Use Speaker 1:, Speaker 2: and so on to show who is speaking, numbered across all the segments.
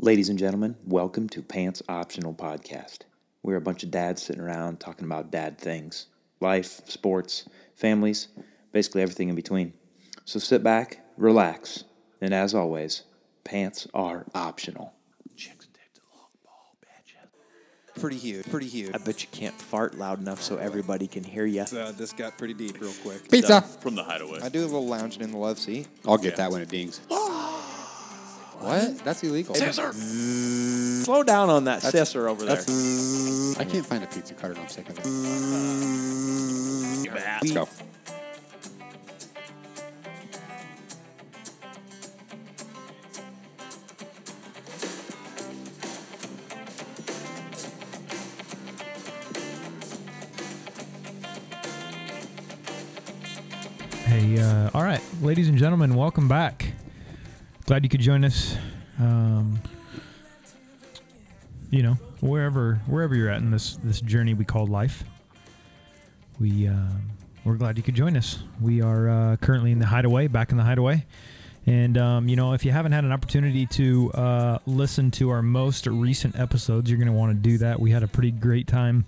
Speaker 1: Ladies and gentlemen, welcome to Pants Optional Podcast. We're a bunch of dads sitting around talking about dad things life, sports, families, basically everything in between. So sit back, relax, and as always, pants are optional.
Speaker 2: pretty huge, pretty huge.
Speaker 3: I bet you can't fart loud enough so everybody can hear you.
Speaker 2: Uh, this got pretty deep real quick.
Speaker 4: Pizza.
Speaker 5: from the hideaway.
Speaker 2: I do a little lounging in the love seat.
Speaker 4: I'll get
Speaker 5: Yeah.
Speaker 4: that when it dings. what? That's illegal.
Speaker 3: Slow down on that scissor over there.
Speaker 4: I can't find a pizza cutter. and I'm sick of it. Let's go.
Speaker 6: Hey, uh, all right, ladies and gentlemen, welcome back. Glad you could join us. Um, you know, wherever wherever you're at in this this journey we call life, we um, we're glad you could join us. We are uh, currently in the hideaway, back in the hideaway, and um, you know, if you haven't had an opportunity to uh, listen to our most recent episodes, you're going to want to do that. We had a pretty great time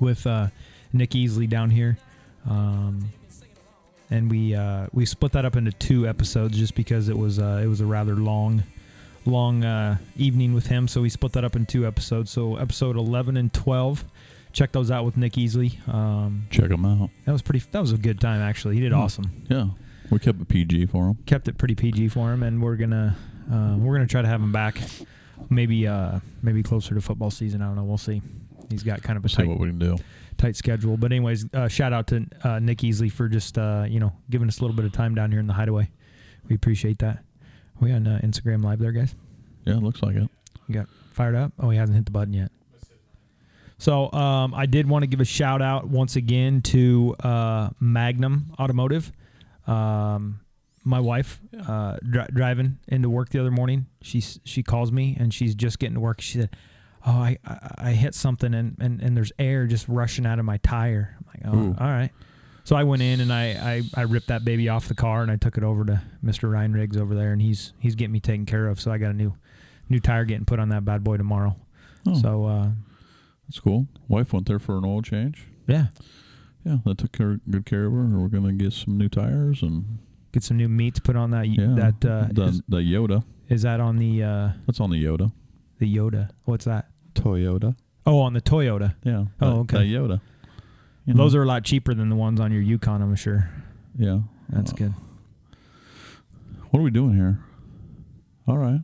Speaker 6: with uh, Nick Easley down here. Um, and we uh, we split that up into two episodes just because it was uh, it was a rather long long uh, evening with him. So we split that up in two episodes. So episode eleven and twelve, check those out with Nick Easley. Um,
Speaker 5: Check them out.
Speaker 6: that was pretty. That was a good time actually. He
Speaker 5: Hmm.
Speaker 6: did awesome.
Speaker 5: Yeah, we kept a PG for them.
Speaker 6: Kept it pretty PG for him, and we're gonna uh, we're gonna try to have him back. Maybe uh, maybe closer to football season. I don't know. We'll see. He's got kind of a
Speaker 5: See
Speaker 6: tight,
Speaker 5: what we can do.
Speaker 6: tight schedule. But anyways, uh, shout out to uh, Nick Easley for just uh, you know giving us a little bit of time down here in the hideaway. We appreciate that. we on uh, Instagram Live there, guys.
Speaker 5: Yeah, looks like it.
Speaker 6: You got fired up? Oh, he hasn't hit the button yet. So um, I did want to give a shout out once again to uh, Magnum Automotive. Um, my wife uh, dri- driving into work the other morning, she s- she calls me and she's just getting to work. She said, "Oh, I I, I hit something and, and and there's air just rushing out of my tire." I'm like, "Oh, all right." So I went in and I, I, I ripped that baby off the car and I took it over to Mr. Ryan Riggs over there and he's he's getting me taken care of. So I got a new new tire getting put on that bad boy tomorrow.
Speaker 5: Oh.
Speaker 6: So uh,
Speaker 5: That's cool. Wife went there for an oil change.
Speaker 6: yeah,
Speaker 5: Yeah, that took care, good care of her. We're gonna get some new tires and
Speaker 6: get some new meats put on that.
Speaker 5: yeah,
Speaker 6: That uh,
Speaker 5: the,
Speaker 6: is,
Speaker 5: the Yoda.
Speaker 6: is that on the uh,
Speaker 5: That's on the Yoda.
Speaker 6: the Yoda? What's that?
Speaker 5: Toyota.
Speaker 6: Oh, on the Toyota.
Speaker 5: Yeah.
Speaker 6: Oh,
Speaker 5: that-
Speaker 6: okay.
Speaker 5: That Yoda.
Speaker 6: Those are a lot cheaper than the ones on your Yukon, I'm sure.
Speaker 5: Yeah.
Speaker 6: That's
Speaker 5: Uh,
Speaker 6: good.
Speaker 5: What are we doing here? All right.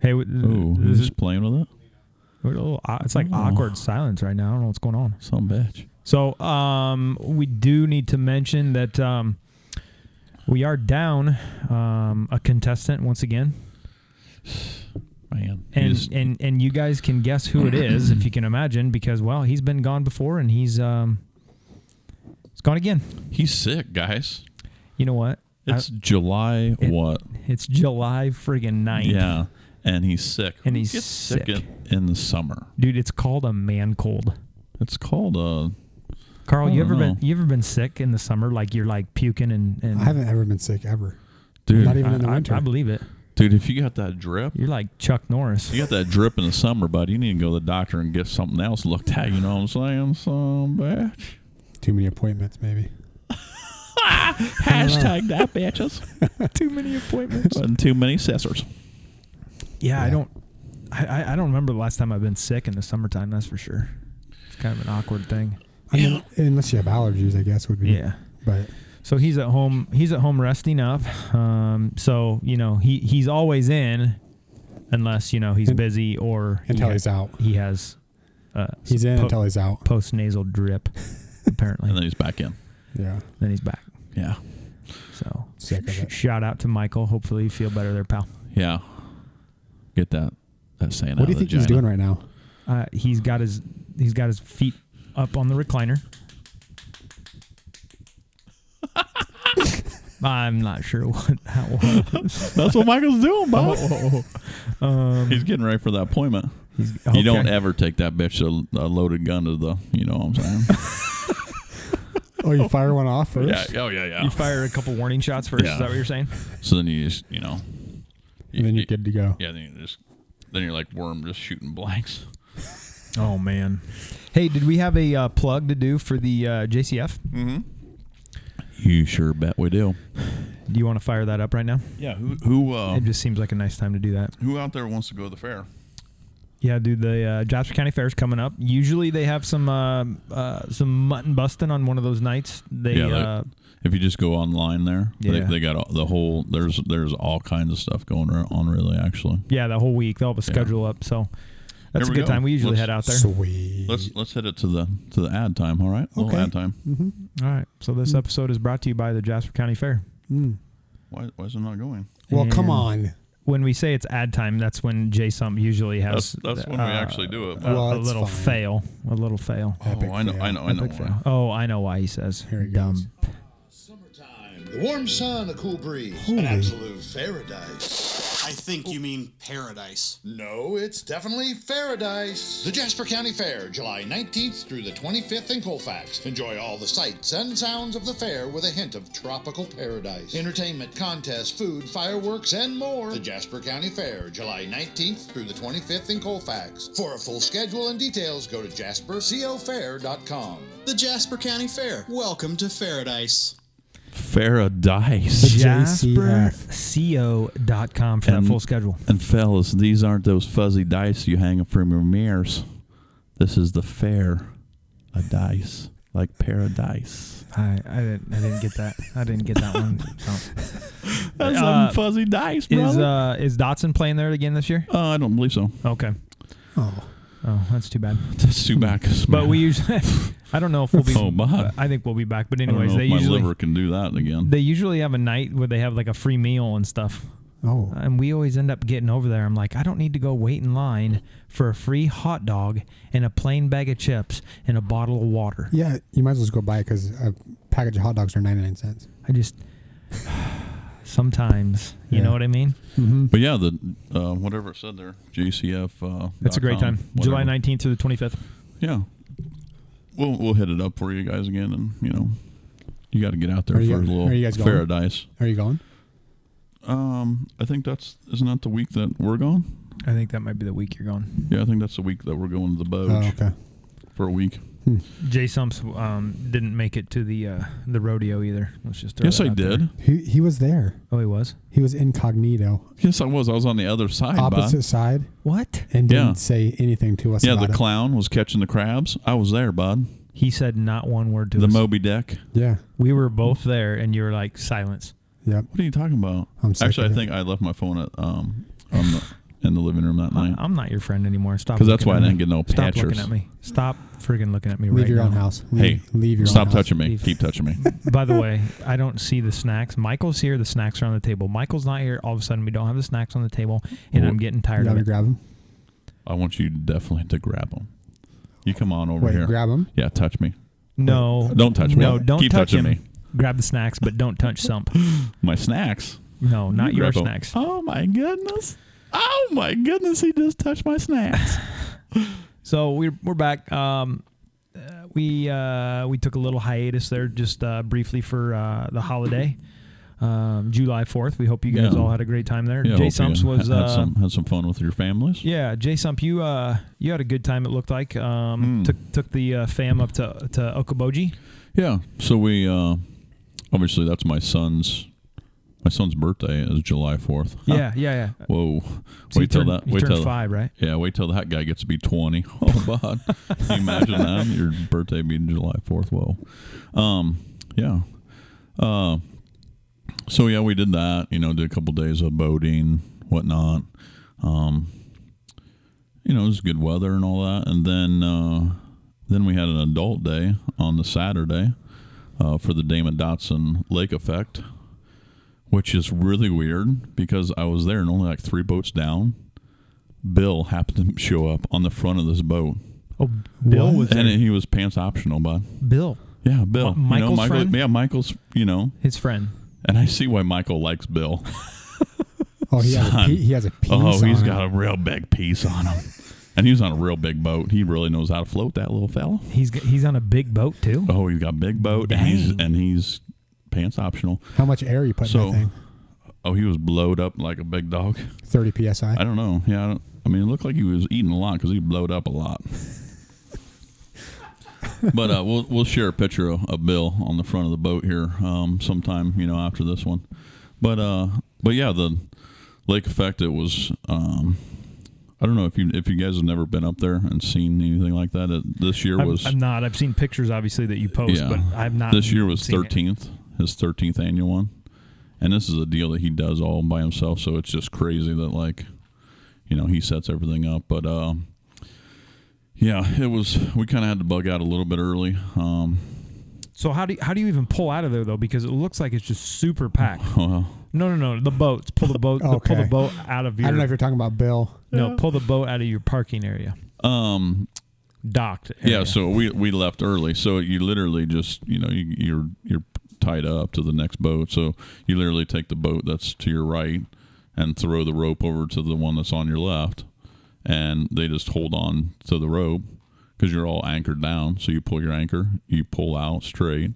Speaker 6: Hey, w-
Speaker 5: Oh,
Speaker 6: this is
Speaker 5: just playing with it.
Speaker 6: we're a little, au- it's like
Speaker 5: Oh.
Speaker 6: awkward silence right now. I don't know what's going on.
Speaker 5: Some bitch.
Speaker 6: So um, we do need to mention that um, we are down um, a contestant once again,
Speaker 5: Man. you
Speaker 6: and
Speaker 5: just-
Speaker 6: and and you guys can guess who it is if you can imagine, because well, he's been gone before and he's um, he's gone again.
Speaker 5: he's sick, guys.
Speaker 6: You know what? I-
Speaker 5: It's July
Speaker 6: It-
Speaker 5: what?
Speaker 6: it's July friggin' 9th.
Speaker 5: Yeah. And he's sick.
Speaker 6: And
Speaker 5: Who
Speaker 6: he's
Speaker 5: gets sick
Speaker 6: sick.
Speaker 5: in, in the summer.
Speaker 6: dude, it's called a man cold.
Speaker 5: It's called uh
Speaker 6: Carl,
Speaker 5: I
Speaker 6: you
Speaker 5: don't
Speaker 6: ever been
Speaker 5: know.
Speaker 6: you ever been sick in the summer? Like you're like puking and, and
Speaker 4: I haven't ever been sick ever.
Speaker 5: dude.
Speaker 4: Not even in the
Speaker 6: I- I-
Speaker 4: winter.
Speaker 6: I believe it.
Speaker 5: Dude, if you got that drip,
Speaker 6: You're like Chuck Norris.
Speaker 5: you got that drip in the summer, buddy. You need to go to the doctor and get something else looked at. You know what I'm saying? Some bitch.
Speaker 4: Too many appointments, maybe.
Speaker 5: Hashtag that bitches.
Speaker 6: Too many appointments.
Speaker 5: Wasn't too many scissors.
Speaker 6: Yeah, I
Speaker 4: Yeah.
Speaker 6: don't. I, I- I don't remember the last time I've been sick in the summertime. That's for sure. It's kind of an awkward thing.
Speaker 4: I mean, unless you have allergies, I guess would be. But
Speaker 6: So he's at home. He's at home resting up. Um. So you know he he's always in, unless you know he's
Speaker 4: And-
Speaker 6: busy or he
Speaker 4: until
Speaker 6: ha-
Speaker 4: he's out,
Speaker 6: He has. Uh,
Speaker 4: he's in
Speaker 6: po-
Speaker 4: until he's out.
Speaker 6: post nasal drip. apparently,
Speaker 5: And then he's back in.
Speaker 4: Yeah,
Speaker 6: then he's back.
Speaker 5: Yeah.
Speaker 6: So
Speaker 4: sick of it.
Speaker 6: shout out to Michael. Hopefully you feel better there, pal.
Speaker 5: Yeah. Get that that saying
Speaker 4: What
Speaker 5: out
Speaker 4: do you
Speaker 5: of
Speaker 4: think
Speaker 5: the
Speaker 4: he's
Speaker 5: vagina.
Speaker 4: doing right now?
Speaker 6: Uh, he's got his he's got his feet up on the recliner. I'm not sure what that was.
Speaker 5: That's what Michael's doing, bud.
Speaker 4: Oh,
Speaker 6: Um,
Speaker 5: He's getting ready for that appointment.
Speaker 6: he's-
Speaker 5: You don't
Speaker 6: okay.
Speaker 5: ever take that bitch a, a loaded gun to the, you know what I'm saying?
Speaker 4: Oh, you fire one off first.
Speaker 5: yeah, oh yeah, yeah.
Speaker 6: You fire a couple warning shots first. Is
Speaker 5: Yeah.
Speaker 6: that what you're saying?
Speaker 5: So then you just, you know,
Speaker 7: and then you're good to go.
Speaker 5: Yeah, then you just then you're like worm just shooting blanks.
Speaker 6: Oh man. Hey, did we have a uh, plug to do for the uh, JCF?
Speaker 5: You sure bet we do.
Speaker 6: Do you want to fire that up right now?
Speaker 5: Yeah, who who uh,
Speaker 6: It just seems like a nice time to do that.
Speaker 5: who out there wants to go to the fair?
Speaker 6: Yeah, dude. The uh, Jasper County Fair is coming up. Usually they have some uh, uh, some mutton busting on one of those nights. They
Speaker 5: Yeah,
Speaker 6: uh,
Speaker 5: they- if you just go online there, they,
Speaker 6: Yeah.
Speaker 5: they got all, the whole there's there's all kinds of stuff going ar- on really actually.
Speaker 6: yeah, the whole week they'll have a schedule up. So that's
Speaker 5: Here
Speaker 6: a
Speaker 5: we
Speaker 6: good
Speaker 5: go.
Speaker 6: time. We usually
Speaker 5: Let's-
Speaker 6: head out there.
Speaker 7: Sweet.
Speaker 5: Let's let's hit it to the to the ad time. All right, little
Speaker 7: Okay.
Speaker 5: ad time.
Speaker 6: All right. So this episode is brought to you by the Jasper County Fair.
Speaker 5: Why, why is it not going?
Speaker 7: well, come
Speaker 5: Mm.
Speaker 6: And
Speaker 7: on.
Speaker 6: When we say it's ad time, that's when JSUM usually
Speaker 5: That's
Speaker 6: has
Speaker 5: that's when we
Speaker 6: uh,
Speaker 5: actually do it.
Speaker 7: Well,
Speaker 6: a
Speaker 7: it's
Speaker 6: little
Speaker 7: fine.
Speaker 6: fail. A little fail.
Speaker 7: Epic
Speaker 5: oh, I know, I know, I know.
Speaker 6: Epic
Speaker 5: why.
Speaker 6: fail. Oh, I know why he says.
Speaker 7: Here he
Speaker 6: Dumb.
Speaker 7: goes.
Speaker 8: Summertime. The warm sun, a cool breeze.
Speaker 7: Holy.
Speaker 8: An absolute paradise.
Speaker 9: I think you mean paradise.
Speaker 8: No, it's definitely paradise. The Jasper County Fair, July 19th through the 25th in Colfax. Enjoy all the sights and sounds of the fair with a hint of tropical paradise. Entertainment, contests, food, fireworks, and more. The Jasper County Fair, July 19th through the 25th in Colfax. For a full schedule and details, go to jaspercofair.com.
Speaker 9: The Jasper County Fair. Welcome to paradise.
Speaker 5: Faradise.
Speaker 6: JasperCO.com for that
Speaker 5: And-
Speaker 6: full schedule.
Speaker 5: And fellas, these aren't those fuzzy dice you hang from your mirrors. This is the fair, a dice like paradise.
Speaker 6: I, I didn't I didn't get that. I didn't get that one. So.
Speaker 5: That's
Speaker 6: Uh,
Speaker 5: some fuzzy dice,
Speaker 6: Is
Speaker 5: brother.
Speaker 6: uh is Dotson playing there again this year?
Speaker 5: uh, I don't believe so.
Speaker 6: Okay.
Speaker 7: Oh,
Speaker 6: Oh, that's too bad.
Speaker 5: That's too bad. 'cause,
Speaker 6: But
Speaker 5: man,
Speaker 6: we usually I don't know if we'll be
Speaker 5: Oh, my.
Speaker 6: I think we'll be back. But
Speaker 5: I don't
Speaker 6: anyways,
Speaker 5: know
Speaker 6: they
Speaker 5: if my
Speaker 6: usually
Speaker 5: liver can do that again.
Speaker 6: they usually have a night where they have like a free meal and stuff.
Speaker 7: oh,
Speaker 6: And we always end up getting over there. I'm like, I don't need to go wait in line for a free hot dog and a plain bag of chips and a bottle of water.
Speaker 7: yeah. You might as well just go buy it because a package of hot dogs are ninety nine cents.
Speaker 6: I just sometimes, you
Speaker 7: Yeah.
Speaker 6: know what I mean?
Speaker 5: but yeah, the uh, whatever it said there, JCF. Uh,
Speaker 6: It's a great
Speaker 5: .com,
Speaker 6: time. July
Speaker 5: whatever.
Speaker 6: 19th through the 25th.
Speaker 5: Yeah, we'll we'll hit it up for you guys again, and you know, you got to get out there
Speaker 7: Are
Speaker 5: for
Speaker 7: you
Speaker 5: a
Speaker 7: guys-
Speaker 5: little
Speaker 7: are you guys going?
Speaker 5: paradise.
Speaker 7: Are you going?
Speaker 5: Um, I think that's isn't that the week that we're gone?
Speaker 6: I think that might be the week you're going.
Speaker 5: Yeah, I think that's the week that we're going to the Boge
Speaker 7: Oh, okay.
Speaker 5: for a week.
Speaker 6: Jay Sumps um, didn't make it to the uh, the rodeo either. Let's just throw
Speaker 5: yes,
Speaker 6: that
Speaker 5: I
Speaker 6: out there.
Speaker 5: did.
Speaker 7: He he was there.
Speaker 6: Oh, he was.
Speaker 7: He was incognito,
Speaker 5: Yes, I was. I was on the other side. Bob.
Speaker 7: opposite side,
Speaker 6: What?
Speaker 7: and
Speaker 5: Yeah.
Speaker 7: didn't say anything to us.
Speaker 5: Yeah,
Speaker 7: about
Speaker 5: the
Speaker 7: it.
Speaker 5: clown was catching the crabs. I was there, bud.
Speaker 6: He said not one word to
Speaker 5: The
Speaker 6: us.
Speaker 5: Moby Deck.
Speaker 7: Yeah.
Speaker 6: we were both there, and you were like silence.
Speaker 7: Yep.
Speaker 5: What are you talking about?
Speaker 7: I'm sick
Speaker 5: Actually, I
Speaker 7: of it.
Speaker 5: think I left my phone at um on the, in the living room that night.
Speaker 6: I'm not your friend anymore. Stop.
Speaker 5: 'Cause that's
Speaker 6: looking
Speaker 5: why
Speaker 6: at
Speaker 5: I
Speaker 6: me.
Speaker 5: didn't get no
Speaker 6: Stop
Speaker 5: patchers.
Speaker 6: looking at me. Stop freaking looking at me
Speaker 7: Leave
Speaker 6: right
Speaker 7: your own
Speaker 6: now.
Speaker 7: house.
Speaker 5: Hey,
Speaker 7: Leave, leave your
Speaker 5: Stop
Speaker 7: own
Speaker 5: touching me.
Speaker 6: Leave.
Speaker 5: Keep touching me.
Speaker 6: By the way, I don't see the snacks. Michael's here. The snacks are on the table. Michael's not here. All of a sudden, we don't have the snacks on the table, and
Speaker 5: Well,
Speaker 6: I'm getting
Speaker 7: House.
Speaker 6: tired
Speaker 7: You
Speaker 6: of
Speaker 7: want me
Speaker 6: it.
Speaker 7: to grab him?
Speaker 5: I want you definitely to grab them. You come on over
Speaker 7: Wait,
Speaker 5: here.
Speaker 7: grab him.
Speaker 5: yeah, touch me.
Speaker 6: No,
Speaker 5: Don't touch me.
Speaker 6: No, don't
Speaker 5: Keep
Speaker 6: touch
Speaker 5: touching
Speaker 6: him.
Speaker 5: me.
Speaker 6: Grab the snacks, but don't touch Sump.
Speaker 5: My snacks.
Speaker 6: No, not
Speaker 5: You
Speaker 6: your
Speaker 5: grab 'em.
Speaker 6: snacks.
Speaker 5: Oh my goodness. Oh my goodness. He just touched my snacks.
Speaker 6: So we're we're back. Um, uh, we uh, we took a little hiatus there, just uh, briefly for uh, the holiday, um, July Fourth. We hope you guys
Speaker 5: Yeah.
Speaker 6: all had a great time there.
Speaker 5: Yeah, hope
Speaker 6: Jay
Speaker 5: you
Speaker 6: Sumps
Speaker 5: had-
Speaker 6: was
Speaker 5: had
Speaker 6: uh,
Speaker 5: some had some fun with your families.
Speaker 6: yeah. Jay Sump, you uh, you had a good time. It looked like um,
Speaker 5: Mm.
Speaker 6: took took the uh, fam up to to Okoboji.
Speaker 5: Yeah. So we uh obviously that's my son's my son's birthday is July fourth.
Speaker 6: Yeah, yeah, yeah.
Speaker 5: Whoa.
Speaker 6: So you
Speaker 5: wait till
Speaker 6: turned,
Speaker 5: that
Speaker 6: you
Speaker 5: wait
Speaker 6: turned
Speaker 5: till
Speaker 6: five, right?
Speaker 5: Yeah, wait till that guy gets to be twenty. Oh God. Can you imagine that? Your birthday being July fourth. Whoa. Um yeah. Uh so yeah, we did that, you know, did a couple days of boating, whatnot. Um you know, it was good weather and all that. And then uh then we had an adult day on the Saturday uh, for the Damon Dotson Lake Effect, which is really weird because I was there and only like three boats down. Bill happened to show up on the front of this boat,
Speaker 6: Oh, Bill was
Speaker 5: and he was pants optional, but
Speaker 6: Bill,
Speaker 5: yeah, Bill,
Speaker 6: Mi-
Speaker 5: you know,
Speaker 6: Michael's
Speaker 5: Michael,
Speaker 6: friend?
Speaker 5: yeah, Michael's, you know,
Speaker 6: his friend.
Speaker 5: and I see why Michael likes Bill.
Speaker 7: Oh, he has, a
Speaker 5: Son.
Speaker 7: pe- he has a piece.
Speaker 5: oh,
Speaker 7: he's
Speaker 5: he's got a real big piece on him, and he was on a real big boat. He really knows how to float that little fella.
Speaker 6: He's g- he's on a big boat too.
Speaker 5: Oh, he's got a big boat, and he's
Speaker 6: Dang.
Speaker 5: and he's pants optional.
Speaker 7: How much air you put
Speaker 5: So,
Speaker 7: in that thing?
Speaker 5: Oh, he was blowed up like a big dog.
Speaker 7: 30 psi.
Speaker 5: I don't know. Yeah, I, don't, I mean, it looked like he was eating a lot because he blowed up a lot. but uh, we'll we'll share a picture of, of Bill on the front of the boat here um, sometime, you know, after this one. But uh, but yeah, the lake effect. It was. Um, I don't know if you if you guys have never been up there and seen anything like that. It, this year
Speaker 6: I'm,
Speaker 5: was
Speaker 6: I'm not. I've seen pictures, obviously, that you post, but I've not.
Speaker 5: This year was
Speaker 6: seen it.
Speaker 5: 13th, his 13th annual one, and this is a deal that he does all by himself. So it's just crazy that like, you know, he sets everything up. But uh, yeah, it was. We kind of had to bug out a little bit early. Um,
Speaker 6: So how do you, how do you even pull out of there though? Because it looks like it's just super packed.
Speaker 5: well,
Speaker 6: No, no, no. The boats. Pull the boat. the- Pull the
Speaker 7: Okay.
Speaker 6: boat out of your.
Speaker 7: I don't know if you're talking about Bill.
Speaker 6: no, pull the boat out of your parking area.
Speaker 5: um,
Speaker 6: Docked. Area.
Speaker 5: yeah. So we we left early. So you literally just you know you, you're you're tied up to the next boat. So you literally take the boat that's to your right and throw the rope over to the one that's on your left, and they just hold on to the rope because you're all anchored down. So you pull your anchor, you pull out straight,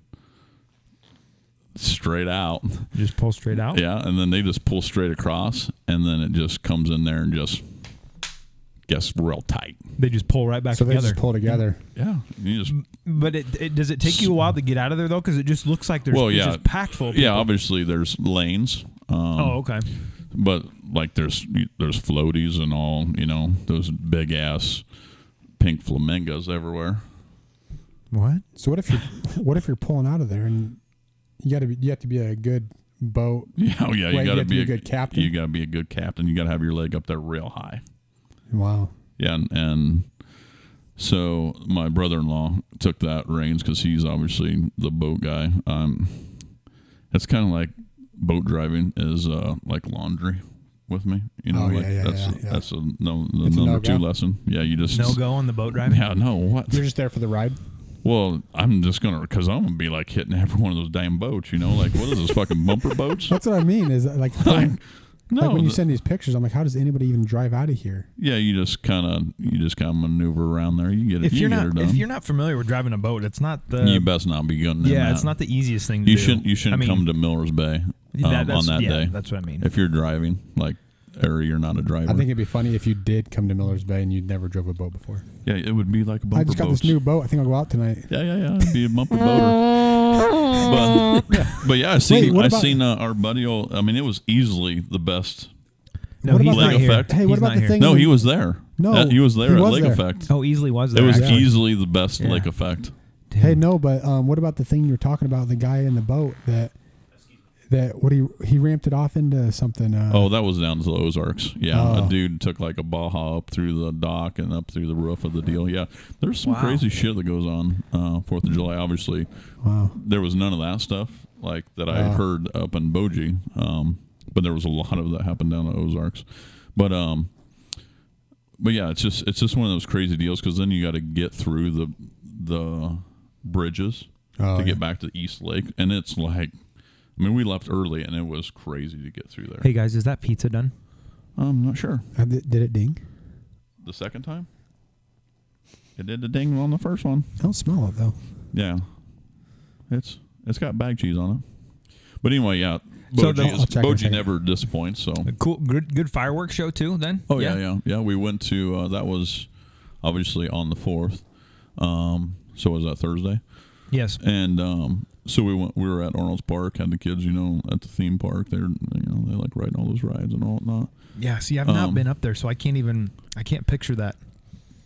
Speaker 5: straight out.
Speaker 6: Just pull straight out.
Speaker 5: Yeah, and then they just pull straight across, and then it just comes in there and just gets real tight.
Speaker 6: They just pull right back
Speaker 7: So they
Speaker 6: together.
Speaker 7: just pull together.
Speaker 5: Yeah, you just
Speaker 6: but it, it does it take you a while to get out of there though? Because it just looks like there's
Speaker 5: well,
Speaker 6: it's
Speaker 5: yeah,
Speaker 6: just packed full. Of
Speaker 5: yeah.
Speaker 6: people.
Speaker 5: Obviously, there's lanes, um,
Speaker 6: Oh, okay.
Speaker 5: but like there's there's floaties and all. You know, those big ass pink flamingos everywhere.
Speaker 6: What?
Speaker 7: So what if you what if you're pulling out of there and you got to be you have to be a good boat?
Speaker 5: Yeah, oh yeah.
Speaker 7: Wait,
Speaker 5: you
Speaker 7: you
Speaker 5: gotta
Speaker 7: have to
Speaker 5: be
Speaker 7: be
Speaker 5: a
Speaker 7: a good captain?
Speaker 5: You gotta be a good captain. You gotta have your leg up there real high.
Speaker 7: Wow.
Speaker 5: Yeah, and, and so my brother-in-law took that reins because he's obviously the boat guy. Um, it's kind of like boat driving is uh, like laundry with me. You know,
Speaker 7: Oh, yeah,
Speaker 5: like
Speaker 7: yeah,
Speaker 5: that's
Speaker 7: yeah, yeah.
Speaker 5: that's a no the
Speaker 7: It's a
Speaker 5: number two
Speaker 7: no-go.
Speaker 5: lesson. Yeah, you just
Speaker 6: No go on the boat driving.
Speaker 5: Yeah, no. What?
Speaker 7: You're just there for the ride.
Speaker 5: Well, I'm just gonna because I'm gonna be like hitting every one of those damn boats. You know, like what is this fucking bumper boats?
Speaker 7: That's what I mean. Is that like,
Speaker 5: Like, no,
Speaker 7: like when you
Speaker 5: the-
Speaker 7: send these pictures, I'm like, how does anybody even drive out of here?
Speaker 5: yeah, you just kind of you just kind of maneuver around there. You get it.
Speaker 6: If
Speaker 5: you
Speaker 6: you're
Speaker 5: get
Speaker 6: not
Speaker 5: her done.
Speaker 6: if you're not familiar with driving a boat, it's not the
Speaker 5: you best not be gunning.
Speaker 6: Um, yeah,
Speaker 5: that.
Speaker 6: it's not the easiest thing to
Speaker 5: You
Speaker 6: do.
Speaker 5: shouldn't. You shouldn't
Speaker 6: I mean,
Speaker 5: come to Miller's Bay um,
Speaker 6: that-
Speaker 5: on
Speaker 6: that's-
Speaker 5: that
Speaker 6: yeah,
Speaker 5: day.
Speaker 6: That's what I mean.
Speaker 5: if you're driving, like, or you're not a driver.
Speaker 7: I think it'd be funny if you did come to Miller's Bay and you'd never drove a boat before.
Speaker 5: yeah, it would be like a bumper
Speaker 7: I just got
Speaker 5: boats.
Speaker 7: this new boat. I think I'll go out tonight.
Speaker 5: yeah, yeah, yeah. It'd be a bumper boater. But, but yeah, I seen
Speaker 7: Wait, what
Speaker 5: I
Speaker 7: about-
Speaker 5: seen uh, our buddy. Old, I mean, it was easily the best.
Speaker 6: no,
Speaker 7: what
Speaker 6: he's
Speaker 7: about
Speaker 5: Leg
Speaker 6: not here.
Speaker 5: effect?
Speaker 7: Hey, what
Speaker 6: He's
Speaker 7: about
Speaker 6: not
Speaker 7: the
Speaker 6: here.
Speaker 7: thing?
Speaker 5: No,
Speaker 7: when-
Speaker 5: he was there.
Speaker 7: Mm. No,
Speaker 5: That- he was there
Speaker 7: he
Speaker 5: at
Speaker 7: was
Speaker 5: Lake
Speaker 7: there.
Speaker 5: Effect.
Speaker 6: Oh, easily was
Speaker 5: It
Speaker 6: there.
Speaker 5: was
Speaker 6: actually.
Speaker 5: easily the best
Speaker 6: Yeah.
Speaker 5: Lake Effect.
Speaker 7: Hey, no, but um, what about the thing you're talking about? The guy in the boat that that what he he ramped it off into something. Uh,
Speaker 5: Oh, that was down to the Ozarks. Yeah, a
Speaker 7: Oh.
Speaker 5: dude took like a baja up through the dock and up through the roof of the deal. Yeah, there's some
Speaker 6: Wow.
Speaker 5: crazy shit that goes on uh, Fourth of July. Obviously,
Speaker 7: wow.
Speaker 5: there was none of that stuff like that I
Speaker 7: Wow.
Speaker 5: heard up in Boji, um, but there was a lot of that happened down the Ozarks. But um, but yeah, it's just it's just one of those crazy deals because then you got to get through the the bridges
Speaker 7: Oh,
Speaker 5: to
Speaker 7: yeah.
Speaker 5: get back to East Lake, and it's like. I mean, we left early, and it was crazy to get through there.
Speaker 6: Hey guys, is that pizza done?
Speaker 5: I'm not sure.
Speaker 7: Uh, th- did it ding?
Speaker 5: The second time? It did the ding on the first one.
Speaker 7: I don't smell it though.
Speaker 5: Yeah. It's it's got bag cheese on it. But anyway, yeah.
Speaker 6: So
Speaker 5: Boji,
Speaker 6: the-
Speaker 5: is-
Speaker 7: I'll check in a
Speaker 5: Boji
Speaker 7: second.
Speaker 5: never disappoints, so
Speaker 6: Cool, good, good fireworks show too. Then.
Speaker 5: Oh yeah, yeah, yeah. we went to uh, that was obviously on the 4th. Um so was that Thursday?
Speaker 6: Yes.
Speaker 5: And um so we went we were at Arnold's Park, had the kids, you know, at the theme park. They're you know, they like riding all those rides and all whatnot.
Speaker 6: Yeah. See, I've not
Speaker 5: Um,
Speaker 6: been up there, so I can't even. I can't picture that.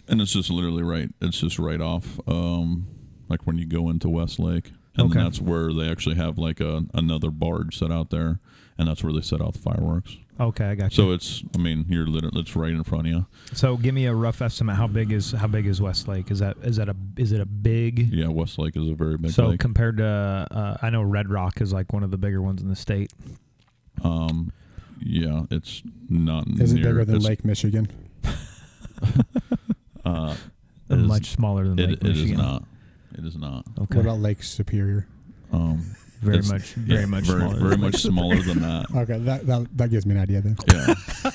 Speaker 5: And it's just literally right. It's just right off, um, like when you go into Westlake, and
Speaker 6: Okay.
Speaker 5: then that's where they actually have like a another barge set out there, and that's where they set out the fireworks.
Speaker 6: Okay, I got you.
Speaker 5: So it's, I mean, you're literally it's right in front of you.
Speaker 6: So, give me a rough estimate. How big is how big is Westlake? Is that is that a is it a big?
Speaker 5: Yeah, Westlake is a very big
Speaker 6: So
Speaker 5: lake.
Speaker 6: compared to, uh, I know Red Rock is like one of the bigger ones in the state.
Speaker 5: um, yeah, it's not
Speaker 7: Is it
Speaker 5: near,
Speaker 7: bigger than
Speaker 5: it's,
Speaker 7: Lake Michigan?
Speaker 5: Uh,
Speaker 6: Uh,
Speaker 5: It is-
Speaker 6: much smaller than
Speaker 5: it
Speaker 6: Lake
Speaker 5: it is
Speaker 6: Michigan.
Speaker 5: not. It is not.
Speaker 6: Okay.
Speaker 7: What about Lake Superior?
Speaker 5: Um,
Speaker 6: very
Speaker 5: it's-
Speaker 6: much,
Speaker 5: yeah,
Speaker 6: very much
Speaker 5: very,
Speaker 6: smaller.
Speaker 5: very much smaller than that.
Speaker 7: Okay, that that, that gives me an idea then.
Speaker 5: Yeah.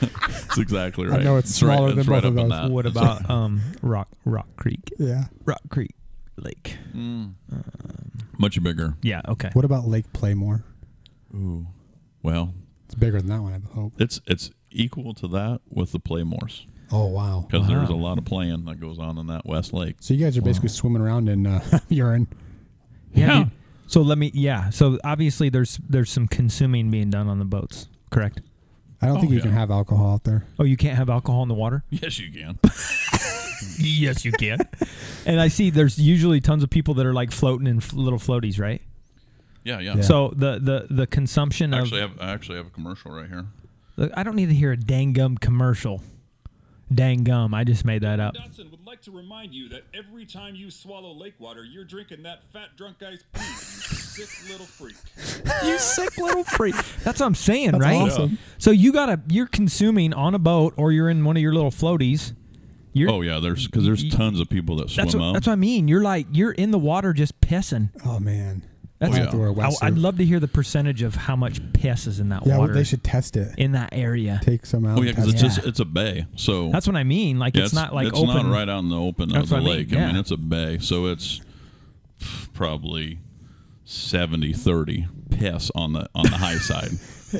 Speaker 5: That's exactly right.
Speaker 7: I know it's
Speaker 5: right-
Speaker 7: smaller than
Speaker 5: right
Speaker 7: both of
Speaker 5: up in
Speaker 7: those.
Speaker 5: that.
Speaker 6: What
Speaker 5: It's
Speaker 6: about um Rock Rock Creek?
Speaker 7: Yeah.
Speaker 6: Rock Creek Lake.
Speaker 5: much bigger.
Speaker 6: Yeah. Okay.
Speaker 7: What about Lake Playmore?
Speaker 5: Ooh. Well,
Speaker 7: It's bigger than that one, I hope.
Speaker 5: it's it's equal to that with the Playmores
Speaker 7: Oh wow!
Speaker 5: because there's a lot of playing that goes on in that West Lake.
Speaker 7: So you guys are basically swimming around in uh, urine.
Speaker 6: Yeah. dude. So let me. Yeah. So obviously, there's there's some consuming being done on the boats. Correct.
Speaker 7: I don't think you
Speaker 5: yeah.
Speaker 7: can have alcohol out there.
Speaker 6: Oh, you can't have alcohol in the water.
Speaker 5: Yes, you can.
Speaker 6: yes, you can. and I see there's usually tons of people that are like floating in f- little floaties, right?
Speaker 5: Yeah, yeah.
Speaker 7: Yeah.
Speaker 6: So the the the consumption of
Speaker 5: actually, I have, I actually have a commercial right here.
Speaker 6: Look, I don't need to hear a dang gum commercial. Dang gum. I just made that up.
Speaker 10: Dotson would like to remind you that every time you swallow lake water, you're drinking that fat drunk guy's pee, you sick little freak.
Speaker 6: you sick little freak. That's what I'm saying,
Speaker 7: That's
Speaker 6: right?
Speaker 7: awesome.
Speaker 6: So you gotta you're consuming on a boat or you're in one of your little floaties. You're
Speaker 5: Oh yeah, there's because there's tons of people that swim
Speaker 6: that's what,
Speaker 5: out.
Speaker 6: that's what I mean. You're like you're in the water just pissing.
Speaker 7: Oh man,
Speaker 6: That's
Speaker 5: yeah.
Speaker 7: Have to wear a
Speaker 6: I,
Speaker 7: wetsuit.
Speaker 6: would love to hear the percentage of how much piss is in that
Speaker 7: yeah, well,
Speaker 6: water
Speaker 7: they should test it.
Speaker 6: in that area.
Speaker 7: Take some out.
Speaker 5: oh yeah,
Speaker 7: and
Speaker 5: because
Speaker 7: test
Speaker 5: it's
Speaker 7: it.
Speaker 5: just it's a bay, so
Speaker 6: That's what I mean. Like
Speaker 5: yeah,
Speaker 6: it's, not like
Speaker 5: it's
Speaker 6: open.
Speaker 5: not right out in the open
Speaker 6: That's
Speaker 5: of the
Speaker 6: what I mean,
Speaker 5: lake.
Speaker 6: yeah.
Speaker 5: I mean, it's a bay, so it's probably 70 30 piss on the on the high side.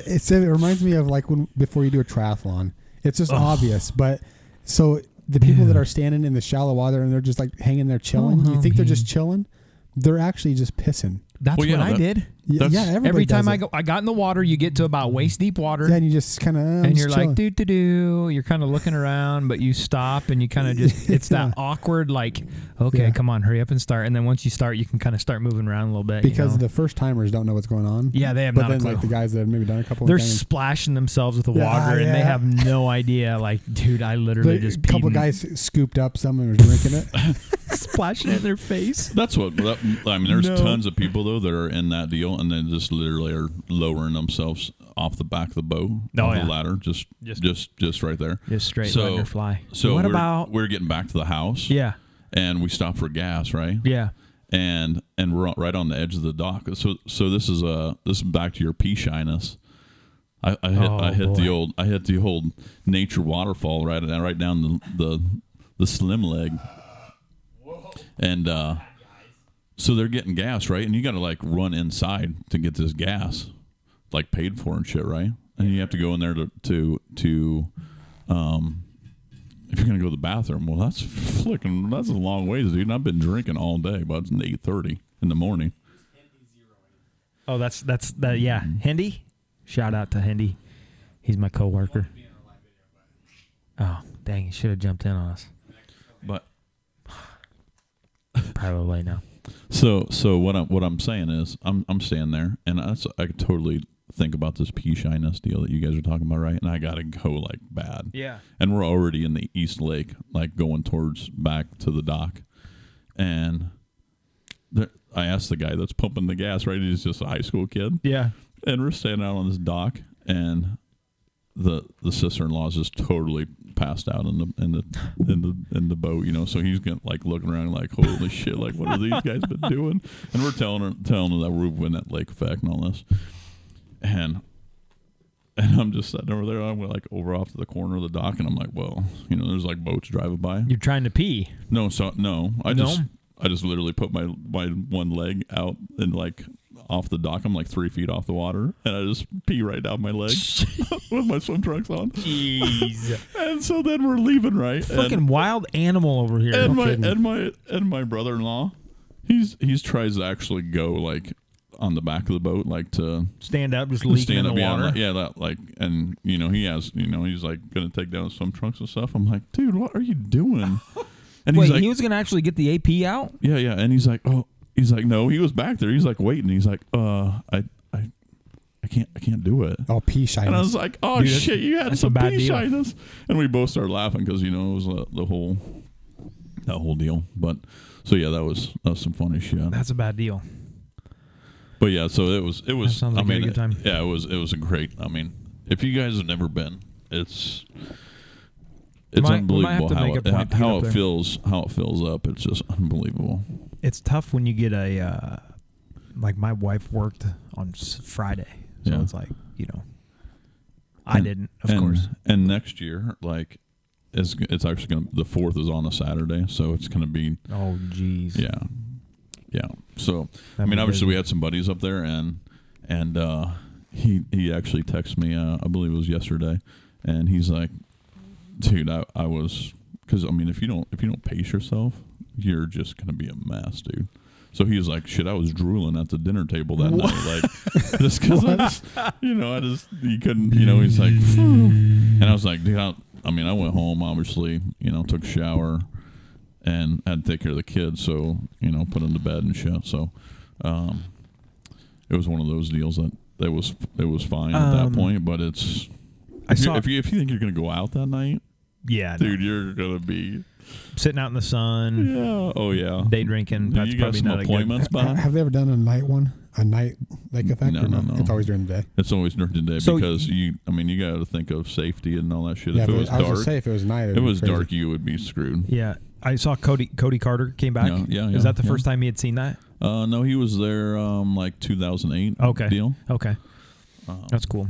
Speaker 7: It's, it reminds me of like when before you do a triathlon. It's just obvious, but so the people that are standing in the shallow water and they're just like hanging there chilling. you think they're just chilling? They're actually just pissing.
Speaker 6: That's
Speaker 5: Well, yeah,
Speaker 6: what I
Speaker 5: that-
Speaker 6: did.
Speaker 7: Y-
Speaker 5: That's-
Speaker 7: yeah, everybody
Speaker 6: Every time
Speaker 7: does
Speaker 6: I
Speaker 7: it.
Speaker 6: go, I got in the water. You get to about waist deep water.
Speaker 7: yeah, and you just kind of
Speaker 6: and you're like doo doo doo. You're kind of looking around, but you stop and you kind of just it's that awkward like okay,
Speaker 7: Yeah.
Speaker 6: come on, hurry up and start. And then once you start, you can kind of start moving around a little bit you
Speaker 7: because
Speaker 6: know?
Speaker 7: the first timers don't know what's going on.
Speaker 6: Yeah, they have
Speaker 7: But
Speaker 6: not a
Speaker 7: then like
Speaker 6: clue.
Speaker 7: the guys that have maybe done a couple.
Speaker 6: they're
Speaker 7: of things.
Speaker 6: splashing themselves with the
Speaker 7: Yeah,
Speaker 6: water and they
Speaker 7: yeah.
Speaker 6: have no idea. Like, dude, I literally
Speaker 7: They-
Speaker 6: just
Speaker 7: a couple
Speaker 6: peed
Speaker 7: guys scooped up some and was drinking it.
Speaker 6: and splashing it in their face.
Speaker 5: That's what that, I mean. There's
Speaker 6: No.
Speaker 5: tons of people though that are in that deal, and then just literally are lowering themselves off the back of the boat,
Speaker 6: Oh,
Speaker 5: off
Speaker 6: yeah.
Speaker 5: the ladder, just
Speaker 6: Just-
Speaker 5: just just, right there,
Speaker 6: Just straight
Speaker 5: so,
Speaker 6: letting her fly.
Speaker 5: So
Speaker 6: What
Speaker 5: we're-
Speaker 6: about-
Speaker 5: we're getting back to the house?
Speaker 6: Yeah,
Speaker 5: and we stop for gas, right?
Speaker 6: yeah.
Speaker 5: and and we're right on the edge of the dock. So so this is uh this is back to your pea shyness. I, I hit
Speaker 6: Oh,
Speaker 5: I hit
Speaker 6: boy.
Speaker 5: the old I hit the old nature waterfall right right down the the, the slim leg, and uh, so they're getting gas right, and you got to like run inside to get this gas, like paid for and shit, right? And you have to go in there to to to if you're gonna go to the bathroom, well, that's flicking. That's a long ways, dude. And I've been drinking all day, but it's eight thirty in the morning.
Speaker 6: Oh, that's that's that. Yeah,
Speaker 5: Mm-hmm.
Speaker 6: Hendy. Shout out to Hendy. He's my coworker. Oh, dang! He should have jumped in on us.
Speaker 5: But
Speaker 6: Probably now.
Speaker 5: so, so what I'm what I'm saying is, I'm I'm standing there, and that's I could totally think about this pea shyness deal that you guys are talking about, right? And I gotta go like bad.
Speaker 6: Yeah.
Speaker 5: And we're already in the East Lake, like going towards back to the dock, and there, I asked the guy that's pumping the gas, right? He's just a high school kid.
Speaker 6: Yeah.
Speaker 5: and we're standing out on this dock, and the the sister in law's just totally passed out in the in the in the in the boat, you know. So he's going like looking around, like holy shit, like what have these guys been doing? And we're telling her telling her that we're winning that lake effect and all this, and. And I'm just sitting over there. I'm like over off to the corner of the dock, and I'm like, well, you know, there's like boats driving by.
Speaker 6: You're trying to pee.
Speaker 5: No, so no. I
Speaker 6: No?
Speaker 5: just I just literally put my my one leg out and like off the dock. I'm like three feet off the water, and I just pee right down my leg with my swim trunks on.
Speaker 6: Jeez.
Speaker 5: And so then we're leaving, right?
Speaker 6: Fucking
Speaker 5: and,
Speaker 6: wild animal over here.
Speaker 5: and my and my and my brother in law, he's he's tries to actually go like on the back of the boat, like to
Speaker 6: Stand up, just leaking
Speaker 5: stand
Speaker 6: in
Speaker 5: up,
Speaker 6: the
Speaker 5: yeah,
Speaker 6: water.
Speaker 5: like- yeah, that like, and you know, he has, you know, he's like gonna take down some trunks and stuff. I'm like, dude, what are you doing? And
Speaker 6: Wait,
Speaker 5: he's like,
Speaker 6: he was gonna actually get the AP out.
Speaker 5: yeah, yeah. And he's like, oh, he's like, no, he was back there. He's like waiting. He's like, uh, I, I, I can't, I can't do it.
Speaker 7: oh, pee shyness.
Speaker 5: And I was like, oh
Speaker 6: Dude, that's-
Speaker 5: shit, you had
Speaker 6: that's a
Speaker 5: some
Speaker 6: bad
Speaker 5: pee
Speaker 6: deal.
Speaker 5: shyness. And we both started laughing because you know it was uh, the whole, that whole deal. But so yeah, that was that was some funny shit.
Speaker 6: That's a bad deal.
Speaker 5: But yeah, so it was it was.
Speaker 6: sounds
Speaker 5: I
Speaker 6: like a
Speaker 5: mean,
Speaker 6: good time.
Speaker 5: yeah, it was it was a great. I mean, if you guys have never been, it's it's
Speaker 6: might- we might have
Speaker 5: unbelievable
Speaker 6: to
Speaker 5: how
Speaker 6: make a
Speaker 5: it,
Speaker 6: point to get
Speaker 5: how
Speaker 6: up
Speaker 5: it
Speaker 6: there.
Speaker 5: fills how it fills up. It's just unbelievable.
Speaker 6: It's tough when you get a uh, like my wife worked on s- Friday, so
Speaker 5: Yeah.
Speaker 6: it's like you know, I
Speaker 5: And-
Speaker 6: didn't, of
Speaker 5: and-
Speaker 6: course.
Speaker 5: And next year, like, it's it's actually gonna the fourth is on a Saturday, so it's gonna be
Speaker 6: Oh, jeez.
Speaker 5: yeah, yeah. So I
Speaker 6: That'd
Speaker 5: mean,
Speaker 6: be
Speaker 5: obviously
Speaker 6: busy.
Speaker 5: we had some buddies up there, and and uh, he he actually texted me. Uh, I believe it was yesterday, and he's like, "Dude, I, I was because I mean, if you don't if you don't pace yourself, you're just gonna be a mess, dude." So he was like, "Shit, I was drooling at the dinner table that night, like just because you know I just you couldn't, you know." He's like, "Hmm, and I was like, "Dude, I, I mean, I went home, obviously, you know, took a shower." And had to take care of the kids, so you know, put them to bed and shit. So, um, it was one of those deals that that was it was fine at
Speaker 6: Um,
Speaker 5: that point, but it's
Speaker 6: I
Speaker 5: if, you
Speaker 6: saw-
Speaker 5: if you if you think you're gonna go out that night,
Speaker 6: Yeah,
Speaker 5: dude, you're gonna be
Speaker 6: sitting out in the
Speaker 7: Mm-hmm.
Speaker 6: sun,
Speaker 5: yeah, oh yeah,
Speaker 6: day drinking.
Speaker 5: Do
Speaker 6: That's
Speaker 5: you got
Speaker 6: probably
Speaker 5: some
Speaker 6: not
Speaker 5: appointments,
Speaker 6: a good.
Speaker 5: Bob?
Speaker 7: Have they ever done a night one? A night like effect?
Speaker 5: No,
Speaker 7: or
Speaker 5: no,
Speaker 7: not?
Speaker 5: no.
Speaker 7: It's always during the day.
Speaker 5: It's always during the day
Speaker 6: So-
Speaker 5: because you, I mean, you got to think of safety and all that shit.
Speaker 7: yeah,
Speaker 5: if it
Speaker 7: but
Speaker 5: was
Speaker 7: I was
Speaker 5: dark,
Speaker 7: gonna say if it was night, it'd
Speaker 5: it
Speaker 7: be
Speaker 5: was
Speaker 7: crazy.
Speaker 5: dark, you would be screwed.
Speaker 6: Yeah, I saw Cody Cody Carter came back.
Speaker 5: Yeah, yeah, yeah,
Speaker 6: Is that the
Speaker 5: yeah.
Speaker 6: first time he had seen that?
Speaker 5: Uh, no, he was there um like 2008.
Speaker 6: Okay.
Speaker 5: deal. Uh-huh.
Speaker 6: Okay, that's cool.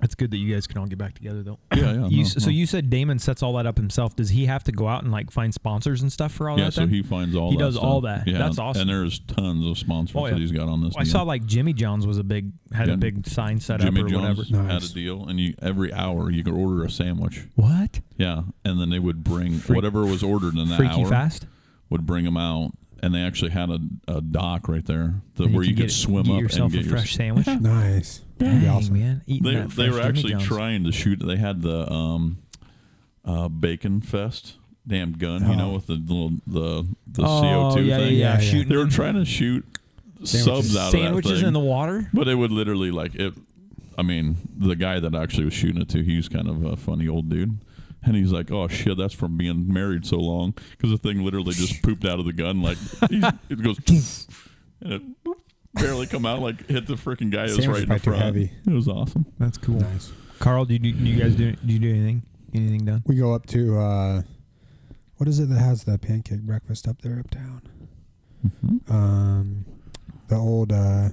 Speaker 6: It's good that you guys can all get back together though.
Speaker 5: Yeah, yeah.
Speaker 6: You,
Speaker 5: no,
Speaker 6: s So
Speaker 5: no.
Speaker 6: you said Damon sets all that up himself. Does he have to go out and like find sponsors and stuff for all
Speaker 5: yeah,
Speaker 6: that?
Speaker 5: so
Speaker 6: then?
Speaker 5: he finds all
Speaker 6: He
Speaker 5: that
Speaker 6: does
Speaker 5: stuff.
Speaker 6: all that.
Speaker 5: Yeah,
Speaker 6: That's awesome.
Speaker 5: And there's tons of sponsors
Speaker 6: Oh, yeah.
Speaker 5: that he's got on this.
Speaker 6: I
Speaker 5: deal.
Speaker 6: saw like Jimmy John's was a big had
Speaker 5: Yeah.
Speaker 6: a big sign set
Speaker 5: Jimmy
Speaker 6: up or
Speaker 5: John's
Speaker 6: whatever.
Speaker 5: had a deal, and you every hour you could order a sandwich.
Speaker 6: What?
Speaker 5: Yeah, and then they would bring whatever was ordered in that
Speaker 6: Freaky
Speaker 5: hour.
Speaker 6: fast.
Speaker 5: Would bring them out, and they actually had a, a dock right there that,
Speaker 6: And
Speaker 5: where you
Speaker 6: get
Speaker 5: could
Speaker 6: it-
Speaker 5: swim
Speaker 6: get
Speaker 5: up
Speaker 6: yourself
Speaker 5: and get
Speaker 6: a
Speaker 5: your-
Speaker 6: fresh sandwich.
Speaker 7: Nice. That'd be
Speaker 6: Dang,
Speaker 7: awesome.
Speaker 6: man! Eating
Speaker 5: They
Speaker 6: that fresh
Speaker 5: they were
Speaker 6: Jimmy
Speaker 5: actually
Speaker 6: John's.
Speaker 5: trying to shoot. They had the um, uh, bacon fest damn gun, you know, with the little the the CO
Speaker 6: Oh,
Speaker 5: two
Speaker 6: yeah, yeah, yeah,
Speaker 5: thing.
Speaker 7: Yeah, yeah.
Speaker 6: shooting
Speaker 5: They were trying to shoot subs out of that
Speaker 6: sandwiches
Speaker 5: thing.
Speaker 6: in the water.
Speaker 5: But it would literally like it. I mean, the guy that actually was shooting it to, he was kind of a funny old dude, and he's like, "Oh shit, that's from being married so long," because the thing literally just pooped out of the gun. Like he, it goes, "Toof," and it barely come out. Like hit the freaking guy that was right in
Speaker 7: Sandwich
Speaker 5: the
Speaker 7: probably too
Speaker 5: front.
Speaker 7: heavy.
Speaker 5: It was awesome.
Speaker 6: That's cool.
Speaker 7: Nice.
Speaker 6: Carl, do you, do you guys do? Do you do anything? Anything done?
Speaker 7: We go up to uh, what is it that has the pancake breakfast up there uptown?
Speaker 6: Mm-hmm.
Speaker 7: Um, the old uh,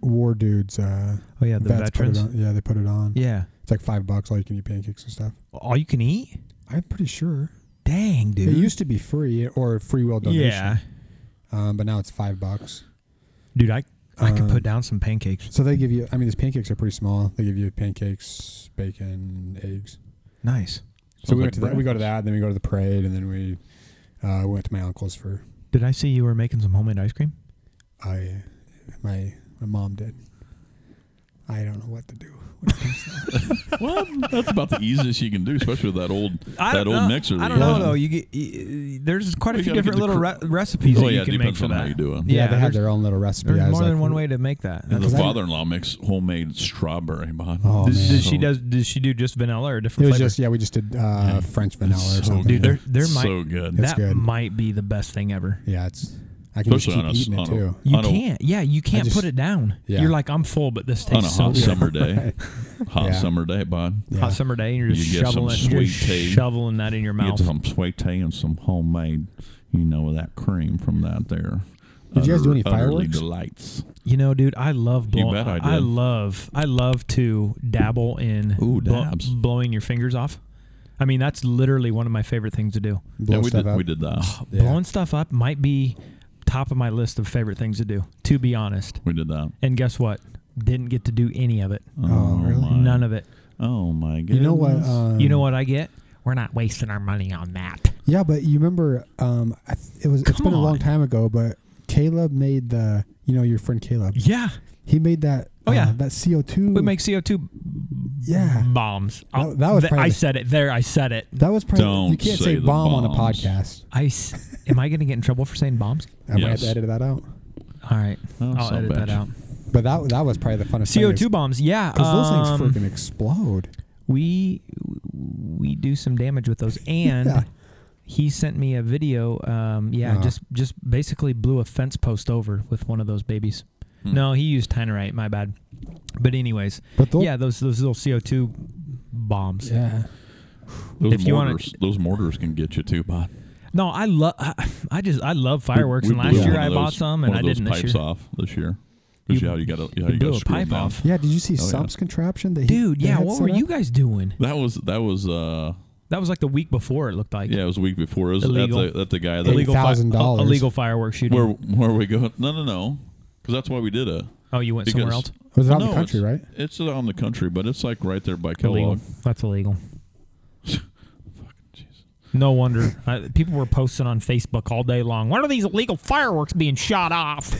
Speaker 7: war dudes. Uh,
Speaker 6: Oh yeah, the
Speaker 7: put it
Speaker 6: veterans.
Speaker 7: on- yeah, they put it on.
Speaker 6: Yeah,
Speaker 7: It's like five bucks. All you can eat pancakes and stuff.
Speaker 6: all you can eat.
Speaker 7: I'm pretty sure
Speaker 6: Dang, dude.
Speaker 7: it used to be free or free will donation.
Speaker 6: yeah,
Speaker 7: Um, but now it's five bucks.
Speaker 6: dude. I I could
Speaker 7: Um,
Speaker 6: put down some pancakes.
Speaker 7: So they give you. I mean, these pancakes are pretty small. They give you pancakes, bacon, eggs.
Speaker 6: Nice.
Speaker 7: So
Speaker 5: Sounds
Speaker 7: we
Speaker 5: like
Speaker 7: went to that. We go to
Speaker 5: breakfast.
Speaker 7: that. Then we go to the parade, and then we uh, went to my uncle's for
Speaker 6: Did I see you were making some homemade ice cream?
Speaker 7: I my my mom did. I don't know what to do. when it comes to that.
Speaker 5: Well, that's about the easiest you can do, especially with that old that old mixer.
Speaker 6: I
Speaker 5: that
Speaker 6: don't
Speaker 5: you
Speaker 6: know
Speaker 5: had.
Speaker 6: though. You get you, there's quite a
Speaker 5: You
Speaker 6: few
Speaker 5: gotta get
Speaker 6: different
Speaker 5: the
Speaker 6: little re-
Speaker 5: cr-
Speaker 6: recipes
Speaker 5: Oh
Speaker 6: that
Speaker 5: yeah,
Speaker 6: you can make
Speaker 5: depends
Speaker 6: for
Speaker 5: on
Speaker 6: that.
Speaker 5: how you do it.
Speaker 6: Yeah,
Speaker 7: they have
Speaker 6: there's-
Speaker 7: their own little recipe.
Speaker 6: There's
Speaker 7: I was
Speaker 6: more
Speaker 7: like,
Speaker 6: than one way to make that.
Speaker 5: And the
Speaker 6: That's-
Speaker 7: I-
Speaker 5: father-in-law makes homemade strawberry, Bob.
Speaker 7: Oh,
Speaker 6: does,
Speaker 7: man.
Speaker 6: does she does does she do just vanilla or a
Speaker 7: It
Speaker 6: different
Speaker 7: was
Speaker 6: flavor?
Speaker 7: just yeah. We just did uh, French vanilla
Speaker 5: It's
Speaker 7: or
Speaker 5: so
Speaker 7: Oh, something.
Speaker 6: Dude, there there might
Speaker 5: so good.
Speaker 7: It's
Speaker 6: that
Speaker 7: good.
Speaker 6: might be the best thing ever.
Speaker 7: yeah, it's I can just
Speaker 5: Especially
Speaker 7: keep
Speaker 5: on a, s-
Speaker 7: eating it
Speaker 5: on a-
Speaker 7: too.
Speaker 6: You
Speaker 5: on a-
Speaker 6: can't. yeah, you can't
Speaker 7: just-
Speaker 6: put it down.
Speaker 7: Yeah.
Speaker 6: You're like, I'm full, but this
Speaker 5: on a
Speaker 6: tastes so
Speaker 5: hot
Speaker 6: good.
Speaker 5: summer day. Hot
Speaker 7: Yeah.
Speaker 5: summer day, bud.
Speaker 7: Yeah.
Speaker 6: Hot summer day, and you're just
Speaker 5: You get some
Speaker 6: shoveling, you're
Speaker 5: sweet
Speaker 6: just
Speaker 5: tea.
Speaker 6: shoveling that in your
Speaker 5: You
Speaker 6: mouth.
Speaker 5: get some sweet tea and some homemade, you know, that cream from that there.
Speaker 7: Did you guys do any
Speaker 5: utterly
Speaker 7: fireworks?
Speaker 5: Delights.
Speaker 6: You know, dude, I love
Speaker 5: You
Speaker 6: blowing.
Speaker 5: bet I
Speaker 6: I
Speaker 5: did.
Speaker 6: love, I love to dabble in
Speaker 5: Ooh,
Speaker 6: blow-
Speaker 5: dabs.
Speaker 6: blowing your fingers off. I mean, that's literally one of my favorite things to do.
Speaker 7: Blow
Speaker 5: yeah, we
Speaker 7: stuff
Speaker 5: did.
Speaker 7: up. Oh,
Speaker 5: We did that.
Speaker 7: Yeah.
Speaker 6: Blowing stuff up might be top of my list of favorite things to do. To be honest,
Speaker 5: We did that.
Speaker 6: and guess what? Didn't get to do any of it.
Speaker 5: Oh,
Speaker 7: really?
Speaker 5: My,
Speaker 6: None of it.
Speaker 5: Oh my goodness.
Speaker 7: You know what? Um,
Speaker 6: you know what I get? We're not wasting our money on that.
Speaker 7: Yeah, but you remember um, I th- it was. it's
Speaker 6: Come
Speaker 7: been a long
Speaker 6: on.
Speaker 7: time ago, but Caleb made the. You know your friend Caleb.
Speaker 6: Yeah,
Speaker 7: He made that.
Speaker 6: Oh,
Speaker 7: uh,
Speaker 6: yeah.
Speaker 7: that CO two.
Speaker 6: we make CO two
Speaker 7: yeah.
Speaker 6: bombs.
Speaker 7: That-
Speaker 6: Oh,
Speaker 7: that was
Speaker 6: th-
Speaker 7: probably
Speaker 6: I
Speaker 7: the-
Speaker 6: said it there. I said it.
Speaker 7: That was probably you
Speaker 5: Don't
Speaker 7: can't
Speaker 5: say
Speaker 7: say,
Speaker 5: the
Speaker 7: bomb on a
Speaker 5: bombs.
Speaker 7: podcast.
Speaker 6: I s- am I going to get in trouble for saying bombs?
Speaker 7: I might have to
Speaker 5: Yes.
Speaker 7: edit that out.
Speaker 6: All right,
Speaker 5: Oh,
Speaker 6: I'll
Speaker 5: son
Speaker 6: edit
Speaker 5: of a
Speaker 6: that
Speaker 5: bitch.
Speaker 6: out.
Speaker 7: But that that was probably the funnest. thing
Speaker 6: CO
Speaker 7: is-
Speaker 6: two bombs. Yeah,
Speaker 7: Because
Speaker 6: um,
Speaker 7: those things freaking explode.
Speaker 6: we we do some damage with those and.
Speaker 7: Yeah.
Speaker 6: He sent me a video. Um, yeah,
Speaker 7: Uh-huh.
Speaker 6: just just basically blew a fence post over with one of those babies. No, he used Tannerite. My bad. Hmm. But anyways,
Speaker 7: But those,
Speaker 6: yeah, those those little CO two bombs.
Speaker 7: yeah.
Speaker 5: Those
Speaker 6: if you wanna-
Speaker 5: mortars. those mortars can get you too, bud.
Speaker 6: No, I love. I, I just I love fireworks.
Speaker 5: We
Speaker 6: and last
Speaker 5: blew
Speaker 6: year
Speaker 5: one
Speaker 6: I
Speaker 5: of
Speaker 6: bought
Speaker 5: those-
Speaker 6: some, and
Speaker 5: one
Speaker 6: I
Speaker 5: of those
Speaker 6: didn't
Speaker 5: pipes
Speaker 6: this year.
Speaker 5: off this year. Because
Speaker 6: You-
Speaker 5: you, you got to
Speaker 6: you blew
Speaker 5: you got
Speaker 6: a
Speaker 5: to screw
Speaker 6: pipe
Speaker 5: them down.
Speaker 6: off.
Speaker 7: Yeah. Did you see
Speaker 5: Oh, yeah.
Speaker 7: Sub's contraption? That he,
Speaker 6: Dude,
Speaker 7: they
Speaker 6: yeah,
Speaker 7: had
Speaker 6: what
Speaker 7: set
Speaker 6: were
Speaker 7: up?
Speaker 6: you guys doing?
Speaker 5: That was that was uh
Speaker 6: That was like the week before it looked like.
Speaker 5: yeah it was a week before. It was at
Speaker 6: Illegal.
Speaker 5: the, at the guy that
Speaker 6: illegal fi-
Speaker 7: $8,000.
Speaker 6: a- illegal fireworks shooting.
Speaker 5: where where we go. No no no, because that's why we did it.
Speaker 6: Oh, you went somewhere
Speaker 5: Because-
Speaker 6: else?
Speaker 7: Was it out in
Speaker 5: no,
Speaker 7: the country, right?
Speaker 5: it's- It's out in the country, but it's like right there by
Speaker 6: Illegal.
Speaker 5: Kellogg.
Speaker 6: That's illegal. No wonder I, people were posting on Facebook all day long. What are these illegal fireworks being shot off?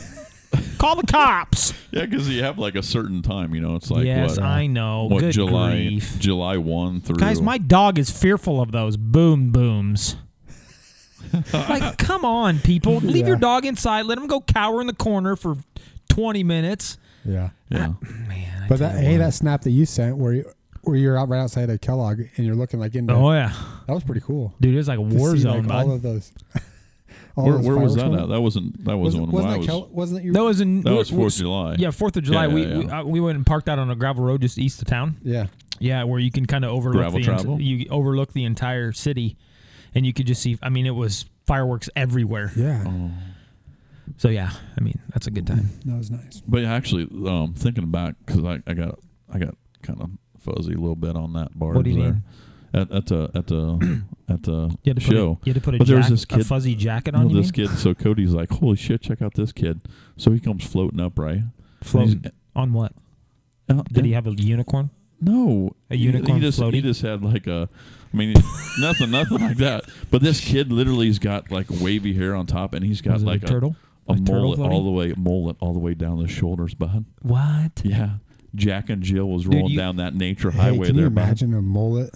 Speaker 6: Call the cops.
Speaker 5: Yeah, because you have like a certain time, you know. It's like
Speaker 6: Yes,
Speaker 5: what,
Speaker 6: I know.
Speaker 5: What
Speaker 6: Good
Speaker 5: July
Speaker 6: grief.
Speaker 5: July one through
Speaker 6: Guys, my dog is fearful of those boom booms. like, come on, people. Leave your
Speaker 7: Yeah.
Speaker 6: dog inside. Let him go cower in the corner for 20 minutes.
Speaker 7: Yeah.
Speaker 5: yeah.
Speaker 6: Man. I
Speaker 7: But
Speaker 6: tell
Speaker 7: that
Speaker 6: you
Speaker 7: hey,
Speaker 6: what.
Speaker 7: that snap that you sent where you, where you're out right outside of Kellogg and you're looking like into
Speaker 6: Oh, yeah.
Speaker 7: that was pretty cool.
Speaker 6: Dude, it's like a
Speaker 7: To
Speaker 6: war
Speaker 7: see,
Speaker 6: zone,
Speaker 7: like, all
Speaker 6: bud.
Speaker 7: of those. all
Speaker 5: Where,
Speaker 7: those
Speaker 5: where was that
Speaker 7: fireworks
Speaker 5: at? That wasn't that
Speaker 7: Was
Speaker 5: wasn't
Speaker 7: it,
Speaker 5: when
Speaker 7: wasn't
Speaker 5: I
Speaker 7: that
Speaker 5: was.
Speaker 7: Kell- wasn't it your,
Speaker 6: That was in.
Speaker 5: That
Speaker 6: we-
Speaker 5: was
Speaker 6: we-
Speaker 5: 4th of July.
Speaker 6: Yeah, Fourth of July.
Speaker 5: Yeah,
Speaker 6: we
Speaker 5: yeah,
Speaker 6: we,
Speaker 5: yeah.
Speaker 6: uh, we went and parked out on a gravel road just east of town.
Speaker 7: Yeah.
Speaker 6: Yeah, where you can kind of overlook
Speaker 5: Gravel
Speaker 6: the ent-
Speaker 5: travel?
Speaker 6: you overlook the entire city, and you could just see. I mean, it was fireworks everywhere.
Speaker 7: Yeah.
Speaker 5: Oh.
Speaker 6: So yeah, I mean that's a good time.
Speaker 7: That was nice.
Speaker 5: But actually, um, thinking back because I, I got I got kind of fuzzy a little bit on that bar.
Speaker 6: What do you
Speaker 5: there.
Speaker 6: mean?
Speaker 5: At, at the at the at the
Speaker 6: You had to put
Speaker 5: show.
Speaker 6: A, you had to put a,
Speaker 5: but there was
Speaker 6: jack-
Speaker 5: this kid.
Speaker 6: a fuzzy jacket
Speaker 5: you know,
Speaker 6: on. you
Speaker 5: this
Speaker 6: mean?
Speaker 5: kid. So Cody's like, "Holy shit! Check out this kid." So he comes floating up, right? And he's-
Speaker 6: Floating. on what?
Speaker 5: uh,
Speaker 6: Did he have a unicorn?
Speaker 5: No,
Speaker 6: A
Speaker 5: He-
Speaker 6: unicorn
Speaker 5: He just, he
Speaker 6: floaty?
Speaker 5: just had like a, I mean, nothing, nothing like that. But this kid literally's got like wavy hair on top, and he's got
Speaker 6: Was it a
Speaker 5: like
Speaker 6: turtle?
Speaker 5: a,
Speaker 6: A turtle
Speaker 5: mullet all
Speaker 6: floaty?
Speaker 5: the way, mullet all the way down the shoulders, bud.
Speaker 6: What?
Speaker 5: Yeah, Jack and Jill was rolling
Speaker 6: you-
Speaker 5: down that nature
Speaker 7: Hey,
Speaker 5: highway
Speaker 7: can you
Speaker 5: there, bud.
Speaker 7: imagine a mullet?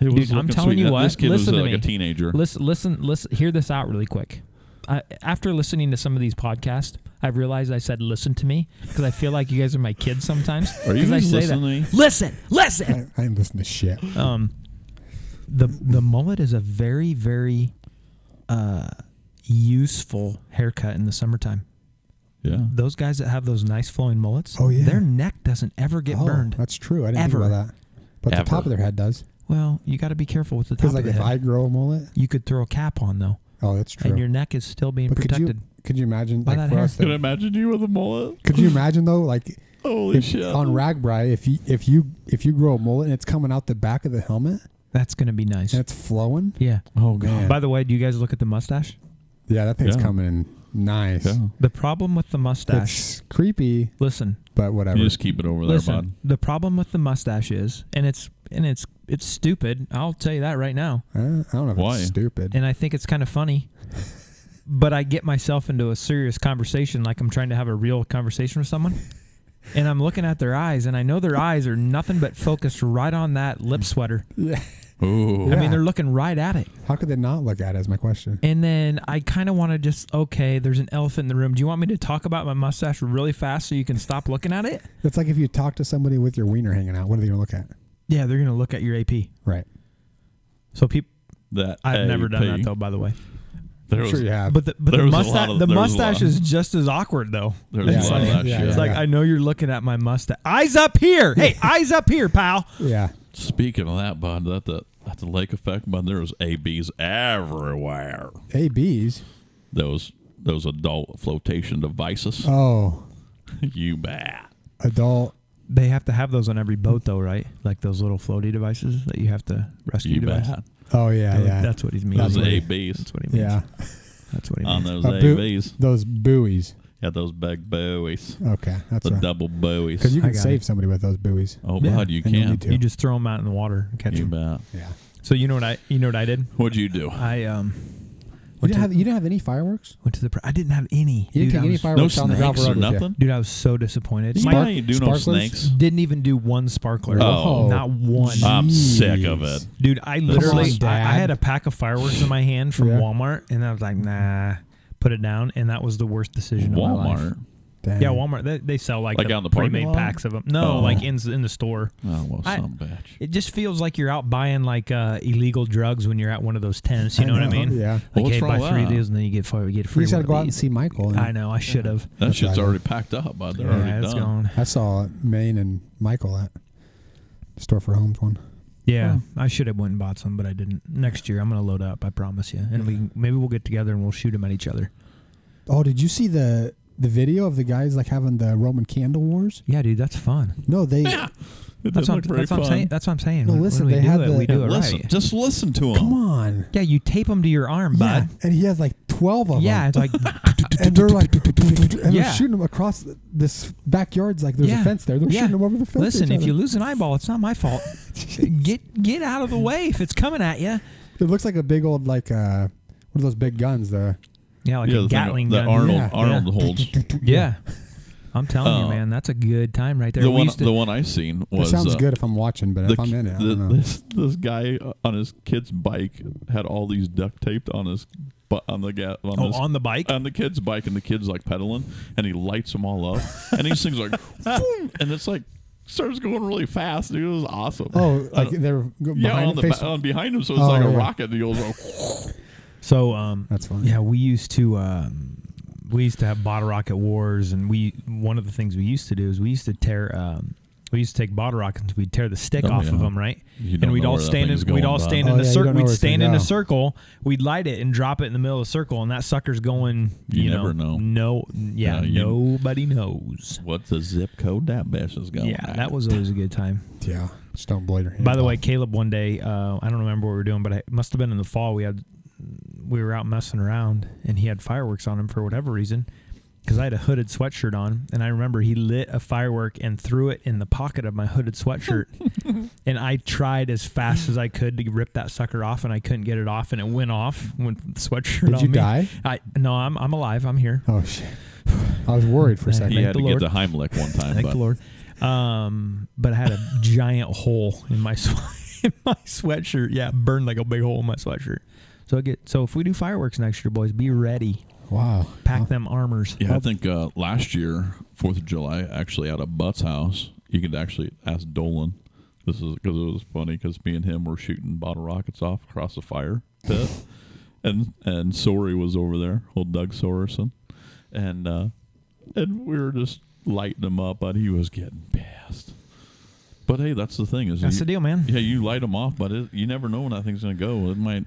Speaker 5: It was
Speaker 6: Dude, I'm
Speaker 5: looking
Speaker 6: telling
Speaker 5: sweet.
Speaker 6: you
Speaker 5: That-
Speaker 6: what.
Speaker 5: this kid
Speaker 6: listen
Speaker 5: was
Speaker 6: to
Speaker 5: uh, like
Speaker 6: me.
Speaker 5: a teenager.
Speaker 6: Listen, listen, listen. Hear this out really quick. I, after listening to some of these podcasts, I've realized I said "listen to me" because I feel like you guys are my kids sometimes.
Speaker 5: Are you
Speaker 6: 'Cause I
Speaker 5: just
Speaker 6: say that.
Speaker 5: listening to
Speaker 6: Listen, listen.
Speaker 7: I, I didn't listen to shit.
Speaker 6: um, the the mullet is a very very uh, useful haircut in the summertime.
Speaker 5: Yeah,
Speaker 6: Those guys that have those nice flowing mullets,
Speaker 7: Oh, yeah.
Speaker 6: their neck doesn't ever get
Speaker 7: Oh,
Speaker 6: burned.
Speaker 7: That's true. I didn't
Speaker 6: Ever.
Speaker 7: think about that. But
Speaker 5: Ever.
Speaker 7: the top of their head does.
Speaker 6: Well, you got to be careful with the top
Speaker 7: Because like
Speaker 6: of
Speaker 7: if
Speaker 6: the
Speaker 7: I
Speaker 6: head.
Speaker 7: grow a mullet,
Speaker 6: you could throw a cap on though,
Speaker 7: oh, that's true.
Speaker 6: and your neck is still being
Speaker 7: but could you
Speaker 6: protected.
Speaker 7: could you imagine
Speaker 6: By
Speaker 7: like
Speaker 6: that
Speaker 7: for
Speaker 6: hair.
Speaker 7: us?
Speaker 5: can I
Speaker 7: that-
Speaker 5: imagine you with a mullet?
Speaker 7: Could you imagine though, like
Speaker 5: Holy
Speaker 7: if,
Speaker 5: shit!
Speaker 7: on Ragbri, if you if you if you grow a mullet and it's coming out the back of the helmet
Speaker 6: That's gonna be nice.
Speaker 7: and it's flowing,
Speaker 6: yeah.
Speaker 5: oh god.
Speaker 7: man.
Speaker 6: By the way, do you guys look at the mustache?
Speaker 7: yeah, that thing's
Speaker 5: Yeah.
Speaker 7: coming in nice.
Speaker 5: Yeah.
Speaker 6: The problem with the mustache.
Speaker 7: It's creepy,
Speaker 6: Listen,
Speaker 7: but whatever.
Speaker 5: You just keep it over there, bud.
Speaker 6: listen. The problem with the mustache is, and it's and it's it's stupid. I'll tell you that right now.
Speaker 7: I don't I don't know if
Speaker 5: Why?
Speaker 7: it's stupid.
Speaker 6: and I think it's kind of funny. But I get myself into a serious conversation, like I'm trying to have a real conversation with someone, and I'm looking at their eyes, and I know their eyes are nothing but focused right on that lip sweater. I
Speaker 5: Ooh.
Speaker 6: mean,
Speaker 7: Mm. Yeah.
Speaker 6: they're looking right at it,
Speaker 7: How could they not look at it? Is my question.
Speaker 6: and then I kind of want to just okay, there's an elephant in the room. Do you want me to talk about my mustache really fast so you can stop looking at it?
Speaker 7: It's like if you talk to somebody with your wiener hanging out, what are they gonna look at?
Speaker 6: Yeah, they're gonna look at your AP.
Speaker 7: Right.
Speaker 6: So people,
Speaker 5: That
Speaker 6: I've never done
Speaker 5: AP.
Speaker 6: that though, by the way.
Speaker 5: There
Speaker 7: I'm
Speaker 5: was
Speaker 7: sure you have.
Speaker 6: But the, but
Speaker 5: There
Speaker 6: the
Speaker 5: was a lot
Speaker 6: mustache,
Speaker 5: of-
Speaker 6: the
Speaker 5: there was a
Speaker 6: mustache
Speaker 5: lot.
Speaker 6: is just as awkward though.
Speaker 5: there
Speaker 7: Yeah.
Speaker 5: was a lot of that
Speaker 7: Yeah,
Speaker 5: shit.
Speaker 7: yeah.
Speaker 6: It's like I know you're looking at my mustache. Eyes up here. Hey, eyes up here, pal.
Speaker 7: yeah.
Speaker 5: Speaking of that, bud, that the that the lake effect, bud, there was ABs everywhere.
Speaker 7: A B's.
Speaker 5: Those those adult flotation devices.
Speaker 6: Uh,
Speaker 7: Oh,
Speaker 5: you bet.
Speaker 7: adult.
Speaker 6: They have to have those on every boat though, right? Like those little floaty devices that you have to rescue
Speaker 5: You
Speaker 6: device.
Speaker 5: bet.
Speaker 7: Oh yeah, yeah.
Speaker 6: That's what he means.
Speaker 7: That's
Speaker 5: Those
Speaker 7: what he-
Speaker 5: ABs
Speaker 6: That's what he means.
Speaker 7: yeah.
Speaker 6: That's what he
Speaker 5: on
Speaker 6: means.
Speaker 5: those
Speaker 7: A boo-
Speaker 5: ABs.
Speaker 7: Those buoys.
Speaker 5: Yeah, those big buoys.
Speaker 7: Okay, that's
Speaker 5: The
Speaker 7: right.
Speaker 5: double buoys.
Speaker 7: Because you
Speaker 6: I
Speaker 7: can
Speaker 6: got
Speaker 7: save
Speaker 6: it.
Speaker 7: somebody with those buoys.
Speaker 5: oh,
Speaker 6: Yeah.
Speaker 5: bud, you
Speaker 7: And you
Speaker 5: can.
Speaker 7: need to.
Speaker 6: You just throw them out in the water and catch
Speaker 5: You
Speaker 6: them.
Speaker 5: bet.
Speaker 7: Yeah.
Speaker 6: So you know what I? You know what I did?
Speaker 5: What'd you do?
Speaker 6: I um
Speaker 7: You
Speaker 6: went
Speaker 7: didn't
Speaker 6: to,
Speaker 7: have you didn't have any fireworks.
Speaker 6: went to the. Pr- I didn't have any. dude,
Speaker 7: You didn't
Speaker 6: I
Speaker 7: take any
Speaker 6: was-
Speaker 5: No
Speaker 7: fireworks down the
Speaker 5: snakes
Speaker 7: gravel
Speaker 5: or
Speaker 7: road with you.
Speaker 5: nothing?
Speaker 6: Dude, I was so disappointed.
Speaker 5: You
Speaker 6: My,
Speaker 5: ain't do
Speaker 7: sparklers?
Speaker 5: no snakes.
Speaker 6: didn't even do one sparkler.
Speaker 5: Oh.
Speaker 6: Not one.
Speaker 5: I'm sick of
Speaker 7: Jeez.
Speaker 5: it.
Speaker 6: Dude, I literally,
Speaker 7: Come on,
Speaker 6: I, I
Speaker 7: Dad.
Speaker 6: had a pack of fireworks in my hand from
Speaker 7: Yeah.
Speaker 6: Walmart, and I was like, nah, put it down, and that was the worst decision of my life.
Speaker 5: Walmart.
Speaker 7: Dang.
Speaker 6: Yeah, Walmart. They, they sell like,
Speaker 5: Like
Speaker 6: the,
Speaker 5: out in the parking
Speaker 6: pre-made
Speaker 5: lot?
Speaker 6: packs of them. No,
Speaker 5: Oh.
Speaker 6: like in in the store.
Speaker 5: Oh well,
Speaker 6: I-
Speaker 5: some bitch.
Speaker 6: It just feels like you're out buying like uh, illegal drugs when you're at one of those tents. You know, what I mean?
Speaker 7: Yeah.
Speaker 6: Like,
Speaker 5: Well, what's
Speaker 6: hey,
Speaker 5: wrong
Speaker 6: buy
Speaker 5: with
Speaker 6: three of
Speaker 5: that?
Speaker 6: these, and then you get free, you get a
Speaker 7: We
Speaker 6: free.
Speaker 7: just had
Speaker 6: one
Speaker 7: to go
Speaker 6: of
Speaker 7: out and
Speaker 6: these.
Speaker 7: see Michael.
Speaker 6: I know. I should have.
Speaker 5: That shit's
Speaker 7: I-
Speaker 5: already packed up, bud. They're
Speaker 6: Yeah,
Speaker 5: already
Speaker 6: it's
Speaker 5: done.
Speaker 6: gone.
Speaker 7: I saw Maine and Michael at store for homes one.
Speaker 6: Yeah, I should have went and bought some, but I didn't. Next year, I'm gonna load up. I promise you, and we maybe we'll get together and we'll shoot them at each other.
Speaker 7: Oh, did you see the the video of the guys like having the Roman candle wars?
Speaker 6: Yeah, dude, that's fun.
Speaker 7: No, they
Speaker 5: It
Speaker 6: That's
Speaker 5: doesn't
Speaker 6: what,
Speaker 5: look very
Speaker 6: that's what I'm
Speaker 5: fun.
Speaker 6: saying. That's what I'm saying.
Speaker 7: No,
Speaker 6: When-
Speaker 7: listen,
Speaker 6: when we
Speaker 7: they
Speaker 6: do
Speaker 7: had
Speaker 6: it,
Speaker 7: the-
Speaker 6: we do it
Speaker 5: Listen,
Speaker 6: right.
Speaker 5: just listen to him.
Speaker 7: Come on.
Speaker 6: Yeah, you tape them to your arm,
Speaker 7: Yeah. Uh-huh.
Speaker 6: bud.
Speaker 7: And he has like 12 of
Speaker 6: Yeah,
Speaker 7: them.
Speaker 6: it's like
Speaker 7: And they're like, and
Speaker 6: Yeah.
Speaker 7: they're shooting them across th- this backyard's like there's
Speaker 6: yeah,
Speaker 7: a fence there. They're
Speaker 6: yeah.
Speaker 7: shooting them over the fence. at
Speaker 6: Listen,
Speaker 7: each
Speaker 6: if you
Speaker 7: other.
Speaker 6: lose an eyeball, it's not my fault. get get out of the way if it's coming at you.
Speaker 7: it looks like a big old like uh, one of those big guns. The
Speaker 6: Yeah, like
Speaker 5: yeah,
Speaker 6: a
Speaker 5: the
Speaker 6: Gatling
Speaker 5: thing, that
Speaker 6: gun.
Speaker 5: Arnold
Speaker 7: Yeah.
Speaker 5: Arnold holds.
Speaker 6: Yeah. I'm telling you,
Speaker 5: Uh,
Speaker 6: man, that's a good time right there.
Speaker 5: The
Speaker 6: We
Speaker 5: one
Speaker 6: used to-
Speaker 5: the one I seen
Speaker 7: that
Speaker 5: was
Speaker 7: sounds
Speaker 5: uh,
Speaker 7: good if I'm watching, but
Speaker 5: the
Speaker 7: if I'm
Speaker 5: ki-
Speaker 7: in it, I
Speaker 5: the-
Speaker 7: don't know.
Speaker 5: this this guy on his kid's bike had all these duct taped on his but on the ga- on,
Speaker 6: Oh,
Speaker 5: his-
Speaker 6: on the bike?
Speaker 5: on the kid's bike and the kid's like pedaling and he lights them all up and these things like boom, and it's like starts going really fast dude it was awesome
Speaker 7: oh,
Speaker 5: I
Speaker 7: like
Speaker 5: don't-
Speaker 7: they're go-
Speaker 5: yeah
Speaker 7: behind
Speaker 5: on the
Speaker 7: face.
Speaker 5: ba- on behind him so it's
Speaker 7: Oh,
Speaker 5: like a
Speaker 7: yeah.
Speaker 5: rocket that goes like,
Speaker 6: So um,
Speaker 7: That's fine.
Speaker 6: Yeah, we used to um, we used to have bottle rocket wars, and we one of the things we used to do is we used to tear. Um, we used to take bottle rockets. We'd tear the stick
Speaker 5: Oh,
Speaker 6: off
Speaker 5: yeah.
Speaker 6: of them, right?
Speaker 5: You don't
Speaker 6: and we'd
Speaker 5: know
Speaker 6: all
Speaker 5: where that
Speaker 6: stand.
Speaker 5: thing's
Speaker 6: In, we'd
Speaker 5: going,
Speaker 6: all
Speaker 5: bud.
Speaker 6: stand
Speaker 7: Oh,
Speaker 6: in a
Speaker 7: yeah, you
Speaker 6: circle.
Speaker 7: don't know
Speaker 6: We'd
Speaker 7: where it's gonna
Speaker 6: stand in a
Speaker 7: go.
Speaker 6: circle. We'd light it and drop it in the middle of the circle, and that sucker's going.
Speaker 5: You
Speaker 6: You,
Speaker 5: never know.
Speaker 6: No, yeah,
Speaker 5: Yeah, you-
Speaker 6: nobody knows.
Speaker 5: what's the zip code that bitch is going
Speaker 6: Yeah,
Speaker 5: at?
Speaker 6: that was always a good time.
Speaker 7: Yeah, just don't blow your hand.
Speaker 6: By the
Speaker 7: off.
Speaker 6: way, Caleb, one day, uh, I don't remember what we were doing, but it must have been in the fall. We had we were out messing around, and he had fireworks on him for whatever reason. Because I had a hooded sweatshirt on, and I remember he lit a firework and threw it in the pocket of my hooded sweatshirt. and I tried as fast as I could to rip that sucker off, and I couldn't get it off, and it went off when the sweatshirt.
Speaker 7: Did
Speaker 6: on
Speaker 7: you
Speaker 6: me.
Speaker 7: die?
Speaker 6: I no, I'm I'm alive. I'm here.
Speaker 7: oh shit, I was worried for a second.
Speaker 5: he
Speaker 6: Thank
Speaker 5: had
Speaker 6: the
Speaker 5: to
Speaker 6: Lord.
Speaker 5: get the Heimlich one time
Speaker 6: Thank
Speaker 5: but
Speaker 6: the Lord. Um, but I had a giant hole in my sw- in my sweatshirt. Yeah, it burned like a big hole in my sweatshirt. So I get so if we do fireworks next year, boys, be ready.
Speaker 7: Wow,
Speaker 6: Pack them armors.
Speaker 5: Yeah, I think uh, last year Fourth of July actually out of Butt's house, you could actually ask Dolan. This is because it was funny because me and him were shooting bottle rockets off across the fire pit, and and Sorey was over there, old Doug Sorensen, and uh, and we were just lighting him up, but he was getting pissed. But hey, that's the thing is
Speaker 6: That's
Speaker 5: you-
Speaker 6: the deal, man.
Speaker 5: Yeah, you light them off, but it, you never know when that thing's gonna go. It might,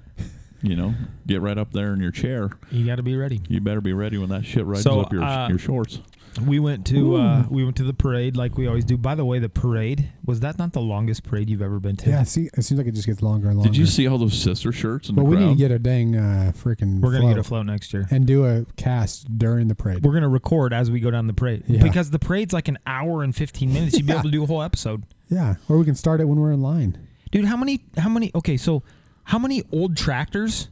Speaker 5: you know, get right up there in your chair.
Speaker 6: You got to be ready.
Speaker 5: You better be ready when that shit rides
Speaker 6: So,
Speaker 5: up your,
Speaker 6: uh,
Speaker 5: your shorts.
Speaker 6: We went to uh, we went to the parade like we always do. By the way, the parade was that not the longest parade you've ever been to?
Speaker 7: Yeah, see, it seems like it just gets longer and longer.
Speaker 5: Did you see all those sister shirts in
Speaker 7: But
Speaker 5: the
Speaker 7: we
Speaker 5: crowd?
Speaker 7: need to get a dang uh, freaking.
Speaker 6: we're gonna get a
Speaker 7: float
Speaker 6: float next year.
Speaker 7: and do a cast during the parade.
Speaker 6: We're gonna record as we go down the parade
Speaker 7: Yeah.
Speaker 6: because the parade's like an hour and fifteen minutes. You'd be
Speaker 7: Yeah.
Speaker 6: able to do a whole episode.
Speaker 7: yeah, or we can start it when we're in line.
Speaker 6: Dude, how many how many okay, so how many old tractors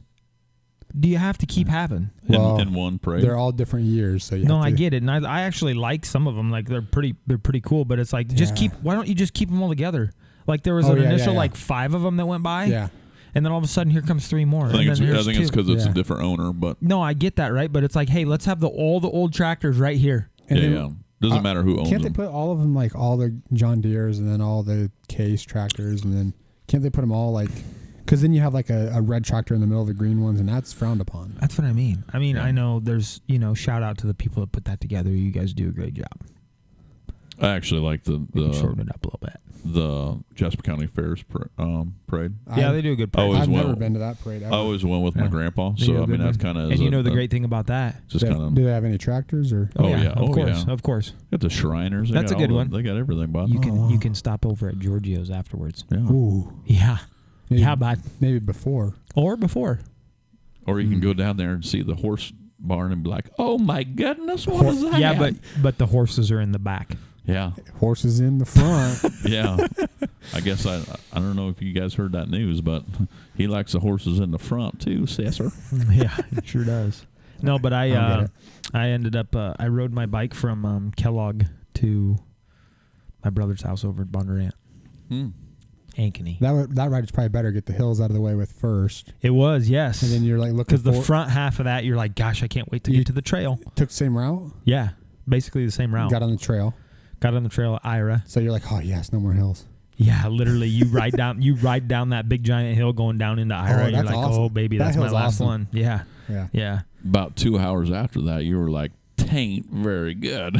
Speaker 6: do you have to keep having?
Speaker 5: in,
Speaker 7: Well,
Speaker 5: in one parade.
Speaker 7: They're all different years, so you
Speaker 6: No,
Speaker 7: have
Speaker 6: I
Speaker 7: to-
Speaker 6: get it. And I, I actually like some of them. Like they're pretty they're pretty cool, but it's like just
Speaker 7: Yeah.
Speaker 6: keep why don't you just keep them all together? Like there was
Speaker 7: Oh,
Speaker 6: an
Speaker 7: yeah, yeah,
Speaker 6: initial
Speaker 7: yeah.
Speaker 6: like 5 of them that went by.
Speaker 7: Yeah,
Speaker 6: And then all of a sudden here comes 3 more.
Speaker 5: I think,
Speaker 6: and
Speaker 5: it's,
Speaker 6: then
Speaker 5: I
Speaker 6: here's
Speaker 5: think it's
Speaker 6: two.
Speaker 5: because it's a
Speaker 7: Yeah.
Speaker 5: different owner, but
Speaker 6: No, I get that, right? But it's like, hey, let's have the all the old tractors right here.
Speaker 7: and
Speaker 5: yeah,
Speaker 7: then-
Speaker 5: yeah. Doesn't
Speaker 7: uh,
Speaker 5: matter who owns
Speaker 7: Can't
Speaker 5: them.
Speaker 7: they put all of them like all the John Deere's and then all the Case tractors and then can't they put them all like? Because then you have like a, a red tractor in the middle of the green ones, and that's frowned upon.
Speaker 6: That's what I mean. I mean, I know there's, you know, shout out to the people that put that together. You guys do a great job.
Speaker 5: I actually like the
Speaker 6: We can shorten
Speaker 5: the,
Speaker 6: it up a little bit.
Speaker 5: the Jasper County Fairs par- um, parade.
Speaker 6: yeah,
Speaker 7: I,
Speaker 6: they do a good
Speaker 5: I always
Speaker 7: I've
Speaker 5: went.
Speaker 7: never been to that parade. Ever.
Speaker 5: I always went with my
Speaker 6: Yeah.
Speaker 5: grandpa,
Speaker 6: They do
Speaker 5: so
Speaker 6: a
Speaker 5: I mean
Speaker 6: good
Speaker 5: that's
Speaker 6: one.
Speaker 5: kind of
Speaker 6: And you know the great thing about that?
Speaker 5: Just
Speaker 7: Do they-
Speaker 5: kind
Speaker 7: do
Speaker 5: of
Speaker 7: they have any tractors or?
Speaker 5: Oh, yeah.
Speaker 6: of
Speaker 5: Oh,
Speaker 6: course,
Speaker 5: yeah.
Speaker 6: of course.
Speaker 5: got the Shriners. They
Speaker 6: That's
Speaker 5: got
Speaker 6: a good
Speaker 5: all the-
Speaker 6: one.
Speaker 5: They got everything, but uh,
Speaker 6: You can you can stop over at Giorgio's afterwards.
Speaker 5: yeah.
Speaker 7: Ooh,
Speaker 6: Yeah,
Speaker 7: maybe,
Speaker 6: yeah, but
Speaker 7: maybe before.
Speaker 6: or before.
Speaker 5: or you can
Speaker 6: Mm.
Speaker 5: go down there and see the horse barn and be like, "Oh my goodness, what is that?"
Speaker 6: Yeah, but but the horses are in the back.
Speaker 5: yeah,
Speaker 7: Horses in the front.
Speaker 5: Yeah, I guess I I don't know if you guys heard that news, but he likes the horses in the front too, Cesar.
Speaker 6: yeah, it sure does. No, but I
Speaker 7: I'll get
Speaker 6: uh,
Speaker 7: it.
Speaker 6: I ended up uh, I rode my bike from um, Kellogg to my brother's house over at Bondurant,
Speaker 5: Hmm.
Speaker 6: Ankeny.
Speaker 7: that would, that ride is probably better. Get the hills out of the way with first,
Speaker 6: It was yes,
Speaker 7: and then you're like looking.
Speaker 6: because the
Speaker 7: for-
Speaker 6: front half of that you're like, gosh, I can't wait to
Speaker 7: You-
Speaker 6: get to the trail.
Speaker 7: took the same route.
Speaker 6: Yeah, basically the same route.
Speaker 7: Got on the trail.
Speaker 6: Got on the trail at Ira.
Speaker 7: So you're like, oh yes, no more hills.
Speaker 6: Yeah, literally, you ride down, you ride down that big giant hill going down into Ira.
Speaker 7: Oh,
Speaker 6: you're
Speaker 7: that's
Speaker 6: like,
Speaker 7: awesome.
Speaker 6: oh baby,
Speaker 7: That
Speaker 6: that's my
Speaker 7: hill's
Speaker 6: last
Speaker 7: awesome.
Speaker 6: one. Yeah,
Speaker 7: Yeah.
Speaker 6: yeah.
Speaker 5: About two hours after that, you were like, "Tain't very good."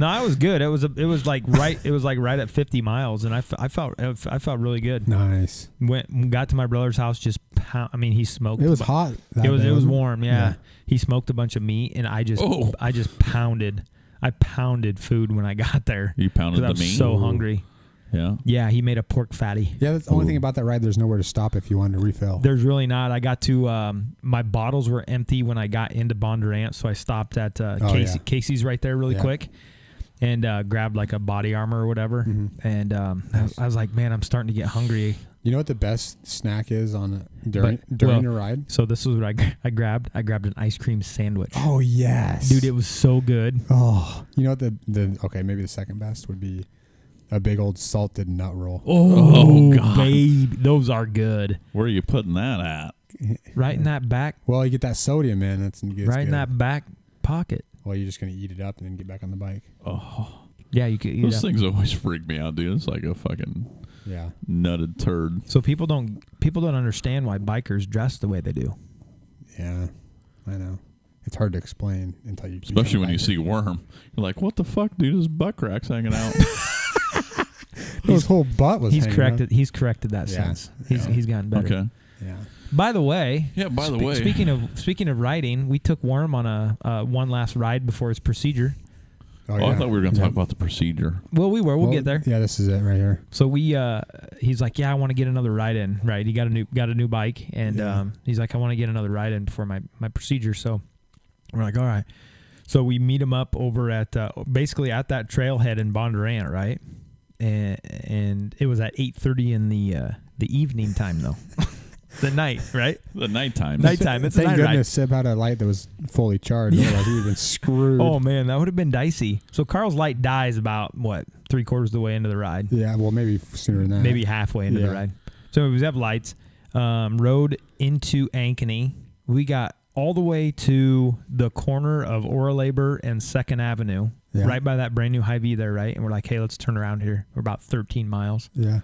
Speaker 6: No, I was good. It was a, it was like right, it was like right at 50 miles, and I, f- I felt, I f- I felt really good.
Speaker 7: Nice.
Speaker 6: Went, got to my brother's house, just, pound, I mean, he smoked.
Speaker 7: It was
Speaker 6: a bu-
Speaker 7: hot. that
Speaker 6: It was,
Speaker 7: day,
Speaker 6: it was
Speaker 7: wasn't
Speaker 6: warm. Yeah.
Speaker 7: Yeah.
Speaker 6: he smoked a bunch of meat, and I just,
Speaker 5: Oh.
Speaker 6: I just pounded. I pounded food when I got there.
Speaker 5: You pounded
Speaker 6: 'cause I
Speaker 5: the
Speaker 6: was
Speaker 5: meat?
Speaker 6: So hungry.
Speaker 5: Yeah.
Speaker 6: Yeah, he made a pork fatty.
Speaker 7: Yeah, that's the only thing about that ride. There's nowhere to stop if you wanted to refill.
Speaker 6: There's really not. I got to um, my bottles were empty when I got into Bondurant, so I stopped at uh,
Speaker 7: Oh,
Speaker 6: Casey,
Speaker 7: yeah.
Speaker 6: Casey's right there really
Speaker 7: Yeah.
Speaker 6: quick, and uh, grabbed like a body armor or whatever.
Speaker 7: Mm-hmm.
Speaker 6: And um, I, was, I was like, man, I'm starting to get hungry.
Speaker 7: You know what the best snack is on during
Speaker 6: But-
Speaker 7: during
Speaker 6: well,
Speaker 7: a ride?
Speaker 6: So this is what I, g- I grabbed. I grabbed an ice cream sandwich.
Speaker 7: Oh yes,
Speaker 6: Dude, it was so good.
Speaker 7: oh, you know what the the okay maybe the second best would be a big old salted nut roll.
Speaker 6: Oh, babe, those are good.
Speaker 5: Where are you putting that at?
Speaker 6: Right in that back,
Speaker 7: Well, you get that sodium in. That's it's
Speaker 6: right in
Speaker 7: good.
Speaker 6: that back pocket.
Speaker 7: Well, you're just gonna eat it up and then get back on the bike.
Speaker 6: Oh. Yeah, you could eat
Speaker 5: Those
Speaker 6: up.
Speaker 5: things always freak me out, dude. It's like a fucking
Speaker 7: Yeah,
Speaker 5: nutted turd.
Speaker 6: So people don't people don't understand why bikers dress the way they do.
Speaker 7: yeah, I know. It's hard to explain until you.
Speaker 5: Especially when you
Speaker 7: bike.
Speaker 5: see worm. You're like, what the fuck, dude? His butt crack's hanging out.
Speaker 7: his whole butt was.
Speaker 6: He's
Speaker 7: hanging
Speaker 6: corrected. He's corrected that
Speaker 7: Yeah.
Speaker 6: sense. He's he's gotten better.
Speaker 5: okay.
Speaker 7: out. Yeah.
Speaker 6: By the way,
Speaker 5: Yeah, by the
Speaker 6: spe-
Speaker 5: way.
Speaker 6: speaking of speaking of riding, we took Worm on a uh, one last ride before his procedure.
Speaker 7: Oh,
Speaker 5: Oh,
Speaker 7: yeah.
Speaker 5: I thought we were going to
Speaker 7: Yeah.
Speaker 5: talk about the procedure.
Speaker 6: Well, we were. We'll,
Speaker 7: Well,
Speaker 6: get there.
Speaker 7: Yeah, this is it right here.
Speaker 6: So we, uh, he's like, yeah, I want to get another ride in. Right, he got a new got a new bike, and
Speaker 7: Yeah.
Speaker 6: um, he's like, I want to get another ride in before my my procedure. So we're like, all right. So we meet him up over at uh, basically at that trailhead in Bondurant, right? And and it was at eight thirty in the uh, the evening time though, the night, right?
Speaker 5: The nighttime.
Speaker 6: Nighttime. It's a
Speaker 7: Thank
Speaker 6: night ride.
Speaker 7: goodness Sib had a light that was fully charged. Otherwise, he would have been screwed.
Speaker 6: Oh man, that would have been dicey. So Carl's light dies about what three quarters of the way into the ride.
Speaker 7: Yeah, well, maybe f- sooner than that.
Speaker 6: maybe halfway into the
Speaker 7: Yeah.
Speaker 6: ride. So we have lights. Um, rode into Ankeny. We got all the way to the corner of Oralabor and Second Avenue,
Speaker 7: Yeah.
Speaker 6: right by that brand new high V there, right? And we're like, hey, let's turn around here. We're about 13 miles.
Speaker 7: Yeah.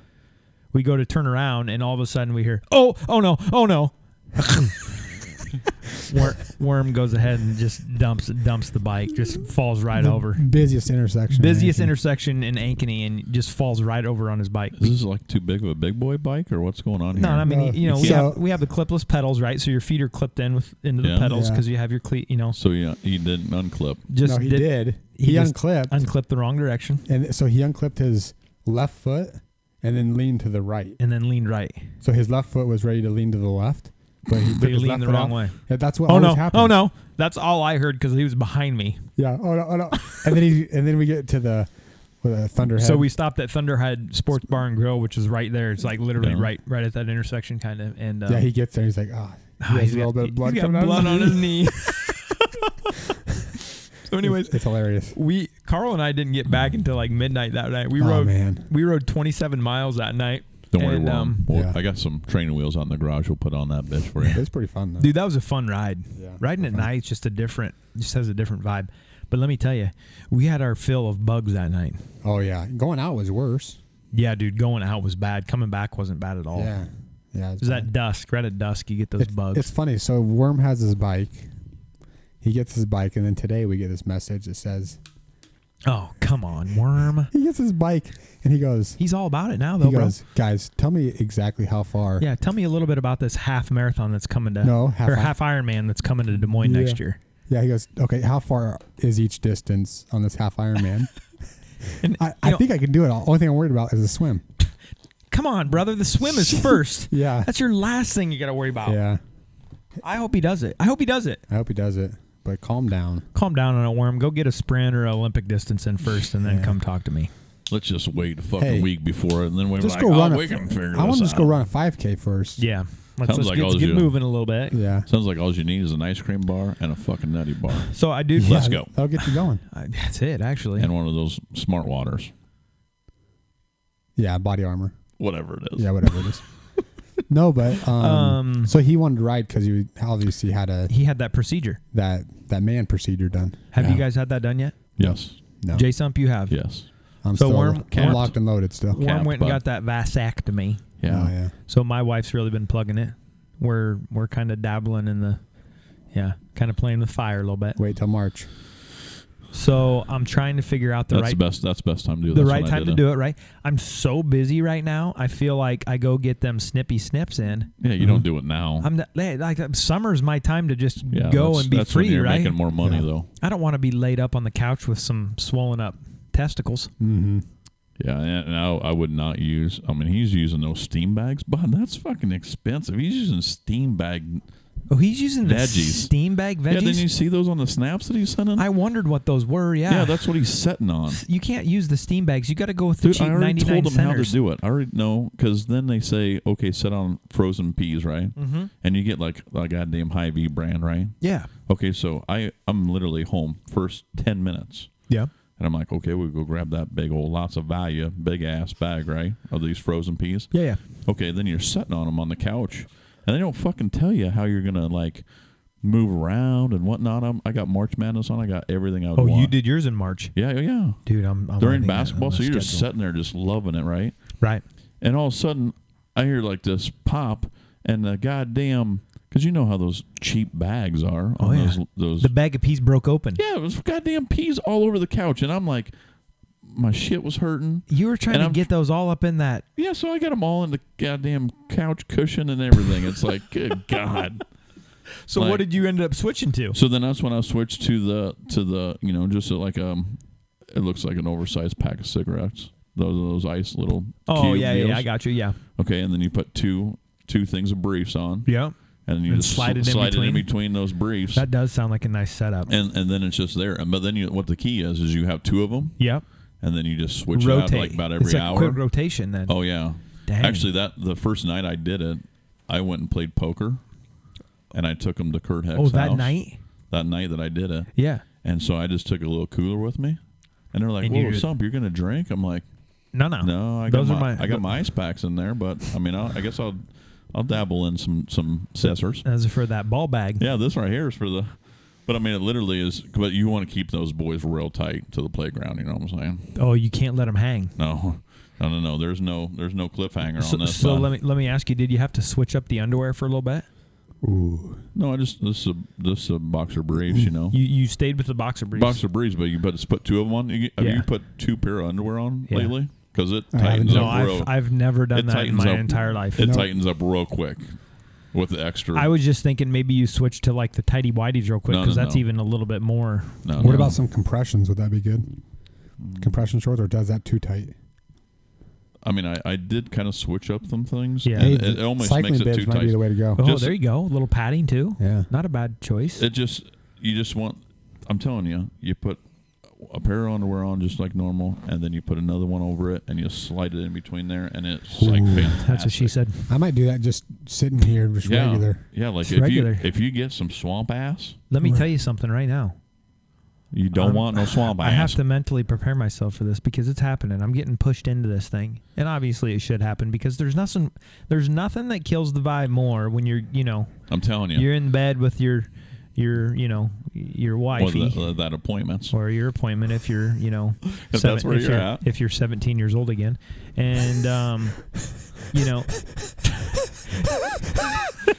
Speaker 6: We go to turn around, and all of a sudden we hear, oh, oh no, oh no. Wor- Worm goes ahead and just dumps dumps the bike, just falls right
Speaker 7: The
Speaker 6: over.
Speaker 7: Busiest intersection.
Speaker 6: Busiest
Speaker 7: intersection.
Speaker 6: intersection in Ankeny, and just falls right over on his bike.
Speaker 5: Is this like too big of a big boy bike or what's going on
Speaker 6: No,
Speaker 5: here?
Speaker 6: I mean,
Speaker 7: No.
Speaker 6: you know, we,
Speaker 7: So-
Speaker 6: have, we have the clipless pedals, right? So your feet are clipped in with into the
Speaker 5: Yeah.
Speaker 6: pedals
Speaker 7: Yeah.
Speaker 6: because you have your cle you know,
Speaker 5: So yeah, he didn't unclip.
Speaker 6: just
Speaker 7: no, he did. He,
Speaker 6: he just
Speaker 7: unclipped,
Speaker 6: unclip the wrong direction
Speaker 7: and so he unclipped his left foot and then leaned to the right.
Speaker 6: and then leaned right.
Speaker 7: So his left foot was ready to lean to the left, but he
Speaker 6: But
Speaker 7: took
Speaker 6: he
Speaker 7: his
Speaker 6: leaned
Speaker 7: left
Speaker 6: the
Speaker 7: foot
Speaker 6: wrong
Speaker 7: out.
Speaker 6: way.
Speaker 7: Yeah, that's what
Speaker 6: Oh
Speaker 7: always
Speaker 6: no!
Speaker 7: happens.
Speaker 6: Oh no! That's all I heard because he was behind me.
Speaker 7: Yeah. Oh no. Oh no. and then he and then we get to the with a thunderhead.
Speaker 6: So we stopped at Thunderhead Sports Bar and Grill, which is right there. It's like literally
Speaker 5: Yeah.
Speaker 6: right, right at that intersection, kind of. And um,
Speaker 7: yeah, he gets there. He's like, ah, oh,
Speaker 6: ah,
Speaker 7: he has
Speaker 6: he's
Speaker 7: a little
Speaker 6: got-
Speaker 7: bit of blood
Speaker 6: he's got
Speaker 7: coming out.
Speaker 6: blood on
Speaker 7: his
Speaker 6: his
Speaker 7: knee.
Speaker 6: knee. so, anyways,
Speaker 7: it's hilarious.
Speaker 6: we Carl and I didn't get back until like midnight that night. We
Speaker 7: Oh,
Speaker 6: rode
Speaker 7: man.
Speaker 6: we rode 27 miles that night.
Speaker 5: Don't worry,
Speaker 6: And,
Speaker 5: Worm.
Speaker 6: um,
Speaker 5: Well,
Speaker 7: Yeah.
Speaker 5: I got some training wheels out in the garage. We'll put on that bitch for you.
Speaker 7: It's pretty fun though.
Speaker 6: Dude, that was a fun ride.
Speaker 7: Yeah.
Speaker 6: Riding at night's just a different just has a different vibe. But let me tell you, we had our fill of bugs that night.
Speaker 7: Oh yeah, going out was worse.
Speaker 6: Yeah, dude, going out was bad. Coming back wasn't bad at all.
Speaker 7: Yeah. Yeah.
Speaker 6: It was at dusk, right at dusk, you get those
Speaker 7: it's,
Speaker 6: bugs.
Speaker 7: It's funny. So Worm has his bike. He gets his bike, and then today we get this message that says
Speaker 6: oh, come on, worm.
Speaker 7: he gets his bike, and he goes,
Speaker 6: He's all about it now, though,
Speaker 7: he
Speaker 6: bro.
Speaker 7: goes, guys, tell me exactly how far.
Speaker 6: Yeah, tell me a little bit about this half marathon that's coming to
Speaker 7: No, half
Speaker 6: or
Speaker 7: Iron-
Speaker 6: half Ironman that's coming to Des Moines
Speaker 7: Yeah.
Speaker 6: next year.
Speaker 7: Yeah, he goes, okay, how far is each distance on this half Ironman?
Speaker 6: And
Speaker 7: I,
Speaker 6: you
Speaker 7: I
Speaker 6: know-
Speaker 7: think I can do it. All. Only thing I'm worried about is the swim.
Speaker 6: Come on, brother. The swim is first.
Speaker 7: Yeah.
Speaker 6: That's your last thing you got to worry about.
Speaker 7: Yeah,
Speaker 6: I hope he does it. I hope he does it.
Speaker 7: I hope he does it. But calm down.
Speaker 6: Calm down on a worm. Go get a sprint or Olympic distance in first and then come talk to me.
Speaker 5: Let's just wait a fucking
Speaker 7: Hey,
Speaker 5: week before, and then we're
Speaker 7: Just
Speaker 5: like,
Speaker 7: go
Speaker 5: oh,
Speaker 7: run. a-
Speaker 5: we can figure
Speaker 7: I want
Speaker 5: this
Speaker 7: to just
Speaker 5: out.
Speaker 7: go run a 5K first.
Speaker 6: Yeah. Let's,
Speaker 5: Sounds
Speaker 6: let's
Speaker 5: like
Speaker 6: get,
Speaker 5: all
Speaker 6: get
Speaker 5: you-
Speaker 6: moving a little bit.
Speaker 7: Yeah.
Speaker 5: Sounds like all you need is an ice cream bar and a fucking nutty bar,
Speaker 6: So I do.
Speaker 5: Let's
Speaker 7: Yeah,
Speaker 5: go.
Speaker 7: That'll get you going.
Speaker 6: I- that's it, actually.
Speaker 5: and one of those smart waters,
Speaker 7: Yeah, body armor.
Speaker 5: whatever it is.
Speaker 7: Yeah, whatever it is. No, but um,
Speaker 6: Um,
Speaker 7: so he wanted to ride because he obviously had a
Speaker 6: he had that procedure.
Speaker 7: that that man procedure done.
Speaker 6: Have you
Speaker 5: Yeah.
Speaker 6: guys had that done yet?
Speaker 5: Yes,
Speaker 7: No,
Speaker 6: J Sump, you have.
Speaker 5: yes,
Speaker 7: I'm
Speaker 6: so
Speaker 7: still
Speaker 6: Worm-
Speaker 7: I'm
Speaker 6: Worm-
Speaker 7: locked and loaded still.
Speaker 6: Worm
Speaker 5: Cap,
Speaker 6: went and
Speaker 5: bud.
Speaker 6: got that vasectomy.
Speaker 5: yeah.
Speaker 7: Oh yeah,
Speaker 6: So my wife's really been plugging it. We're we're kind of dabbling in the, yeah, kind of playing with fire a little bit.
Speaker 7: wait till March.
Speaker 6: So I'm trying to figure out the
Speaker 5: that's
Speaker 6: right
Speaker 5: the best. That's the best time to do. it.
Speaker 6: the
Speaker 5: That's
Speaker 6: right
Speaker 5: when I
Speaker 6: time to
Speaker 5: did
Speaker 6: do it. Right. I'm so busy right now. I feel like I go get them snippy snips in.
Speaker 5: Yeah, you
Speaker 7: Mm-hmm.
Speaker 5: don't do it now.
Speaker 6: I'm not, like like, uh, summer's my time to just
Speaker 5: yeah,
Speaker 6: go
Speaker 5: that's-
Speaker 6: and be
Speaker 5: that's
Speaker 6: free.
Speaker 5: When you're
Speaker 6: right.
Speaker 5: making more money though.
Speaker 6: I don't want to be laid up on the couch with some swollen up testicles.
Speaker 7: Mm-hmm.
Speaker 5: Yeah, and and I, I would not use. I mean, he's using those steam bags, but that's fucking expensive. He's using steam bag.
Speaker 6: Oh, he's using the
Speaker 5: Veggies.
Speaker 6: steam bag
Speaker 5: Yeah, didn't
Speaker 6: veggies.
Speaker 5: you see those on the snaps that he's sending?
Speaker 6: I wondered what those were. Yeah.
Speaker 5: yeah, that's what he's setting on.
Speaker 6: you can't use the steam bags. You got to go with the
Speaker 5: Dude,
Speaker 6: cheap
Speaker 5: I already
Speaker 6: 99
Speaker 5: told him how to
Speaker 6: centers.
Speaker 5: do it. I already know because then they say, okay, set on frozen peas, right? Mm-hmm. And you get like a goddamn high V brand, right?
Speaker 6: Yeah.
Speaker 5: Okay, so I I'm literally home first ten minutes,
Speaker 6: Yeah.
Speaker 5: and I'm like, okay, we go grab that big old lots of value, big ass bag, right, of these frozen peas.
Speaker 6: Yeah. Yeah.
Speaker 5: Okay, then you're sitting on them on the couch, and they don't fucking tell you how you're gonna like move around and whatnot. I'm, I got March Madness on. I got everything I would
Speaker 6: Oh,
Speaker 5: want.
Speaker 6: you did yours in March,
Speaker 5: Yeah, yeah, yeah.
Speaker 6: dude. I'm, I'm
Speaker 5: During
Speaker 6: writing that on
Speaker 5: basketball,
Speaker 6: the
Speaker 5: so you're just
Speaker 6: schedule.
Speaker 5: sitting there just loving it, right?
Speaker 6: right.
Speaker 5: And all of a sudden, I hear like this pop, and the goddamn because you know how those cheap bags are. On
Speaker 6: Oh, yeah.
Speaker 5: those, those
Speaker 6: The bag of peas broke open.
Speaker 5: yeah, it was goddamn peas all over the couch, and I'm like, my shit was hurting.
Speaker 6: You were trying
Speaker 5: And
Speaker 6: to
Speaker 5: I'm-
Speaker 6: get those all up in that.
Speaker 5: Yeah, so I got them all in the goddamn couch cushion and everything. It's like, good god.
Speaker 6: So
Speaker 5: Like-
Speaker 6: what did you end up switching to?
Speaker 5: So then that's when I switched to the to the you know just like um, it looks like an oversized pack of cigarettes. Those those ice little.
Speaker 6: Oh
Speaker 5: cube
Speaker 6: yeah,
Speaker 5: deals.
Speaker 6: yeah, I got you. Yeah,
Speaker 5: Okay, and then you put two two things of briefs on,
Speaker 6: yeah.
Speaker 5: and then you
Speaker 6: And
Speaker 5: just
Speaker 6: slide
Speaker 5: slide,
Speaker 6: it in
Speaker 5: slide it in
Speaker 6: between.
Speaker 5: between those briefs,
Speaker 6: That does sound like a nice setup.
Speaker 5: and and then it's just there. And but then you, what the key is is you have two of them,
Speaker 6: yep.
Speaker 5: and then you just switch
Speaker 6: Rotate
Speaker 5: it out like about every
Speaker 6: it's like
Speaker 5: hour.
Speaker 6: A quick rotation then.
Speaker 5: oh yeah,
Speaker 6: Dang.
Speaker 5: actually that the first night I did it, I went and played poker, and I took them to Kurt Heck's
Speaker 6: Oh, that
Speaker 5: house.
Speaker 6: night.
Speaker 5: that night that I did it.
Speaker 6: Yeah.
Speaker 5: And so I just took a little cooler with me. And they're like,
Speaker 6: And
Speaker 5: "Whoa,
Speaker 6: you-
Speaker 5: Sump, you're gonna drink?" I'm like,
Speaker 6: No, no.
Speaker 5: "No, I got
Speaker 6: those
Speaker 5: my,
Speaker 6: are my.
Speaker 5: I got my ice packs in there, but I mean, I'll, I guess I'll I'll dabble in some some scissors.
Speaker 6: As for that ball bag.
Speaker 5: Yeah, this right here is for the, but I mean, it literally is. But you want to keep those boys real tight to the playground. You know what I'm saying?
Speaker 6: Oh, you can't let them hang.
Speaker 5: No, no, no, no. There's no there's no cliffhanger
Speaker 6: So,
Speaker 5: on this.
Speaker 6: so
Speaker 5: bud.
Speaker 6: let me let me ask you: Did you have to switch up the underwear for a little bit?
Speaker 5: No, I just this is a, this is a boxer briefs. You know,
Speaker 6: You you stayed with the boxer briefs.
Speaker 5: boxer briefs, but you put just put two of them on. You, have
Speaker 6: Yeah.
Speaker 5: you put two pair of underwear on
Speaker 6: Yeah.
Speaker 5: lately? Because it
Speaker 7: I haven't
Speaker 5: tightens
Speaker 6: No,
Speaker 5: up real.
Speaker 6: I've I've never done
Speaker 5: it
Speaker 6: that in
Speaker 5: tightens
Speaker 6: my
Speaker 5: up-
Speaker 6: entire life.
Speaker 5: It
Speaker 7: No.
Speaker 5: tightens up real quick with the extra.
Speaker 6: I was just thinking maybe you switch to like the tidy whities real quick
Speaker 5: No,
Speaker 6: because
Speaker 5: no,
Speaker 6: that's
Speaker 5: no.
Speaker 6: even a little bit more.
Speaker 5: no,
Speaker 7: What
Speaker 5: no.
Speaker 7: about some compressions? Would that be good?
Speaker 5: Mm.
Speaker 7: Compression shorts, or does that too tight?
Speaker 5: I mean, I, I did kind of switch up some things.
Speaker 6: Yeah.
Speaker 5: and
Speaker 6: Hey,
Speaker 5: it, it almost
Speaker 7: cycling
Speaker 5: makes it
Speaker 7: bibs
Speaker 5: too
Speaker 7: might
Speaker 5: tight.
Speaker 7: be the way to go.
Speaker 6: Oh,
Speaker 5: Just-
Speaker 6: there you go. A little padding too.
Speaker 7: Yeah.
Speaker 6: Not a bad choice.
Speaker 5: It just you just want. I'm telling you, you put a pair of underwear on just like normal, and then you put another one over it, and you slide it in between there, and it's like fantastic.
Speaker 6: That's what she said.
Speaker 7: I might do that just sitting here, just
Speaker 5: Yeah,
Speaker 7: regular.
Speaker 5: yeah. Like
Speaker 6: It's
Speaker 5: if
Speaker 6: regular.
Speaker 5: you if you get some swamp ass,
Speaker 6: Let me tell you something right now.
Speaker 5: you don't
Speaker 7: Um,
Speaker 6: I'm-
Speaker 5: want no swamp ass.
Speaker 6: I have to mentally prepare myself for this because it's happening. I'm getting pushed into this thing, and obviously it should happen because there's nothing. There's nothing that kills the vibe more when you're you know
Speaker 5: I'm telling you,
Speaker 6: you're in bed with your your you know your
Speaker 5: well,
Speaker 6: wifey.
Speaker 5: that, that appointments.
Speaker 6: or your appointment if you're, you know,
Speaker 5: uh, If
Speaker 6: seven-
Speaker 5: that's where
Speaker 6: if
Speaker 5: you're
Speaker 6: you're
Speaker 5: at.
Speaker 6: if you're 17 years old again, and um, you know,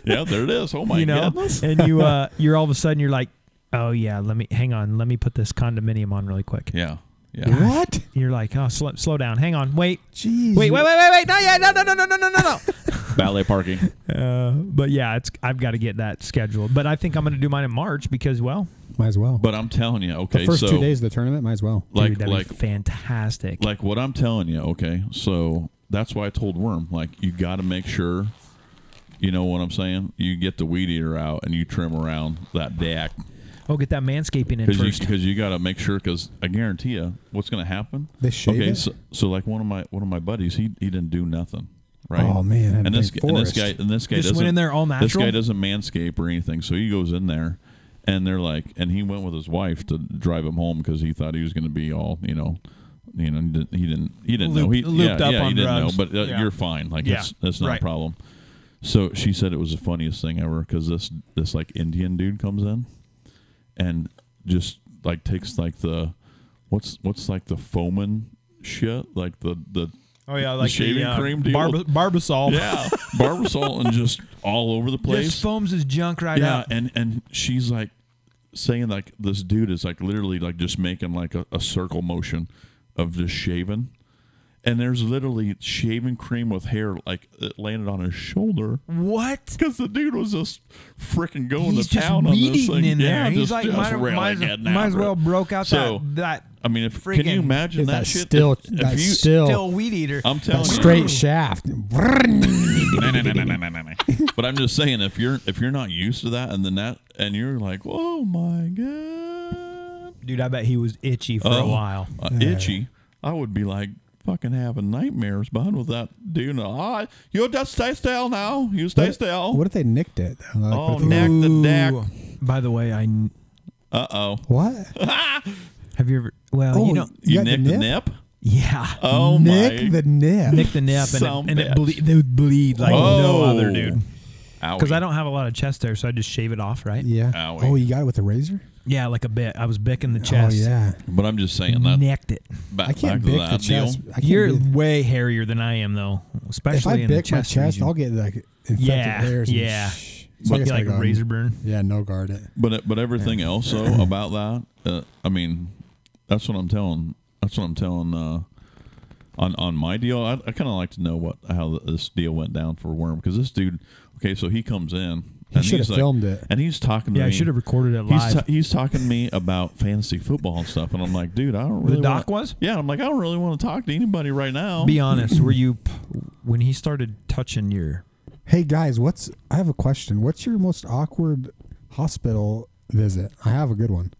Speaker 5: yeah, there it is. Oh my
Speaker 6: you know,
Speaker 5: goodness.
Speaker 6: and you uh, you're all of a sudden you're like, oh yeah, let me hang on, let me put this condominium on really quick.
Speaker 5: Yeah, yeah.
Speaker 7: What?
Speaker 6: You're like, oh, slow, slow down, hang on, wait,
Speaker 7: Jeez.
Speaker 6: wait, wait, wait, wait, wait, no, yeah, no, no, no, no, no, no, no,
Speaker 5: Ballet parking.
Speaker 6: no. Uh, but yeah, it's I've got to get that scheduled, but I think I'm gonna do mine in March because well,
Speaker 7: Might as well.
Speaker 5: But I'm telling you,
Speaker 7: the
Speaker 5: okay,
Speaker 7: first
Speaker 5: so
Speaker 7: two days of the tournament, might as well.
Speaker 5: like
Speaker 6: dude, that'd
Speaker 5: like
Speaker 6: be fantastic.
Speaker 5: like what I'm telling you, okay? So that's why I told Worm, like you got to make sure you know what I'm saying? You get the weed eater out and you trim around that deck
Speaker 6: oh, get that manscaping in
Speaker 5: cuz you
Speaker 6: first.
Speaker 5: cuz you got to make sure cuz I guarantee you what's going to happen.
Speaker 7: They shave
Speaker 5: okay,
Speaker 7: it?
Speaker 5: so, so like one of my one of my buddies, he he didn't do nothing, right?
Speaker 7: Oh, man, that'd
Speaker 5: And
Speaker 7: be
Speaker 5: this, guy- and this
Speaker 7: forest.
Speaker 5: guy and this guy
Speaker 6: Just went
Speaker 5: doesn't-
Speaker 6: in there all
Speaker 5: This guy
Speaker 6: natural?
Speaker 5: doesn't manscape or anything, so he goes in there and they're like and he went with his wife to drive him home cuz he thought he was going to be all, you know, you know, he didn't he didn't, he didn't know.
Speaker 6: Looped-
Speaker 5: He,
Speaker 6: looped
Speaker 5: yeah,
Speaker 6: up
Speaker 5: yeah, he
Speaker 6: on
Speaker 5: didn't
Speaker 6: drugs.
Speaker 5: know, but uh,
Speaker 6: Yeah.
Speaker 5: you're fine. Like
Speaker 6: Yeah,
Speaker 5: that's that's not
Speaker 6: right.
Speaker 5: a problem. So she said it was the funniest thing ever because this this like Indian dude comes in and just like takes like the what's what's like the foaming shit like the the
Speaker 6: Oh yeah,
Speaker 5: the
Speaker 6: like
Speaker 5: shaving
Speaker 6: the, uh,
Speaker 5: cream deal.
Speaker 6: barba- Barbasol.
Speaker 5: yeah barbasol and just all over the place
Speaker 6: Just foams his junk right
Speaker 5: yeah
Speaker 6: out.
Speaker 5: and and she's like saying like this dude is like literally like just making like a, a circle motion of just shaving, and there's literally shaving cream with hair like it landed on his shoulder.
Speaker 6: What?
Speaker 5: Because the dude was just freaking going
Speaker 6: He's
Speaker 5: to
Speaker 6: just
Speaker 5: town on
Speaker 6: meat
Speaker 5: this
Speaker 6: eating
Speaker 5: thing.
Speaker 6: in
Speaker 5: yeah,
Speaker 6: there. He's
Speaker 5: just,
Speaker 6: like,
Speaker 5: just
Speaker 6: might-
Speaker 5: really
Speaker 6: might as-
Speaker 5: getting
Speaker 6: might as
Speaker 5: after it.
Speaker 6: well broke out
Speaker 5: so,
Speaker 6: that- that
Speaker 5: I mean, if can you
Speaker 6: freaking-
Speaker 5: imagine
Speaker 7: Is
Speaker 5: that,
Speaker 7: that
Speaker 5: shit?
Speaker 7: still-
Speaker 5: if, if
Speaker 7: that
Speaker 5: you,
Speaker 7: still-
Speaker 6: Still weed eater.
Speaker 5: I'm telling
Speaker 7: That
Speaker 5: you,
Speaker 7: straight shaft.
Speaker 5: Nah, nah, nah, nah, nah, nah, nah, nah. but I'm just saying if you're if you're not used to that and then that and you're like oh my god
Speaker 6: Dude, I bet he was itchy for a
Speaker 5: Oh,
Speaker 6: while.
Speaker 5: uh, itchy I would be like fucking having nightmares behind with that dude ah you just stay still now you stay still
Speaker 7: What if they nicked it? though? Like,
Speaker 5: oh
Speaker 7: what if they-
Speaker 5: neck the deck
Speaker 6: Ooh. By the way, I kn-
Speaker 5: uh oh
Speaker 7: What?
Speaker 6: have you ever? Well, you
Speaker 7: Oh,
Speaker 6: know,
Speaker 5: you,
Speaker 7: got
Speaker 5: nick the nip
Speaker 6: yeah.
Speaker 5: oh
Speaker 7: Nick
Speaker 5: my
Speaker 7: the nip.
Speaker 6: Nick the nip and,
Speaker 5: Some
Speaker 6: it, and it
Speaker 5: bitch.
Speaker 6: ble- they would bleed like no
Speaker 5: Oh.
Speaker 6: other dude. Because
Speaker 5: because
Speaker 6: I don't have a lot of chest hair, so I just shave it off, right?
Speaker 7: Yeah.
Speaker 5: Owie.
Speaker 7: Oh, you got it with a razor?
Speaker 6: Yeah, like a bit. I was bicking the chest.
Speaker 7: Oh yeah.
Speaker 5: but I'm just saying that
Speaker 6: Necked it.
Speaker 5: back,
Speaker 7: I can't
Speaker 5: back to
Speaker 7: bick
Speaker 5: that
Speaker 7: the
Speaker 5: deal
Speaker 7: chest. I can't
Speaker 6: You're
Speaker 7: bick-
Speaker 6: way hairier than I am, though.
Speaker 7: if
Speaker 6: Especially
Speaker 7: I
Speaker 6: in the
Speaker 7: bick my
Speaker 6: chest.
Speaker 7: chest,
Speaker 6: region.
Speaker 7: I'll get like infected
Speaker 6: Yeah,
Speaker 7: hairs. and
Speaker 6: yeah.
Speaker 7: sh-
Speaker 6: But
Speaker 7: I guess
Speaker 6: you
Speaker 7: I
Speaker 6: like a
Speaker 7: got 'em.
Speaker 6: razor burn?
Speaker 7: um, Yeah, no guard it.
Speaker 5: But but everything else though about that, uh, I mean, that's what I'm telling. That's what I'm telling. Uh, on on my deal, I, I kind of like to know what how this deal went down for Worm because this dude. Okay, so he comes in.
Speaker 7: He
Speaker 5: and
Speaker 7: should
Speaker 5: he's
Speaker 7: have filmed it.
Speaker 5: And he's talking to
Speaker 6: Yeah, I
Speaker 5: me.
Speaker 6: should have recorded it
Speaker 5: He's,
Speaker 6: live.
Speaker 5: ta- he's talking to me about fantasy football and stuff, and I'm like, dude, I don't really.
Speaker 6: doc
Speaker 5: wanna-
Speaker 6: was?
Speaker 5: Yeah, I'm like, I don't really want to talk to anybody right now.
Speaker 6: Be honest. Were you p- when he started touching your?
Speaker 7: Hey guys, what's I have a question. What's your most awkward hospital visit? I have a good one,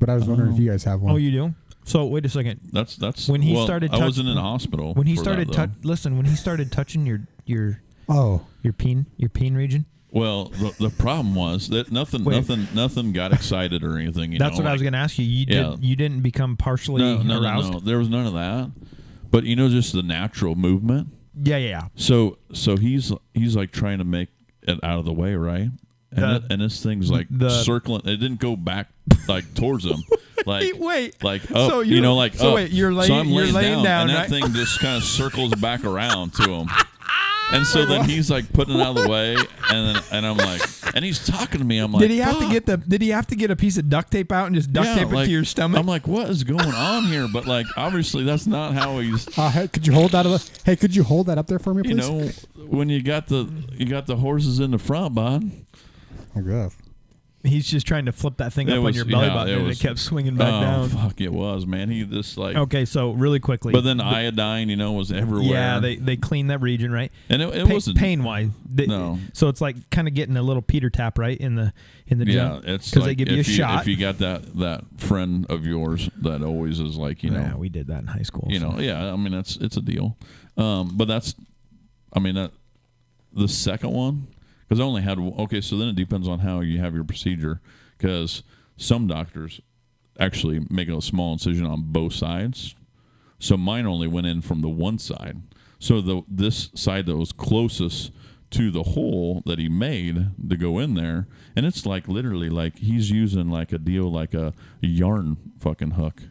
Speaker 7: but I was wondering if you guys have one.
Speaker 6: Oh, you do. So wait a second.
Speaker 5: that's that's
Speaker 6: When he
Speaker 5: well,
Speaker 6: started
Speaker 5: I
Speaker 6: touch-
Speaker 5: wasn't in a hospital
Speaker 6: When he
Speaker 5: for that,
Speaker 6: started
Speaker 5: Oh, though.
Speaker 6: touch, listen. When he started touching your your
Speaker 7: Oh,
Speaker 6: your peen your peen region.
Speaker 5: Well, the, the problem was that nothing,
Speaker 6: Wait.
Speaker 5: nothing, nothing got excited or anything. You
Speaker 6: That's
Speaker 5: know,
Speaker 6: what I was
Speaker 5: like-
Speaker 6: going to ask you. You
Speaker 5: Yeah.
Speaker 6: did. You didn't become partially
Speaker 5: No, no, no,
Speaker 6: aroused.
Speaker 5: no. There was none of that. But you know, just the natural movement.
Speaker 6: Yeah, yeah, yeah.
Speaker 5: So, so he's he's like trying to make it out of the way, right? And,
Speaker 6: The-
Speaker 5: it- and this thing's like
Speaker 6: the-
Speaker 5: circling. It didn't go back like towards him. Like
Speaker 6: wait.
Speaker 5: like
Speaker 6: So
Speaker 5: up. you
Speaker 6: you-
Speaker 5: know, like
Speaker 6: so
Speaker 5: up.
Speaker 6: wait, you're lay-
Speaker 5: so I'm
Speaker 6: you're
Speaker 5: laying
Speaker 6: laying
Speaker 5: down,
Speaker 6: down,
Speaker 5: and
Speaker 6: right?
Speaker 5: that thing just kind of circles back around to him. And so then he's like putting it out of the way, and then, and I'm like, and he's talking to me. I'm like,
Speaker 6: Did he have to
Speaker 5: "Fuck."
Speaker 6: get the? Did he have to get a piece of duct tape out and just duct
Speaker 5: Yeah,
Speaker 6: tape it
Speaker 5: like,
Speaker 6: to your stomach?
Speaker 5: I'm like, what is going on here? But like, obviously, that's not how he's.
Speaker 7: uh, hey, could you hold that? up- Hey, could you hold that up there for me, please?
Speaker 5: You know, when you got the you got the horses in the front, bud.
Speaker 7: oh god.
Speaker 6: He's just trying to flip that thing
Speaker 5: It
Speaker 6: up on
Speaker 5: was-
Speaker 6: your belly
Speaker 5: yeah,
Speaker 6: button,
Speaker 5: it
Speaker 6: and
Speaker 5: was-
Speaker 6: it kept swinging back
Speaker 5: oh,
Speaker 6: down.
Speaker 5: Fuck, it was man. He just like.
Speaker 6: Okay, so really quickly.
Speaker 5: But then iodine, you know, was everywhere.
Speaker 6: yeah, they they clean that region right.
Speaker 5: and it, it wasn't
Speaker 6: pain wise.
Speaker 5: No.
Speaker 6: So it's like kind of getting a little Peter tap right in the in the
Speaker 5: Yeah,
Speaker 6: gym.
Speaker 5: it's
Speaker 6: because
Speaker 5: like
Speaker 6: they give you a
Speaker 5: if
Speaker 6: shot.
Speaker 5: If you got that that friend of yours that always is like, you know,
Speaker 6: yeah, we did that in high school.
Speaker 5: you
Speaker 6: so.
Speaker 5: know, yeah. I mean, that's it's a deal. Um, but that's, I mean, that the second one because I only had one- okay. So then it depends on how you have your procedure because some doctors actually make a small incision on both sides. So mine only went in from the one side. So the this side that was closest to the hole that he made to go in there, and it's like literally like he's using like a deal like a yarn fucking hook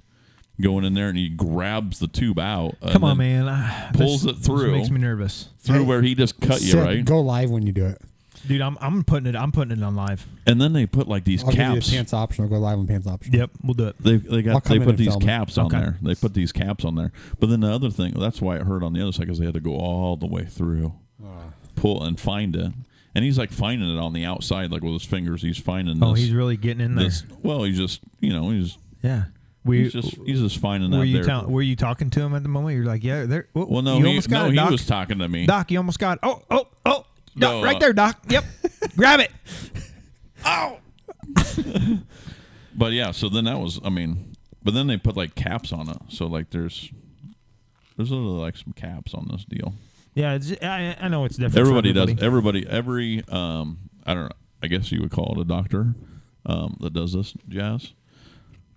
Speaker 5: going in there, and he grabs the tube out. and
Speaker 6: Come on,
Speaker 5: then
Speaker 6: man. I,
Speaker 5: pulls
Speaker 6: this-
Speaker 5: it
Speaker 6: this
Speaker 5: through.
Speaker 6: makes me nervous,
Speaker 5: Through where he just cut you
Speaker 7: Sid,
Speaker 5: uh, right,
Speaker 7: Go live when you do it.
Speaker 6: dude. I'm I'm putting it. I'm putting it on live.
Speaker 5: and then they put like these
Speaker 7: I'll give
Speaker 5: caps.
Speaker 7: you the pants optional. Go live when pants optional.
Speaker 6: Yep, we'll do it.
Speaker 5: They they
Speaker 7: I'll
Speaker 5: got
Speaker 7: come
Speaker 5: they
Speaker 7: in
Speaker 5: put
Speaker 7: and
Speaker 5: these
Speaker 7: film it.
Speaker 5: caps on
Speaker 6: Okay.
Speaker 5: there. They put these caps on there. But then the other thing that's why it hurt on the other side because they had to go all the way through,
Speaker 6: Ah.
Speaker 5: pull and find it. And he's like finding it on the outside, like with his fingers. He's finding.
Speaker 6: Oh,
Speaker 5: this,
Speaker 6: he's really getting in there.
Speaker 5: this. Well, he's just you know he's
Speaker 6: yeah. We
Speaker 5: he's just he's just finding
Speaker 6: were
Speaker 5: that
Speaker 6: you
Speaker 5: there.
Speaker 6: tell, were you talking to him at the moment? You're like, yeah, there. oh,
Speaker 5: well, no,
Speaker 6: you
Speaker 5: he,
Speaker 6: almost got
Speaker 5: no,
Speaker 6: it,
Speaker 5: he
Speaker 6: Doc.
Speaker 5: was talking to me.
Speaker 6: Doc, you almost got. It. Oh, oh, oh, Doc,
Speaker 5: No,
Speaker 6: right
Speaker 5: uh,
Speaker 6: there, Doc. Yep, grab it.
Speaker 5: But yeah, so then that was I mean, but then they put like caps on it. So like there's there's literally like some caps on this deal.
Speaker 6: Yeah, it's, I, I know it's different. for
Speaker 5: everybody does
Speaker 6: everybody.
Speaker 5: everybody every um i don't know i guess you would call it a doctor um that does this jazz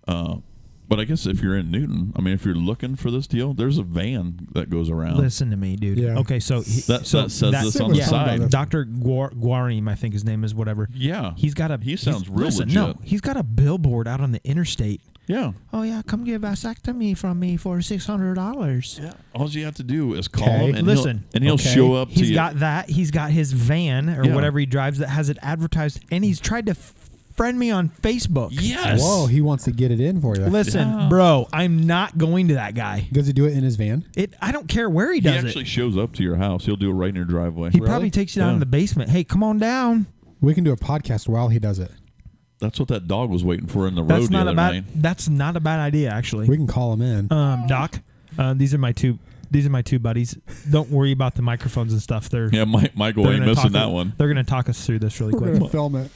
Speaker 5: uh but i guess if you're in newton i mean if you're looking for this deal there's a van that goes around
Speaker 6: Listen to me, dude.
Speaker 7: Yeah.
Speaker 6: Okay, so he,
Speaker 5: That-
Speaker 6: so
Speaker 5: that says this
Speaker 7: on the side.
Speaker 6: Doctor Guarim, I think his name is whatever.
Speaker 5: yeah
Speaker 6: He's got a.
Speaker 5: he
Speaker 6: he's-
Speaker 5: sounds real
Speaker 6: listen,
Speaker 5: legit
Speaker 6: No, he's got a billboard out on the interstate.
Speaker 5: yeah
Speaker 6: Oh yeah, come get a vasectomy from me for six hundred dollars.
Speaker 5: all you have to do is call
Speaker 7: Okay.
Speaker 5: him and
Speaker 6: Listen.
Speaker 5: he'll, and he'll
Speaker 7: Okay.
Speaker 5: show up to
Speaker 6: He's
Speaker 5: you
Speaker 6: got that. He's got his van or
Speaker 5: Yeah.
Speaker 6: whatever he drives that has it advertised, and he's tried to friend me on Facebook.
Speaker 5: Yes.
Speaker 7: Whoa, he wants to get it in for you.
Speaker 6: Listen, bro, I'm not going to that guy.
Speaker 7: Does he do it in his van?
Speaker 6: It. I don't care where he
Speaker 5: He
Speaker 6: does
Speaker 5: actually
Speaker 6: it.
Speaker 5: shows up to your house. He'll do it right in your driveway.
Speaker 6: He probably takes you down
Speaker 5: Yeah.
Speaker 6: in the basement. Hey, come on down.
Speaker 7: We can do a podcast while he does it.
Speaker 5: That's what that dog was waiting for in the road
Speaker 6: That's
Speaker 5: the
Speaker 6: not
Speaker 5: other
Speaker 6: a bad.
Speaker 5: night.
Speaker 6: That's not a bad idea, actually.
Speaker 7: We can call him in.
Speaker 6: um, Doc, uh, these are my two. These are my two buddies. Don't worry about the microphones and stuff. They're
Speaker 5: Yeah, Mike, Michael
Speaker 6: they're
Speaker 5: ain't
Speaker 6: gonna
Speaker 5: missing
Speaker 6: talk
Speaker 5: that one.
Speaker 6: They're gonna talk us through this really
Speaker 7: We're
Speaker 6: quick.
Speaker 7: gonna film it.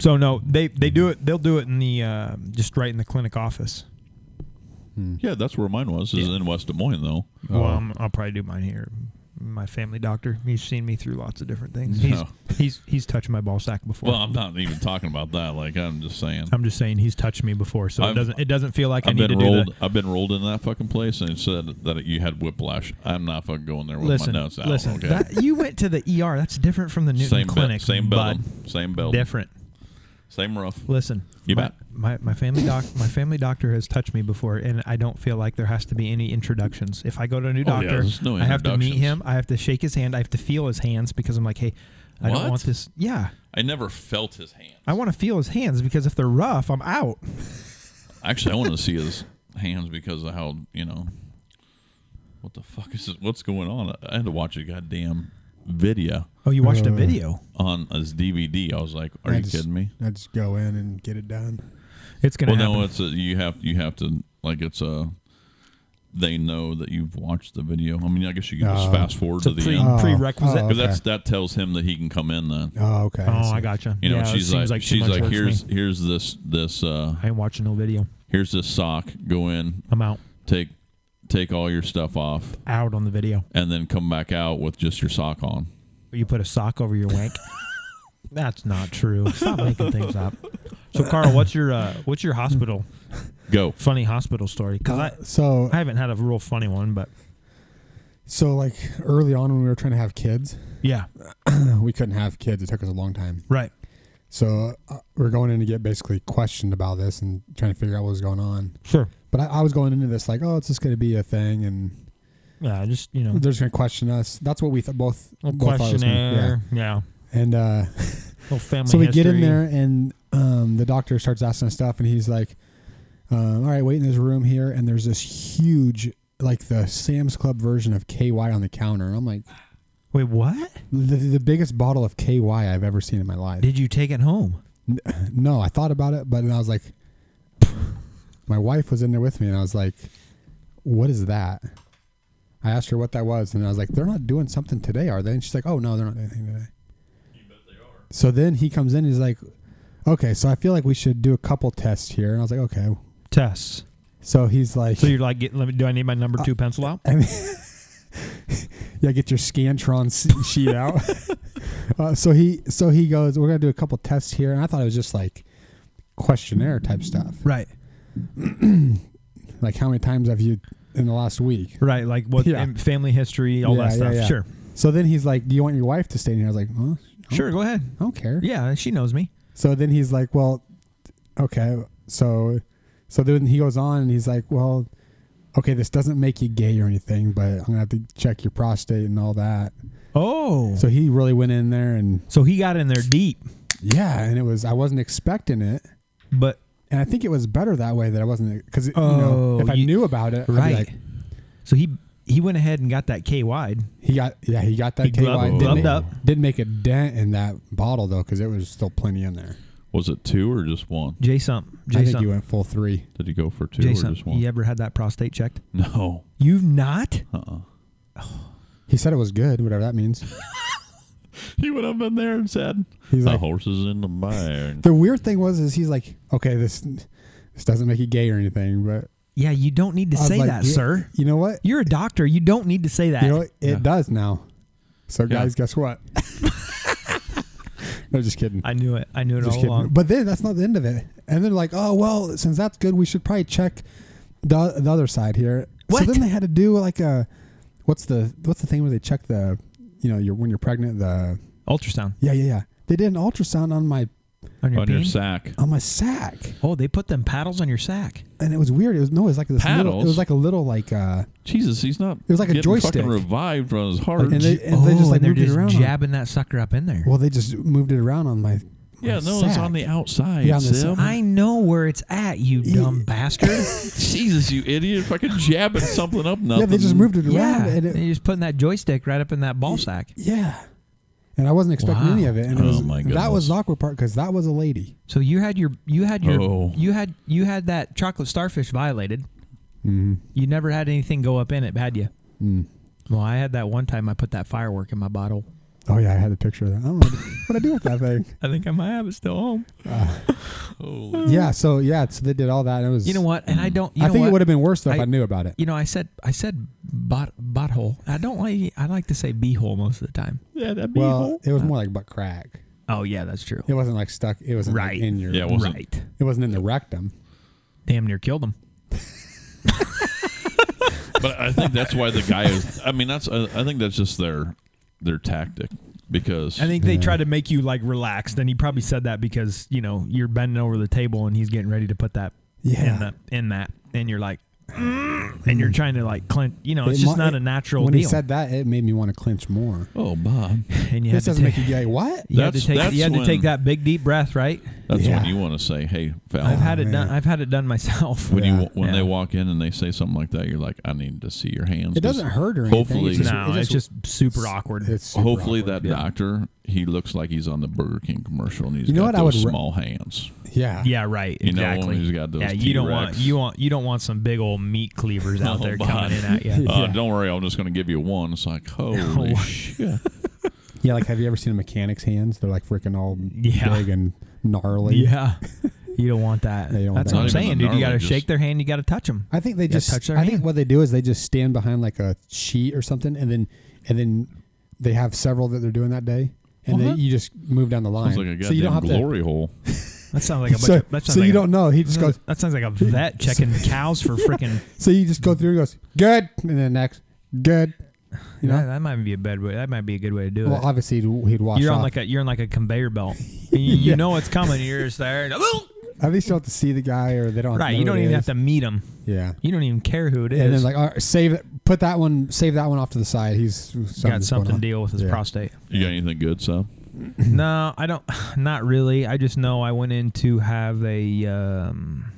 Speaker 6: So no, they they do it. They'll do it in the uh, just right in the clinic office.
Speaker 5: Yeah, that's where mine was. Is in West Des Moines though.
Speaker 6: Well, I'm, I'll probably do mine here. My family doctor. He's seen me through lots of different things.
Speaker 5: No.
Speaker 6: He's he's he's touched my ball sack before.
Speaker 5: Well, I'm not even talking about that. Like I'm just saying.
Speaker 6: I'm just saying he's touched me before, so it
Speaker 5: I've-
Speaker 6: doesn't it doesn't feel like i
Speaker 5: I've
Speaker 6: need
Speaker 5: been
Speaker 6: to
Speaker 5: rolled.
Speaker 6: do
Speaker 5: I've been rolled into that fucking place, and it said that you had whiplash. I'm not fucking going there
Speaker 6: that.
Speaker 5: with
Speaker 6: Listen,
Speaker 5: my nuts out.
Speaker 6: listen.
Speaker 5: okay.
Speaker 6: That, you went to the ER. That's different from the Newton
Speaker 5: same bu-
Speaker 6: clinic.
Speaker 5: same
Speaker 6: bud.
Speaker 5: building, same building,
Speaker 6: Different.
Speaker 5: same roof.
Speaker 6: Listen,
Speaker 5: You
Speaker 6: my,
Speaker 5: bet.
Speaker 6: my my family doc my family doctor has touched me before, and I don't feel like there has to be any introductions. If I go to a new
Speaker 5: Oh, yeah,
Speaker 6: doctor,
Speaker 5: there's no
Speaker 6: I have to meet
Speaker 5: introductions.
Speaker 6: him. I have to shake his hand. I have to feel his hands because I'm like, hey, I don't
Speaker 5: What?
Speaker 6: want this. Yeah,
Speaker 5: I never felt his hand.
Speaker 6: I want to feel his hands because if they're rough, I'm out.
Speaker 5: Actually, I want to see his hands because of how you know what the fuck is this? what's going on. I had to watch a goddamn video
Speaker 6: Oh, you watched a
Speaker 7: Uh,
Speaker 6: video.
Speaker 5: on his DVD. I was like, "Are
Speaker 7: I
Speaker 5: you
Speaker 7: just-
Speaker 5: kidding me?"
Speaker 7: I just go in and get it done.
Speaker 6: It's gonna
Speaker 5: Well,
Speaker 6: happen.
Speaker 5: no, it's a, you have you have to like it's a. They know that you've watched the video. I mean, I guess you can just
Speaker 7: Oh.
Speaker 5: fast forward
Speaker 6: it's a
Speaker 5: to the uh,
Speaker 6: pre-
Speaker 5: end because
Speaker 6: prerequisite.
Speaker 7: oh,
Speaker 5: that's that tells him that he can come in then.
Speaker 7: Oh, okay.
Speaker 6: Oh,
Speaker 7: see.
Speaker 6: I gotcha.
Speaker 5: You know,
Speaker 6: yeah, it
Speaker 5: she's like,
Speaker 6: seems like too
Speaker 5: she's
Speaker 6: much
Speaker 5: like,
Speaker 6: work for
Speaker 5: here's
Speaker 6: me.
Speaker 5: here's this this uh
Speaker 6: I ain't watching no video.
Speaker 5: here's this sock. Go in,
Speaker 6: I'm out.
Speaker 5: take take all your stuff off,
Speaker 6: Out on the video.
Speaker 5: and then come back out with just your sock on.
Speaker 6: You put a sock over your wank. That's not true. Stop making things up. So, Carl, what's your uh, what's your hospital
Speaker 5: Go.
Speaker 6: funny hospital story? Because I
Speaker 7: So
Speaker 6: I haven't had a real funny one, but
Speaker 7: so like early on when we were trying to have kids,
Speaker 6: yeah,
Speaker 7: we couldn't have kids. It took us a long time.
Speaker 6: right.
Speaker 7: So uh, we're going in to get basically questioned about this and trying to figure out what was going on.
Speaker 6: Sure.
Speaker 7: But I, I was going into this like, oh, it's just going to be a thing, and
Speaker 6: Yeah, just you know,
Speaker 7: they're just going to question us. That's what we th- both
Speaker 6: little
Speaker 7: both thought it was gonna-
Speaker 6: questionnaire. Yeah.
Speaker 7: Yeah. And uh,
Speaker 6: little family.
Speaker 7: so we get in
Speaker 6: history.
Speaker 7: there, and um, the doctor starts asking us stuff, and he's like, uh, "All right, wait in this room here." And there's this huge, like the Sam's Club version of KY on the counter. I'm like,
Speaker 6: Wait, what?
Speaker 7: the, the biggest bottle of KY I've ever seen in my life.
Speaker 6: Did you take it home?
Speaker 7: No, I thought about it, but then I was like, my wife was in there with me, and I was like, what is that? I asked her what that was, and I was like, they're not doing something today, are they? And she's like, oh, no, they're not doing anything today. So then he comes in, he's like, okay, so I feel like we should do a couple tests here. And I was like, okay.
Speaker 6: Tests.
Speaker 7: So he's like,
Speaker 6: So you're like, get, let me, do I need my number
Speaker 7: Uh,
Speaker 6: two pencil out?
Speaker 7: and yeah, get your Scantron s- sheet out. uh, so he so he goes, we're gonna do a couple tests here, and I thought it was just like questionnaire type stuff,
Speaker 6: Right.
Speaker 7: like how many times have you in the last week?
Speaker 6: Right. Like what?
Speaker 7: Yeah.
Speaker 6: and Family history, all
Speaker 7: Yeah,
Speaker 6: that
Speaker 7: yeah,
Speaker 6: stuff.
Speaker 7: yeah.
Speaker 6: Sure.
Speaker 7: So then he's like, "Do you want your wife to stay in here?" I was like, "Huh?
Speaker 6: Sure. Go ahead.
Speaker 7: I don't care."
Speaker 6: Yeah, she knows me.
Speaker 7: So then he's like, "Well, okay." So so then he goes on and he's like, "Well, okay, this doesn't make you gay or anything, but I'm gonna have to check your prostate and all that."
Speaker 6: Oh.
Speaker 7: So he really went in there and
Speaker 6: So he got in there deep,
Speaker 7: Yeah, and it was I wasn't expecting it,
Speaker 6: but
Speaker 7: and I think it was better that way that I wasn't because you
Speaker 6: Oh,
Speaker 7: know if I
Speaker 6: you-
Speaker 7: knew about it, I'd
Speaker 6: right.
Speaker 7: be like,
Speaker 6: so he he went ahead and got that K wide.
Speaker 7: he got yeah he got that
Speaker 6: He
Speaker 7: KY.
Speaker 6: gloved-
Speaker 7: Didn't
Speaker 6: gloved
Speaker 7: make-
Speaker 6: up.
Speaker 7: Didn't make a dent in that bottle though because it was still plenty in there.
Speaker 5: Was it two or just one?
Speaker 6: J something.
Speaker 7: I
Speaker 6: J
Speaker 7: think you
Speaker 6: something.
Speaker 7: went full three.
Speaker 5: Did he go for two
Speaker 6: J
Speaker 5: or
Speaker 6: something.
Speaker 5: just one?
Speaker 6: You ever had that prostate checked?
Speaker 5: No.
Speaker 6: You've not?
Speaker 5: Uh-uh.
Speaker 7: He said it was good, whatever that means.
Speaker 5: He would have been there and said,
Speaker 7: He's
Speaker 5: "The
Speaker 7: like-
Speaker 5: horse is in the barn."
Speaker 7: the weird thing was is he's like, okay, this this doesn't make you gay or anything, but
Speaker 6: Yeah, you don't need to
Speaker 7: I was
Speaker 6: say
Speaker 7: like,
Speaker 6: that,
Speaker 7: "You-
Speaker 6: sir.
Speaker 7: You know what?
Speaker 6: You're a doctor. You don't need to say that.
Speaker 7: You know what? It does now. So guys, guess what? no, just kidding.
Speaker 6: I um, knew it. I knew it
Speaker 7: Just
Speaker 6: all
Speaker 7: kidding.
Speaker 6: along.
Speaker 7: But then that's not the end of it. And they're like, oh well, since that's good, we should probably check the the other side here.
Speaker 6: What?
Speaker 7: So then they had to do like a what's the what's the thing where they check the you know your when you're pregnant the
Speaker 6: Ultrasound
Speaker 7: yeah yeah yeah they did an ultrasound on my
Speaker 6: on your,
Speaker 5: on your
Speaker 6: peen?
Speaker 5: sack.
Speaker 7: on my sack
Speaker 6: Oh, they put them paddles on your sack.
Speaker 7: and it was weird it was no it was like this little
Speaker 5: Paddles?
Speaker 7: it was like a little like uh
Speaker 5: Jesus, he's not.
Speaker 7: was like a
Speaker 5: getting
Speaker 7: joystick.
Speaker 5: Fucking revived from his heart.
Speaker 7: and they, and
Speaker 6: oh,
Speaker 7: they just like
Speaker 6: and they're
Speaker 7: moved
Speaker 6: just
Speaker 7: it around on-
Speaker 6: jabbing that sucker up in there.
Speaker 7: well they just moved it around on my
Speaker 5: Yeah, no, it's on the outside.
Speaker 7: Yeah, on the
Speaker 5: Sim.
Speaker 7: side.
Speaker 6: I know where it's at, you dumb bastard.
Speaker 5: Jesus, you idiot! Fucking jabbing something up nothing.
Speaker 7: Yeah, they just moved it
Speaker 6: yeah,
Speaker 7: around. And it,
Speaker 6: you're just putting that joystick right up in that ball sack.
Speaker 7: yeah. And I wasn't expecting
Speaker 6: Wow.
Speaker 7: any of it. And it
Speaker 5: Oh,
Speaker 7: was,
Speaker 5: my
Speaker 7: that was
Speaker 5: goodness.
Speaker 7: the awkward part because that was a lady.
Speaker 6: So you had your you had your
Speaker 5: Oh.
Speaker 6: you had you had that chocolate starfish violated.
Speaker 7: Mm-hmm.
Speaker 6: You never had anything go up in it, had you?
Speaker 7: Mm.
Speaker 6: Well, I had that one time. I put that firework in my bottle.
Speaker 7: Oh, yeah. I had the picture of that. I don't know what I do with that thing.
Speaker 6: I think I might have it still home.
Speaker 7: Yeah. So, yeah. So they did all that. And it was.
Speaker 6: You know what? And I don't. You
Speaker 7: Mm. I
Speaker 6: know
Speaker 7: think
Speaker 6: what?
Speaker 7: it would have been worse though if
Speaker 6: I-
Speaker 7: I knew about it.
Speaker 6: You know, I said I said bot butthole. I don't like. I like to say beehole most of the time. Yeah, that
Speaker 7: Well, it
Speaker 6: Uh,
Speaker 7: was more like butt crack.
Speaker 6: Oh yeah, that's true.
Speaker 7: It wasn't like stuck. It wasn't like,
Speaker 6: Right.
Speaker 7: in your.
Speaker 5: Yeah, it wasn't.
Speaker 6: Right.
Speaker 7: It wasn't in the rectum.
Speaker 6: Damn near killed him.
Speaker 5: But I think that's why the guy is. I mean, that's. uh, I, I think that's just their their tactic because
Speaker 6: I think they tried to make you like relaxed, and he probably said that because you know you're bending over the table and he's getting ready to put that
Speaker 7: Yeah.
Speaker 6: in that in that, and you're like, "Mm," and you're trying to like clench. You know, it's
Speaker 7: It
Speaker 6: just
Speaker 7: mo-
Speaker 6: not
Speaker 7: it-
Speaker 6: a natural
Speaker 7: When
Speaker 6: deal.
Speaker 7: he said that, it made me want to clench more.
Speaker 5: oh, Bob,
Speaker 6: and you had
Speaker 7: This
Speaker 6: to
Speaker 7: doesn't
Speaker 6: take,
Speaker 7: make you gay. What?
Speaker 6: you had to
Speaker 5: That's-
Speaker 6: take you had
Speaker 5: that's
Speaker 6: to take
Speaker 5: when-
Speaker 6: that big deep breath, right?
Speaker 5: that's
Speaker 7: Yeah.
Speaker 5: when you want to say, "Hey, Val."
Speaker 6: I've had it
Speaker 7: Oh, man.
Speaker 6: done. I've had it done myself.
Speaker 5: when
Speaker 7: Yeah.
Speaker 5: you when
Speaker 6: Yeah.
Speaker 5: they walk in and they say something like that, you're like, "I need to see your hands."
Speaker 7: It doesn't
Speaker 5: 'cause
Speaker 7: hurt or anything.
Speaker 5: Hopefully,
Speaker 7: It's just-
Speaker 6: no,
Speaker 7: it
Speaker 6: it's just super awkward.
Speaker 7: It's super
Speaker 5: hopefully
Speaker 7: awkward.
Speaker 5: that doctor he looks like he's on the Burger King commercial and he's
Speaker 7: You know
Speaker 5: got
Speaker 7: what I
Speaker 5: those
Speaker 7: would re-
Speaker 5: small hands.
Speaker 7: Yeah.
Speaker 6: yeah, right.
Speaker 5: You know, when
Speaker 6: Exactly.
Speaker 5: he's got those
Speaker 6: yeah, you don't want
Speaker 5: T-Rex.
Speaker 6: you want you don't want some big old meat cleavers out
Speaker 5: Oh,
Speaker 6: there
Speaker 5: Bob.
Speaker 6: coming in at you.
Speaker 5: Uh, don't worry, I'm just going to give you one. It's like,
Speaker 6: Oh,
Speaker 5: holy shit!
Speaker 7: Yeah. Like, have you ever seen a mechanic's hands? They're like freaking all
Speaker 6: Yeah.
Speaker 7: big and gnarly.
Speaker 6: Yeah. You don't want that.
Speaker 7: Yeah, you don't want
Speaker 6: That's
Speaker 7: that.
Speaker 6: what I'm
Speaker 5: Not even
Speaker 6: saying,
Speaker 5: the
Speaker 6: dude. You got to
Speaker 5: gnarly,
Speaker 6: shake
Speaker 5: just-
Speaker 6: their hand. You got to touch them.
Speaker 7: I think they
Speaker 6: Yeah,
Speaker 7: just.
Speaker 6: touch their
Speaker 7: I think
Speaker 6: hand.
Speaker 7: what they do is they just stand behind like a sheet or something, and then and then they have several that they're doing that day, and
Speaker 6: Uh-huh.
Speaker 7: then you just move down the line.
Speaker 5: It's like a goddamn
Speaker 7: so you don't have
Speaker 5: glory hole.
Speaker 6: That sounds like a
Speaker 7: to.
Speaker 6: bunch
Speaker 7: So,
Speaker 6: of. That sounds
Speaker 7: so
Speaker 6: like
Speaker 7: you
Speaker 6: a-
Speaker 7: don't know. He just goes.
Speaker 6: That sounds like a vet checking cows for freaking.
Speaker 7: So you just go through and goes good, and then next good. You know.
Speaker 6: that, that might be a bad way. That might be a good way to do
Speaker 7: Well,
Speaker 6: it.
Speaker 7: obviously he'd, he'd wash
Speaker 6: You're on
Speaker 7: off.
Speaker 6: like a you're on like a conveyor belt. You, you
Speaker 7: Yeah.
Speaker 6: know it's coming. You're just there. and-
Speaker 7: At least you don't have to see the guy, or they don't.
Speaker 6: right. You don't even have to meet them.
Speaker 7: Yeah.
Speaker 6: You don't even care who it is.
Speaker 7: And then like all right, save it, put that one, save that one off to the side. He's something's going
Speaker 6: got something
Speaker 7: on.
Speaker 6: to deal with his
Speaker 7: Yeah.
Speaker 6: prostate.
Speaker 5: You got anything good, so?
Speaker 6: no, I don't. Not really. I just know I went in to have a. Um,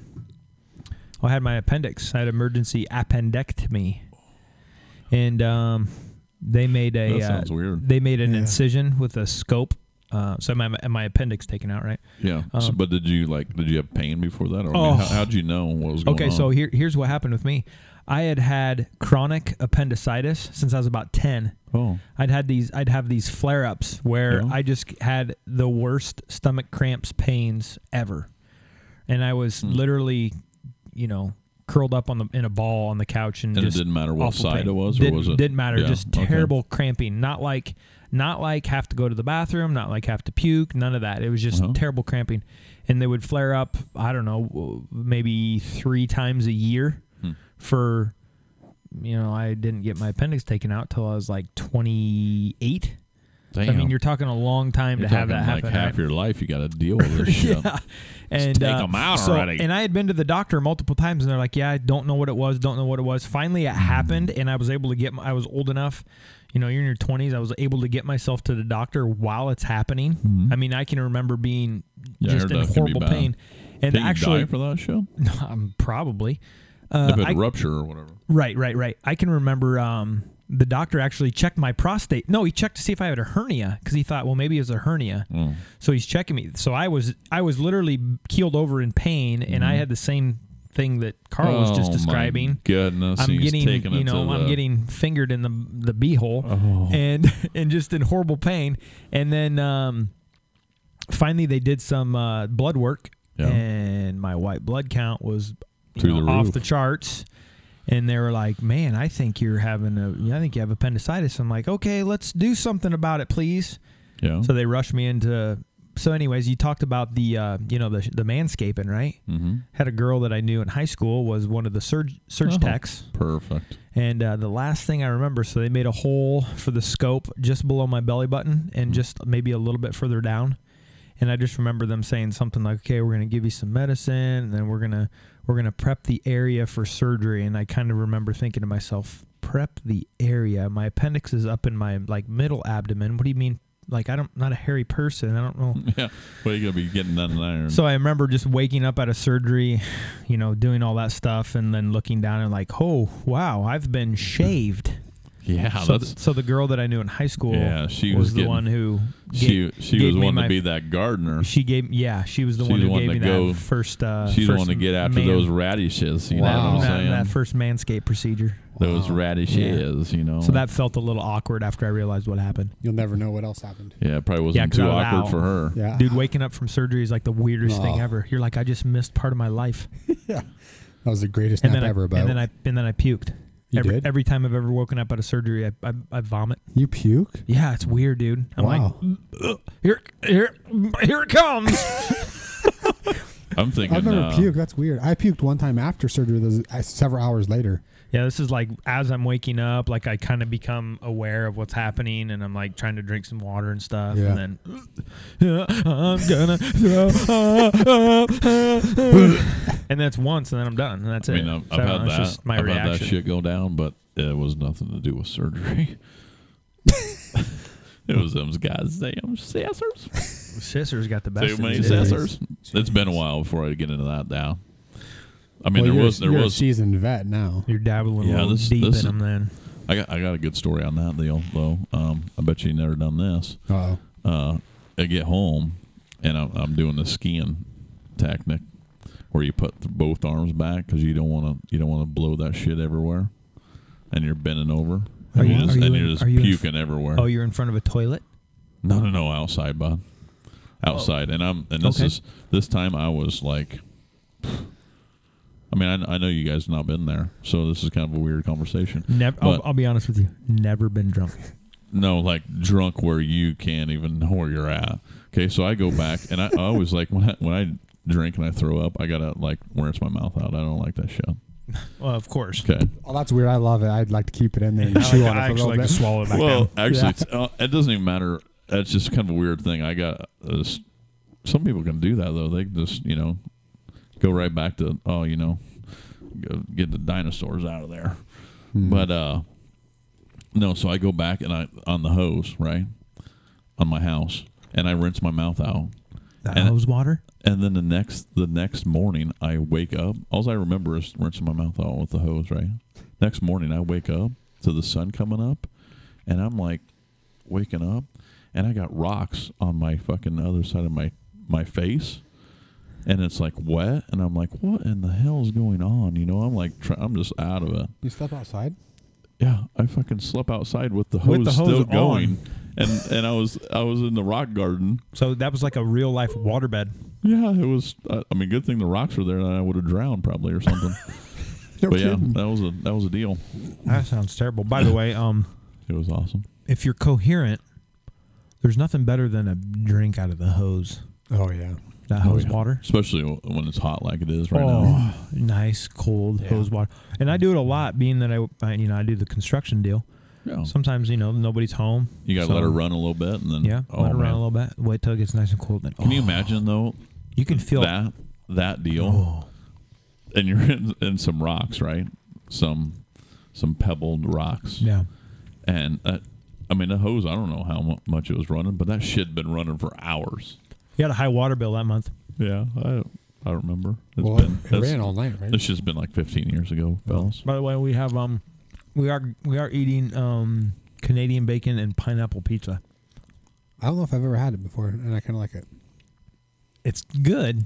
Speaker 6: well, I had my appendix. I had emergency appendectomy, and um, they made a.
Speaker 5: That sounds
Speaker 6: uh,
Speaker 5: weird.
Speaker 6: They made an
Speaker 7: Yeah.
Speaker 6: incision with a scope. Uh, so my my appendix taken out, right?
Speaker 5: Yeah. So- but did you like? Did you have pain before that? Or, I mean,
Speaker 6: Um, Oh.
Speaker 5: how, how'd you know what was going
Speaker 6: Okay,
Speaker 5: on?
Speaker 6: so here here's what happened with me. I had had chronic appendicitis since I was about ten.
Speaker 5: oh,
Speaker 6: I'd had these I'd have these flare ups where
Speaker 5: Yeah.
Speaker 6: I just had the worst stomach cramps pains ever. And I was literally, you know, curled up on the in a ball on the couch and,
Speaker 5: And it
Speaker 6: just
Speaker 5: didn't matter what
Speaker 6: awful
Speaker 5: side
Speaker 6: pain.
Speaker 5: it was, or
Speaker 6: didn't,
Speaker 5: was it-
Speaker 6: didn't matter,
Speaker 5: yeah,
Speaker 6: just
Speaker 5: okay.
Speaker 6: terrible cramping. Not like not like have to go to the bathroom, not like have to puke, none of that. It was just
Speaker 5: Uh-huh.
Speaker 6: terrible cramping. And they would flare up, I don't know, maybe 3 times a year
Speaker 5: Hmm.
Speaker 6: for you know, I didn't get my appendix taken out till I was like 28.
Speaker 5: damn.
Speaker 6: I mean, you're talking a long time
Speaker 5: You're
Speaker 6: to have
Speaker 5: talking
Speaker 6: that
Speaker 5: like
Speaker 6: happen.
Speaker 5: half
Speaker 6: right?
Speaker 5: your life. You got to deal with this shit.
Speaker 6: yeah. And
Speaker 5: take
Speaker 6: uh,
Speaker 5: 'em out
Speaker 6: so-
Speaker 5: already.
Speaker 6: And I had been to the doctor multiple times, and they're like, "Yeah, I don't know what it was. Don't know what it was." Finally, it
Speaker 5: Mm-hmm.
Speaker 6: happened, and I was able to get. My, I was old enough, you know, you're in your 20s. I was able to get myself to the doctor while it's happening. I mean, I can remember being
Speaker 5: Mm-hmm. Yeah, I
Speaker 6: just
Speaker 5: heard
Speaker 6: in
Speaker 5: that can be
Speaker 6: horrible
Speaker 5: bad.
Speaker 6: pain, and
Speaker 5: Did
Speaker 6: actually,
Speaker 5: you die for that show?
Speaker 6: um, probably. Uh,
Speaker 5: if it
Speaker 6: I-
Speaker 5: rupture or whatever.
Speaker 6: Right, right, right. I can remember um, the doctor actually checked my prostate. No, he checked to see if I had a hernia because he thought, well, maybe it was a hernia.
Speaker 5: Mm.
Speaker 6: So he's checking me. So I was I was literally keeled over in pain, and I had the same thing that Carl was
Speaker 5: Mm-hmm. Oh,
Speaker 6: just
Speaker 5: my
Speaker 6: describing.
Speaker 5: goodness,
Speaker 6: I'm
Speaker 5: he's
Speaker 6: getting
Speaker 5: taking it
Speaker 6: you
Speaker 5: to
Speaker 6: know I'm
Speaker 5: the-
Speaker 6: getting fingered in the the beehole
Speaker 5: Oh.
Speaker 6: and and just in horrible pain, and then um, finally they did some uh, blood work,
Speaker 5: Yeah.
Speaker 6: and my white blood count was you
Speaker 5: Through
Speaker 6: know,
Speaker 5: the
Speaker 6: off
Speaker 5: roof.
Speaker 6: the charts and they were like, "Man, I think you're having a, I think you have appendicitis." I'm like, "Okay, let's do something about it, please."
Speaker 5: Yeah.
Speaker 6: So they rushed me into. So, anyways, you talked about the, uh, you know, the the manscaping, right? Mm-hmm. Had a girl that I knew in high school was one of the surge
Speaker 5: Oh.
Speaker 6: surge techs,
Speaker 5: Perfect.
Speaker 6: and uh, the last thing I remember, so they made a hole for the scope just below my belly button and just maybe a little bit further down. And I just remember them saying something like, "Okay, we're gonna give you some medicine, and then we're gonna we're gonna prep the area for surgery." And I kind of remember thinking to myself, "Prep the area. My appendix is up in my like middle abdomen. What do you mean like I don't not a hairy person. I don't know.
Speaker 5: Yeah. Well, you're going to be getting that in iron.
Speaker 6: So I remember just waking up out of surgery, you know, doing all that stuff, and then looking down and like, oh wow, I've been shaved.
Speaker 5: Yeah,
Speaker 6: So,
Speaker 5: that's-
Speaker 6: so the girl that I knew in high school,
Speaker 5: Yeah, she
Speaker 6: was,
Speaker 5: was
Speaker 6: the
Speaker 5: getting-
Speaker 6: one who
Speaker 5: she
Speaker 6: ga-
Speaker 5: she
Speaker 6: gave
Speaker 5: was
Speaker 6: me
Speaker 5: one
Speaker 6: my-
Speaker 5: to be that gardener.
Speaker 6: She gave yeah, she was the
Speaker 5: She's
Speaker 6: one who
Speaker 5: the one
Speaker 6: gave
Speaker 5: to
Speaker 6: me
Speaker 5: go-
Speaker 6: that first. Uh,
Speaker 5: She's the
Speaker 6: first
Speaker 5: one to get after
Speaker 6: man-
Speaker 5: those radishes. You know
Speaker 6: that,
Speaker 5: what I'm
Speaker 6: that-
Speaker 5: saying?
Speaker 6: that first manscape procedure.
Speaker 5: those radishes. You know.
Speaker 6: So that felt a little awkward after I realized what happened.
Speaker 7: You'll never know what else happened.
Speaker 5: yeah, it probably
Speaker 6: Yeah,
Speaker 5: wasn't
Speaker 6: 'cause
Speaker 5: too
Speaker 6: I was
Speaker 5: awkward
Speaker 6: out.
Speaker 5: for her.
Speaker 7: Yeah.
Speaker 6: Dude, waking up from surgery is like the weirdest thing
Speaker 7: Oh.
Speaker 6: ever. You're like, I just missed part of my life,
Speaker 7: That was the greatest
Speaker 6: and
Speaker 7: nap
Speaker 6: then I,
Speaker 7: ever. But
Speaker 6: and then I and then I puked.
Speaker 7: You
Speaker 6: every,
Speaker 7: did?
Speaker 6: every time I've ever woken up out of surgery, I I, I vomit.
Speaker 7: you puke.
Speaker 6: Yeah, it's weird, dude. I'm
Speaker 7: Wow.
Speaker 6: like, "Ugh, here, here, here it comes.
Speaker 5: I'm thinking.
Speaker 7: I've never
Speaker 5: uh,
Speaker 7: puked. That's weird. I puked one time after surgery. Those uh, several hours later.
Speaker 6: yeah, this is like as I'm waking up, like I kind of become aware of what's happening, and I'm like trying to drink some water and stuff,
Speaker 7: Yeah.
Speaker 6: and then I'm gonna throw up, and that's once, and then I'm done, and that's
Speaker 5: I mean,
Speaker 6: it.
Speaker 5: I've,
Speaker 6: So,
Speaker 5: I've had
Speaker 6: that's
Speaker 5: that.
Speaker 6: just my
Speaker 5: I've
Speaker 6: reaction.
Speaker 5: had that shit go down, but it was nothing to do with surgery. it was them goddamn scissors.
Speaker 6: Scissors got the best.
Speaker 5: Too many
Speaker 6: of it.
Speaker 5: scissors. It's been a while before I get into that now. I mean,
Speaker 7: well,
Speaker 5: there
Speaker 7: you're,
Speaker 5: was there
Speaker 7: you're
Speaker 5: was
Speaker 7: a seasoned vet now.
Speaker 6: You're dabbling
Speaker 5: Yeah,
Speaker 6: a little
Speaker 5: this-
Speaker 6: deep
Speaker 5: this
Speaker 6: in
Speaker 5: is-
Speaker 6: them then.
Speaker 5: I got I got a good story on that deal though. Um, I bet you never done this.
Speaker 7: Oh,
Speaker 5: Uh, I get home and I'm, I'm doing the skiing technique where you put th- both arms back because you don't want to you don't want to blow that shit everywhere, and you're bending over.
Speaker 6: Are
Speaker 5: and
Speaker 6: you-
Speaker 5: just,
Speaker 6: are you
Speaker 5: and
Speaker 6: in-
Speaker 5: you're just
Speaker 6: are you in f-
Speaker 5: puking everywhere.
Speaker 6: Oh, you're in front of a toilet.
Speaker 5: No, no, no, outside, Bob. Outside, and I'm and this
Speaker 6: Okay.
Speaker 5: is this time I was like, I mean, I, I know you guys have not been there, so this is kind of a weird conversation.
Speaker 6: Never. I'll,
Speaker 5: But-
Speaker 6: I'll be honest with you. Never been drunk.
Speaker 5: No, like drunk where you can't even know where you're at. Okay, so I go back and I, I always like when I, when I drink and I throw up, I gotta like rinse my mouth out. I don't like that shit.
Speaker 6: Well, of course.
Speaker 5: Okay.
Speaker 7: oh, that's weird. I love it. I'd like to keep it in there and chew on it for a little bit.
Speaker 6: swallow it back
Speaker 5: Well, actually, it's, uh, it doesn't even matter. That's just kind of a weird thing. I got uh, s- some people can do that though. They can just you know go right back to oh you know go get the dinosaurs out of there. But uh no, so I go back and I on the hose right on my house and I rinse my mouth out.
Speaker 6: That
Speaker 5: And-
Speaker 6: hose water.
Speaker 5: And then the next the next morning, I wake up. All I remember is rinsing my mouth out with the hose. Right. Next morning, I wake up to the sun coming up, and I'm like waking up, and I got rocks on my fucking other side of my my face, and it's like wet, and I'm like, what in the hell is going on? You know, I'm like, try, I'm just out of it.
Speaker 7: You step outside.
Speaker 5: Yeah, I fucking slept outside with the hose,
Speaker 6: With the hose
Speaker 5: still
Speaker 6: on.
Speaker 5: going, and and I was I was in the rock garden.
Speaker 6: So that was like a real life waterbed.
Speaker 5: Yeah, it was. I I mean, good thing the rocks were there, and I would have drowned probably or something.
Speaker 7: No
Speaker 5: but yeah,
Speaker 7: kidding.
Speaker 5: that was a that was a deal.
Speaker 6: That sounds terrible. By the way, um,
Speaker 5: It was awesome.
Speaker 6: if you're coherent, there's nothing better than a drink out of the hose.
Speaker 7: Oh yeah.
Speaker 6: That hose water.
Speaker 5: especially when it's hot like it is right now.
Speaker 6: oh, nice cold hose water. And I do it a lot, being that I, I, you know, I do the construction deal.
Speaker 5: Yeah,
Speaker 6: Sometimes you know nobody's home.
Speaker 5: you got to
Speaker 6: so-
Speaker 5: let it run a little bit, and then
Speaker 6: Yeah,
Speaker 5: oh,
Speaker 6: let it run
Speaker 5: man.
Speaker 6: a little bit. Wait till it gets nice and cold. Then
Speaker 5: Can you
Speaker 6: oh,
Speaker 5: imagine though
Speaker 6: You can feel
Speaker 5: that that deal,
Speaker 6: Oh.
Speaker 5: and you're in, in some rocks, right? Some some pebbled rocks,
Speaker 6: Yeah.
Speaker 5: and uh, I mean the hose. I don't know how mu- much it was running, but that shit had been running for hours.
Speaker 6: You had a high water bill that month.
Speaker 5: Yeah, I I remember. It's
Speaker 7: Well,
Speaker 5: been-
Speaker 7: it
Speaker 5: that's-
Speaker 7: ran all night, right?
Speaker 5: This shit's been like 15 years ago, fellas.
Speaker 6: By the way, we have um, we are we are eating um Canadian bacon and pineapple pizza.
Speaker 7: I don't know if I've ever had it before, and I kind of like it.
Speaker 6: It's good.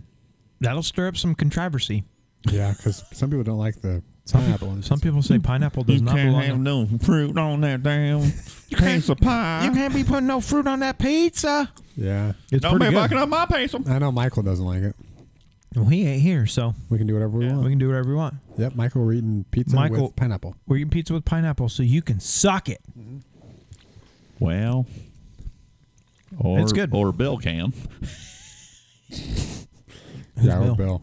Speaker 6: That'll stir up some controversy.
Speaker 7: Yeah, because some people don't like the pineapple ones.
Speaker 6: Some people say pineapple does not belong. on-
Speaker 5: no fruit on that damn piece of pie.
Speaker 6: you can't be putting no fruit on that pizza.
Speaker 7: Yeah,
Speaker 6: It's pretty good.
Speaker 5: up my piece of
Speaker 7: I know Michael doesn't like it.
Speaker 6: Well, he ain't here, so
Speaker 7: We can do whatever we
Speaker 6: we
Speaker 7: want.
Speaker 6: can do whatever we want.
Speaker 7: Yep, Michael, we're eating pizza
Speaker 6: Michael-
Speaker 7: with pineapple.
Speaker 6: We're eating pizza with pineapple, so you can suck it.
Speaker 5: Well, or,
Speaker 6: It's good.
Speaker 5: Or Bill can.
Speaker 7: Yeah,
Speaker 6: Bill?
Speaker 7: or Bill.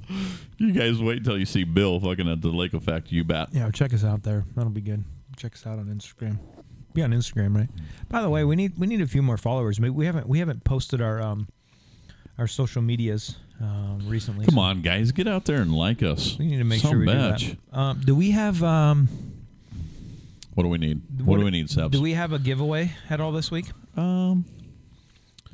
Speaker 5: You guys wait till you see Bill fucking at the Lake Effect. You bet.
Speaker 6: Yeah, check us out there. That'll be good. Check us out on Instagram. Be on Instagram, right? Mm. By the way, we need we need a few more followers. Maybe we haven't we haven't posted our um our social medias um, recently.
Speaker 5: Come
Speaker 6: so
Speaker 5: on, guys, get out there and like us.
Speaker 6: we need to make
Speaker 5: Some
Speaker 6: sure we
Speaker 5: bitch.
Speaker 6: do that. Um, do we have um
Speaker 5: What do we need? What, do we need, Sebs?
Speaker 6: Do we have a giveaway at all this week?
Speaker 5: um,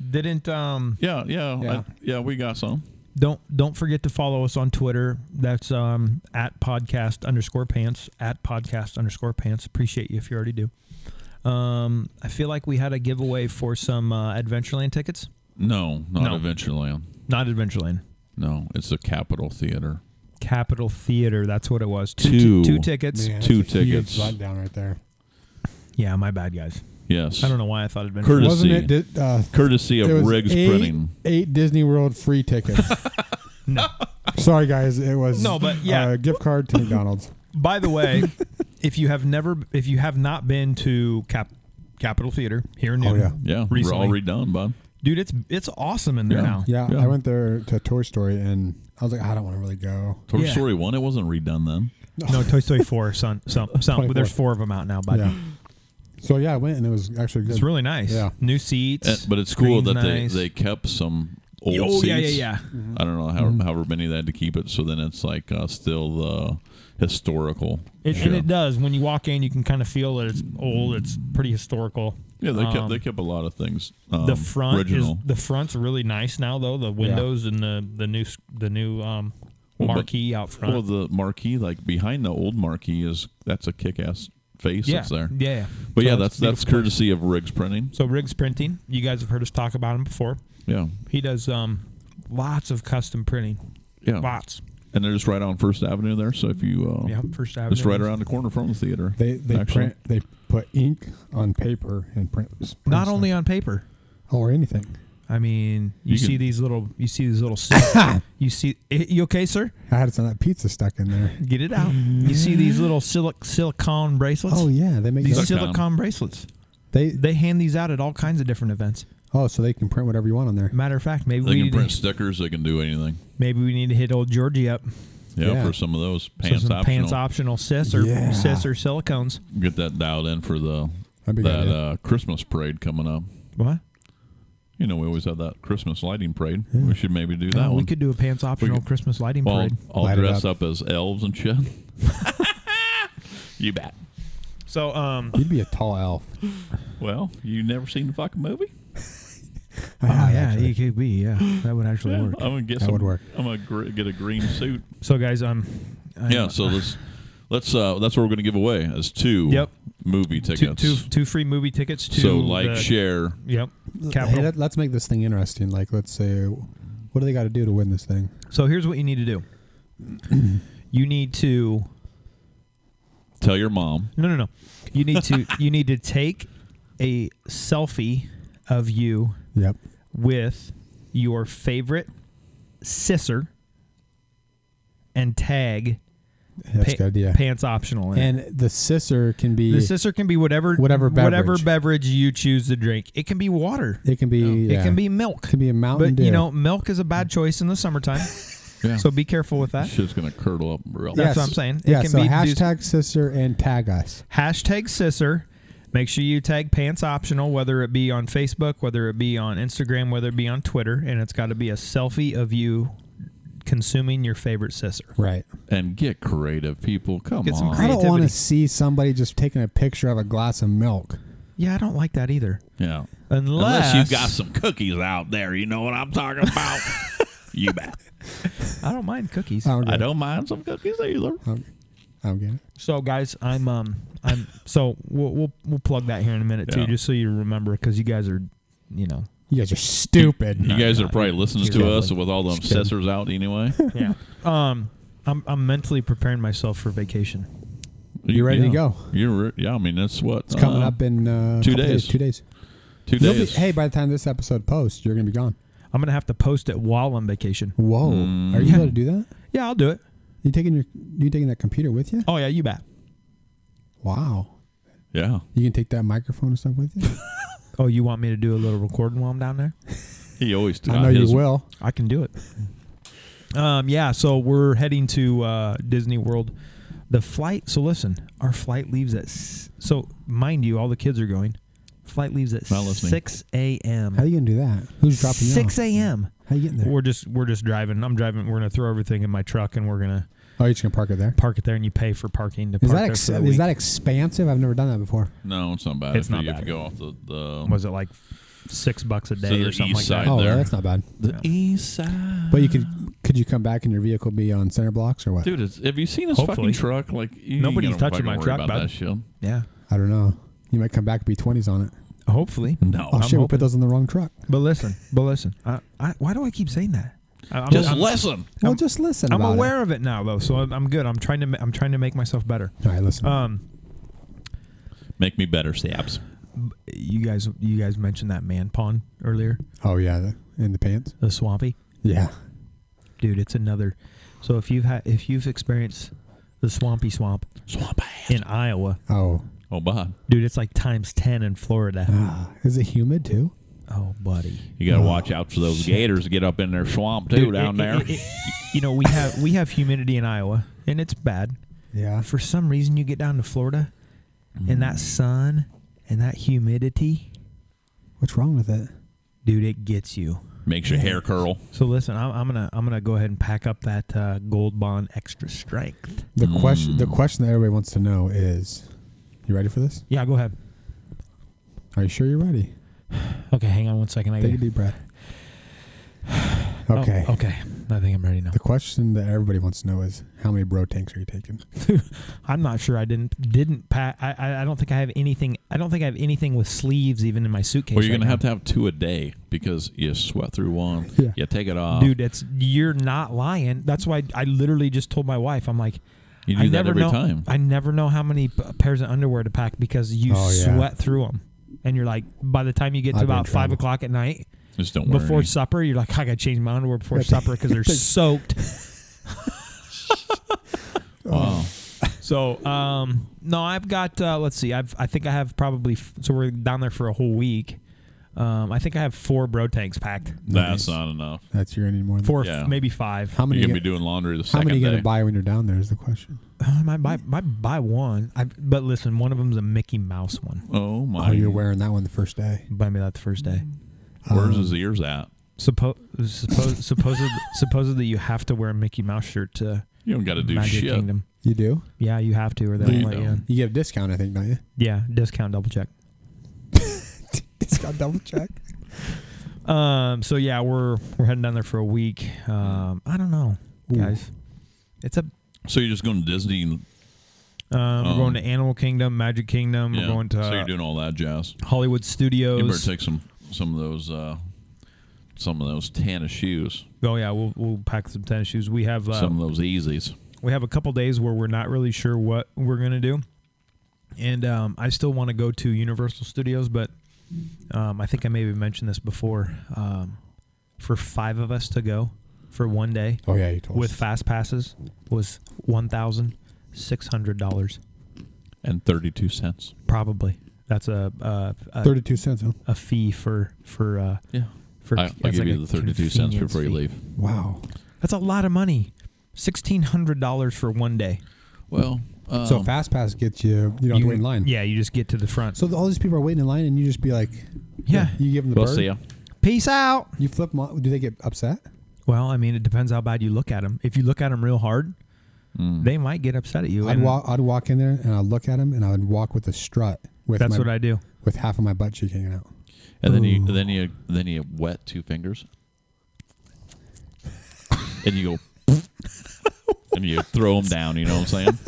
Speaker 6: didn't um
Speaker 5: Yeah, yeah, yeah.
Speaker 7: Yeah.
Speaker 5: yeah we got some.
Speaker 6: don't don't forget to follow us on Twitter. That's um at podcast underscore pants at podcast underscore pants. Appreciate you if you already do. Um, I feel like we had a giveaway for some uh, Adventureland tickets.
Speaker 5: No, not
Speaker 6: No.
Speaker 5: Adventureland.
Speaker 6: Not Adventureland,
Speaker 5: No, it's the Capitol Theater.
Speaker 6: Capital Theater. That's what it was. Two
Speaker 5: Two.
Speaker 6: two tickets.
Speaker 7: Man,
Speaker 5: two
Speaker 7: that's a huge
Speaker 5: tickets.
Speaker 7: letdown right there.
Speaker 6: Yeah, my bad, guys.
Speaker 5: Yes.
Speaker 6: I don't know why I thought Adventureland.
Speaker 5: Curtis-
Speaker 7: Wasn't
Speaker 5: see.
Speaker 7: it? Did, uh,
Speaker 5: Courtesy
Speaker 7: it
Speaker 5: of
Speaker 7: was
Speaker 5: Riggs
Speaker 7: eight,
Speaker 5: Printing.
Speaker 7: Eight Disney World free tickets. Sorry, guys. It was
Speaker 6: No, but yeah.
Speaker 7: uh, gift card to McDonald's.
Speaker 6: By the way, if you have never, if you have not been to Cap Capitol Theater here in
Speaker 7: Oh,
Speaker 6: Newton,
Speaker 7: yeah.
Speaker 5: Yeah,
Speaker 6: recently,
Speaker 5: we're all redone, bud.
Speaker 6: dude, it's it's awesome in there
Speaker 5: Yeah.
Speaker 6: now.
Speaker 7: Yeah,
Speaker 5: Yeah.
Speaker 7: I went there to Toy Story, and I was like, "Ah, I don't want to really go.
Speaker 5: Toy
Speaker 6: Yeah.
Speaker 5: Story 1, it wasn't redone then.
Speaker 6: No, Toy Story 4, son, some, some, but there's
Speaker 7: 24.
Speaker 6: four of them out now, but
Speaker 7: Yeah. So yeah, I went, and it was actually good.
Speaker 6: it's really nice.
Speaker 7: Yeah.
Speaker 6: New seats.
Speaker 5: Eh, but it's cool
Speaker 6: screen's
Speaker 5: that
Speaker 6: nice.
Speaker 5: they, they kept some old
Speaker 6: Oh,
Speaker 5: seats.
Speaker 6: yeah, yeah, yeah. Mm-hmm.
Speaker 5: I don't know how, however many they had to keep it. So then it's like uh, still the historical.
Speaker 6: It,
Speaker 5: show.
Speaker 6: And it does. When you walk in, you can kind of feel that it's old. It's pretty historical.
Speaker 5: Yeah, they kept
Speaker 6: Um,
Speaker 5: they kept a lot of things. Um,
Speaker 6: the front
Speaker 5: original.
Speaker 6: is the front's really nice now though. The windows and the the new s- the new um,
Speaker 5: Well, but-
Speaker 6: marquee out front.
Speaker 5: well, the marquee, like behind the old marquee, is that's a kick-ass face
Speaker 6: yeah.
Speaker 5: that's there.
Speaker 6: yeah, yeah.
Speaker 5: But
Speaker 6: So
Speaker 5: yeah,
Speaker 6: it's
Speaker 5: that's
Speaker 6: beautiful
Speaker 5: that's
Speaker 6: place.
Speaker 5: courtesy of Riggs Printing.
Speaker 6: So Riggs Printing, you guys have heard us talk about him before.
Speaker 5: Yeah,
Speaker 6: He does um, lots of custom printing.
Speaker 5: yeah.
Speaker 6: Lots.
Speaker 5: And they're just right on First Avenue there. So if you, uh,
Speaker 6: Yeah, First Avenue.
Speaker 5: just right around the corner from the theater.
Speaker 7: They they
Speaker 5: actually.
Speaker 7: print they put ink on paper and print. print
Speaker 6: Not
Speaker 7: stuff.
Speaker 6: only on paper.
Speaker 7: or anything.
Speaker 6: I mean, you,
Speaker 5: You
Speaker 6: see
Speaker 5: can-
Speaker 6: these little, you see these little, sil- you see, eh, you okay, sir?
Speaker 7: I had some of that pizza stuck in there.
Speaker 6: Get it out. You see these little silic- silicone bracelets?
Speaker 7: Oh yeah, they make
Speaker 6: These
Speaker 7: those.
Speaker 5: Silicone.
Speaker 6: silicone bracelets.
Speaker 7: They,
Speaker 6: They hand these out at all kinds of different events.
Speaker 7: oh so they can print whatever you want on there.
Speaker 6: Matter of fact, maybe
Speaker 5: They
Speaker 6: we
Speaker 5: can
Speaker 6: need
Speaker 5: print
Speaker 6: to,
Speaker 5: stickers. They can do anything.
Speaker 6: maybe we need to hit old Georgie up.
Speaker 5: Yeah,
Speaker 7: Yeah.
Speaker 5: for some of those
Speaker 6: So
Speaker 5: pants
Speaker 6: some
Speaker 5: optional.
Speaker 6: pants optional sis or
Speaker 7: Yeah.
Speaker 6: sis or silicones.
Speaker 5: Get that dialed in for the
Speaker 7: That'd be
Speaker 5: that
Speaker 7: good.
Speaker 5: uh, Christmas parade coming up.
Speaker 6: What?
Speaker 5: You know, we always had that Christmas lighting parade. We should maybe do that
Speaker 6: Oh,
Speaker 5: one.
Speaker 6: we could do a pants optional
Speaker 5: could-
Speaker 6: Christmas lighting
Speaker 5: all,
Speaker 6: parade.
Speaker 5: all
Speaker 7: Light it
Speaker 5: dressed up. as elves and shit. you bet.
Speaker 6: So, um,
Speaker 7: You'd be a tall elf.
Speaker 5: Well, you never seen the fucking movie?
Speaker 7: I
Speaker 6: oh
Speaker 7: have,
Speaker 6: yeah,
Speaker 7: actually.
Speaker 6: you could be yeah, that would actually
Speaker 5: Yeah, I'm
Speaker 6: work.
Speaker 5: gonna get
Speaker 7: That
Speaker 5: some.
Speaker 7: would work.
Speaker 5: I'm gonna gr- get a green suit.
Speaker 6: So guys, um, I-
Speaker 5: yeah. So let's let's uh that's what we're gonna give away as two
Speaker 6: Yep.
Speaker 5: movie
Speaker 6: two,
Speaker 5: tickets.
Speaker 6: two, two free movie tickets to
Speaker 5: so like
Speaker 6: the-
Speaker 5: share.
Speaker 6: Yep.
Speaker 7: Hey,
Speaker 6: Capital.
Speaker 7: let, us make this thing interesting. Like, let's say, what do they got to do to win this thing?
Speaker 6: So here's what you need to do. you need to
Speaker 5: Tell your mom.
Speaker 6: no no no. You need to you need to take a selfie of you
Speaker 7: Yep.
Speaker 6: with your favorite sisser and tag
Speaker 7: That's
Speaker 6: pa-
Speaker 7: a good idea.
Speaker 6: pants optional in it.
Speaker 7: and the scissor can be.
Speaker 6: The sisser can be whatever
Speaker 7: Whatever
Speaker 6: whatever
Speaker 7: beverage.
Speaker 6: beverage you choose to drink. It can be water.
Speaker 7: it can be. Yeah.
Speaker 6: It can be milk.
Speaker 7: It can be a Mountain
Speaker 6: But you
Speaker 7: Dew.
Speaker 6: know, milk is a bad choice in the summertime.
Speaker 5: Yeah.
Speaker 6: So be careful with that.
Speaker 5: Shit's gonna curdle up real.
Speaker 6: That's what I'm saying. It
Speaker 7: yeah.
Speaker 6: can
Speaker 7: so
Speaker 6: be do-
Speaker 7: hashtag scissor and tag us.
Speaker 6: hashtag sisser make sure you tag pants optional whether it be on facebook whether it be on instagram whether it be on twitter and it's got to be a selfie of you consuming your favorite sisser
Speaker 7: Right.
Speaker 5: And get creative, people. Come
Speaker 6: Get some
Speaker 5: on.
Speaker 7: I don't want
Speaker 6: Creativity.
Speaker 7: to see somebody just taking a picture of a glass of milk.
Speaker 6: yeah i don't like that either
Speaker 5: yeah.
Speaker 6: unless,
Speaker 5: Unless you got some cookies out there, you know what I'm talking about. you bet.
Speaker 6: i don't mind cookies
Speaker 7: I don't get
Speaker 5: I
Speaker 7: it.
Speaker 5: don't mind some cookies either.
Speaker 7: I don't get it.
Speaker 6: so guys i'm um i'm so we'll we'll, we'll plug that here in a minute
Speaker 5: Yeah.
Speaker 6: too just so you remember because you guys are you know
Speaker 7: You guys are stupid.
Speaker 5: You guys are probably listening to us
Speaker 6: Exactly.
Speaker 5: with all the
Speaker 7: kidding.
Speaker 5: obsessors out anyway.
Speaker 6: yeah um I'm, I'm mentally preparing myself for vacation
Speaker 7: You ready to go?
Speaker 5: You're re- yeah. I mean, that's what
Speaker 7: It's coming
Speaker 5: uh,
Speaker 7: up in uh,
Speaker 5: two
Speaker 7: couple
Speaker 5: days.
Speaker 7: Two days.
Speaker 5: two
Speaker 7: You'll be-
Speaker 5: days.
Speaker 7: hey, by the time this episode posts, you're gonna be gone.
Speaker 6: i'm gonna have to post it while i'm vacation
Speaker 7: Whoa, are you able to do that?
Speaker 6: yeah i'll do it
Speaker 7: You taking your you taking that computer with you?
Speaker 6: oh yeah you bet
Speaker 7: Wow,
Speaker 5: yeah,
Speaker 7: you can take that microphone and stuff with you.
Speaker 6: Oh, you want me to do a little recording while I'm down there?
Speaker 5: he always.
Speaker 7: I know you
Speaker 5: his-
Speaker 7: will.
Speaker 6: I can do it. Um, yeah, so we're heading to uh, Disney World. The flight. So listen, our flight leaves at. S- so mind you, all the kids are going. Flight leaves at
Speaker 5: Not listening.
Speaker 6: six a.m.
Speaker 7: How you gonna do that? Who's dropping you
Speaker 6: Six
Speaker 7: off?
Speaker 6: a.m.
Speaker 7: How you getting there?
Speaker 6: We're just we're just driving. I'm driving. We're gonna throw everything in my truck and we're gonna
Speaker 7: Oh, you're just gonna park it there.
Speaker 6: park it there, and you pay for parking to
Speaker 7: Is
Speaker 6: park
Speaker 7: that
Speaker 6: there
Speaker 7: ex-
Speaker 6: for the
Speaker 7: is
Speaker 6: week.
Speaker 7: that expansive? I've never done that before.
Speaker 5: No, it's not bad.
Speaker 6: It's
Speaker 5: if
Speaker 6: not
Speaker 5: you,
Speaker 6: bad.
Speaker 5: If you go off the, um, the
Speaker 6: Was it like six bucks a day
Speaker 5: the
Speaker 6: or something
Speaker 5: east
Speaker 6: like
Speaker 5: side
Speaker 6: that.
Speaker 7: Oh,
Speaker 5: there.
Speaker 7: that's not bad.
Speaker 5: The east side.
Speaker 7: But you could could you come back and your vehicle be on center blocks or what?
Speaker 5: Dude, it's, have you seen his
Speaker 6: Hopefully.
Speaker 5: fucking truck? Like you ain't
Speaker 6: Nobody's
Speaker 5: gonna
Speaker 6: touching
Speaker 5: fucking
Speaker 6: my
Speaker 5: worry
Speaker 6: truck,
Speaker 5: about
Speaker 6: bud.
Speaker 5: that shit.
Speaker 3: Yeah.
Speaker 7: I don't know. You might come back and be twenties on it.
Speaker 3: Hopefully.
Speaker 5: No,
Speaker 7: Oh
Speaker 5: I'm-
Speaker 7: shit, we
Speaker 6: hoping-
Speaker 7: put those in the wrong truck.
Speaker 3: But listen, but listen. I, I, why do I keep saying that?
Speaker 6: I- I'm,
Speaker 5: just
Speaker 6: I'm,
Speaker 5: listen.
Speaker 7: Well,
Speaker 6: I'm-
Speaker 7: just listen.
Speaker 6: I'm
Speaker 7: about it.
Speaker 6: aware of it now though, so I'm, I'm good. I'm trying to ma- I'm trying to make myself better.
Speaker 7: All right, listen.
Speaker 6: Um,
Speaker 5: Make me better, Sabs.
Speaker 6: you guys you guys mentioned that man pond earlier,
Speaker 7: oh yeah, the, in the pants.
Speaker 6: the swampy.
Speaker 7: Yeah.
Speaker 6: dude it's another so if you've had if you've experienced the swampy swamp
Speaker 5: Swamp ass.
Speaker 6: in iowa
Speaker 7: Oh,
Speaker 5: Oh, Bob,
Speaker 6: dude it's like times 10 in florida
Speaker 7: Ah, is it humid too?
Speaker 6: oh buddy
Speaker 5: you got to watch out for those gators that get up in their swamp too
Speaker 6: Dude,
Speaker 5: down
Speaker 6: it-
Speaker 5: there.
Speaker 6: it- it- you know we have we have humidity in iowa and it's bad
Speaker 7: Yeah.
Speaker 6: for some reason you get down to florida and that sun and that humidity
Speaker 7: What's wrong with it?
Speaker 6: dude it gets you
Speaker 5: Makes your hair curl.
Speaker 6: so listen i'm, I'm gonna i'm gonna go ahead and pack up that uh, gold bond extra strength
Speaker 7: The question the question that everybody wants to know is, you ready for this?
Speaker 6: yeah go ahead
Speaker 7: Are you sure you're ready?
Speaker 6: okay hang on one second I
Speaker 7: Take a
Speaker 6: gotta-
Speaker 7: deep breath.
Speaker 6: oh,
Speaker 7: Okay.
Speaker 6: okay i think i'm ready now
Speaker 7: The question that everybody wants to know is how many bro tanks are you taking?
Speaker 6: I'm not sure. I didn't didn't pack. I- I I don't think I have anything. I don't think I have anything with sleeves even in my suitcase.
Speaker 5: Well, you're
Speaker 6: right
Speaker 5: gonna have to
Speaker 6: now.
Speaker 5: have two a day because you sweat through one.
Speaker 7: Yeah.
Speaker 5: You take it off,
Speaker 6: dude. That's you're not lying. That's why I literally just told my wife. I'm like,
Speaker 5: You
Speaker 6: I
Speaker 5: do that
Speaker 6: never
Speaker 5: every
Speaker 6: know,
Speaker 5: time.
Speaker 6: I never know how many p- pairs of underwear to pack because you
Speaker 7: Oh, yeah.
Speaker 6: sweat through them, and you're like, by the time you get to
Speaker 7: I'd be in
Speaker 6: about five
Speaker 7: trouble.
Speaker 6: o'clock at night
Speaker 5: Just don't wear
Speaker 6: before
Speaker 5: any.
Speaker 6: supper, you're like, I gotta change my underwear before supper because they're soaked.
Speaker 5: Wow.
Speaker 6: So, um, no, I've got. Uh, let's see. I've. I think I have probably. f- So we're down there for a whole week. Um, I think I have four bro tanks packed.
Speaker 5: That's not enough.
Speaker 7: That's your any more than
Speaker 6: Four,
Speaker 5: Yeah.
Speaker 6: maybe five.
Speaker 7: How many?
Speaker 5: You're
Speaker 7: you
Speaker 5: gonna be
Speaker 7: get-
Speaker 5: doing laundry the
Speaker 7: how
Speaker 5: second
Speaker 7: many you
Speaker 5: day.
Speaker 7: gonna buy when you're down there is the question.
Speaker 6: Uh, I might buy, might buy one. I, but listen, one of them's a Mickey Mouse one.
Speaker 5: oh my!
Speaker 7: Oh, you're wearing that one the first day.
Speaker 6: Buy me that the first day. um,
Speaker 5: Where's his ears at?
Speaker 6: Suppo- suppose, supposedly, supposedly you have to wear a Mickey Mouse shirt to
Speaker 5: You don't got to do
Speaker 6: Magic
Speaker 5: shit.
Speaker 6: Kingdom.
Speaker 7: You do?
Speaker 6: Yeah, you have to, or they
Speaker 5: No,
Speaker 6: won't
Speaker 5: you
Speaker 6: let you
Speaker 5: don't.
Speaker 6: in.
Speaker 7: You get a discount, I think, don't you?
Speaker 6: Yeah, discount, double check.
Speaker 7: discount double check.
Speaker 6: Um. So yeah, we're we're heading down there for a week. Um. I don't know, guys. It's a
Speaker 5: So you're just going to Disney? And,
Speaker 6: Um,
Speaker 5: Um,
Speaker 6: we're going to Animal Kingdom, Magic Kingdom.
Speaker 5: yeah.
Speaker 6: We're going to
Speaker 5: so you're
Speaker 6: uh,
Speaker 5: doing all that jazz.
Speaker 6: Hollywood
Speaker 5: You better
Speaker 6: Studios.
Speaker 5: take some some of those uh, some of those Tana shoes,
Speaker 6: oh yeah, we'll we'll pack some tennis shoes. We have uh,
Speaker 5: some of those Easies.
Speaker 6: we have a couple days where we're not really sure what we're gonna do, and um, I still want to go to Universal Studios, but um, I think I maybe mentioned this before. Um, for five of us to go for one day
Speaker 7: Oh yeah, you told
Speaker 6: with
Speaker 7: us.
Speaker 6: fast passes was one thousand six hundred dollars,
Speaker 5: and 32 cents.
Speaker 6: probably. That's a a, a,
Speaker 7: thirty-two cents. Huh?
Speaker 6: a fee for for. Uh,
Speaker 5: Yeah.
Speaker 6: for
Speaker 5: I, I'll
Speaker 6: it's
Speaker 5: give
Speaker 6: like
Speaker 5: you
Speaker 6: a
Speaker 5: the 32 cents
Speaker 6: convenience
Speaker 5: before you
Speaker 6: fee.
Speaker 5: leave.
Speaker 7: Wow.
Speaker 6: That's a lot of money. Sixteen hundred dollars for one day.
Speaker 5: Well, um,
Speaker 7: so fast pass gets you. You don't have to wait in line.
Speaker 6: Yeah, you just get to the front.
Speaker 7: So the, all these people are waiting in line, and you just be like,
Speaker 6: yeah.
Speaker 7: you give them the
Speaker 5: we'll
Speaker 7: bird.
Speaker 5: see ya.
Speaker 6: Peace out.
Speaker 7: You flip them. off. Do they get upset?
Speaker 6: Well, I mean, it depends how bad you look at them. If you look at them real hard,
Speaker 5: Mm.
Speaker 6: they might get upset at you.
Speaker 7: I'd
Speaker 6: and
Speaker 7: walk. I'd walk in there and I'd look at them and I'd walk with a strut. With
Speaker 6: that's
Speaker 7: my,
Speaker 6: what I do.
Speaker 7: With half of my butt cheek hanging out.
Speaker 5: And then you then you then you wet two fingers. and you go and you throw them down, you know what I'm saying?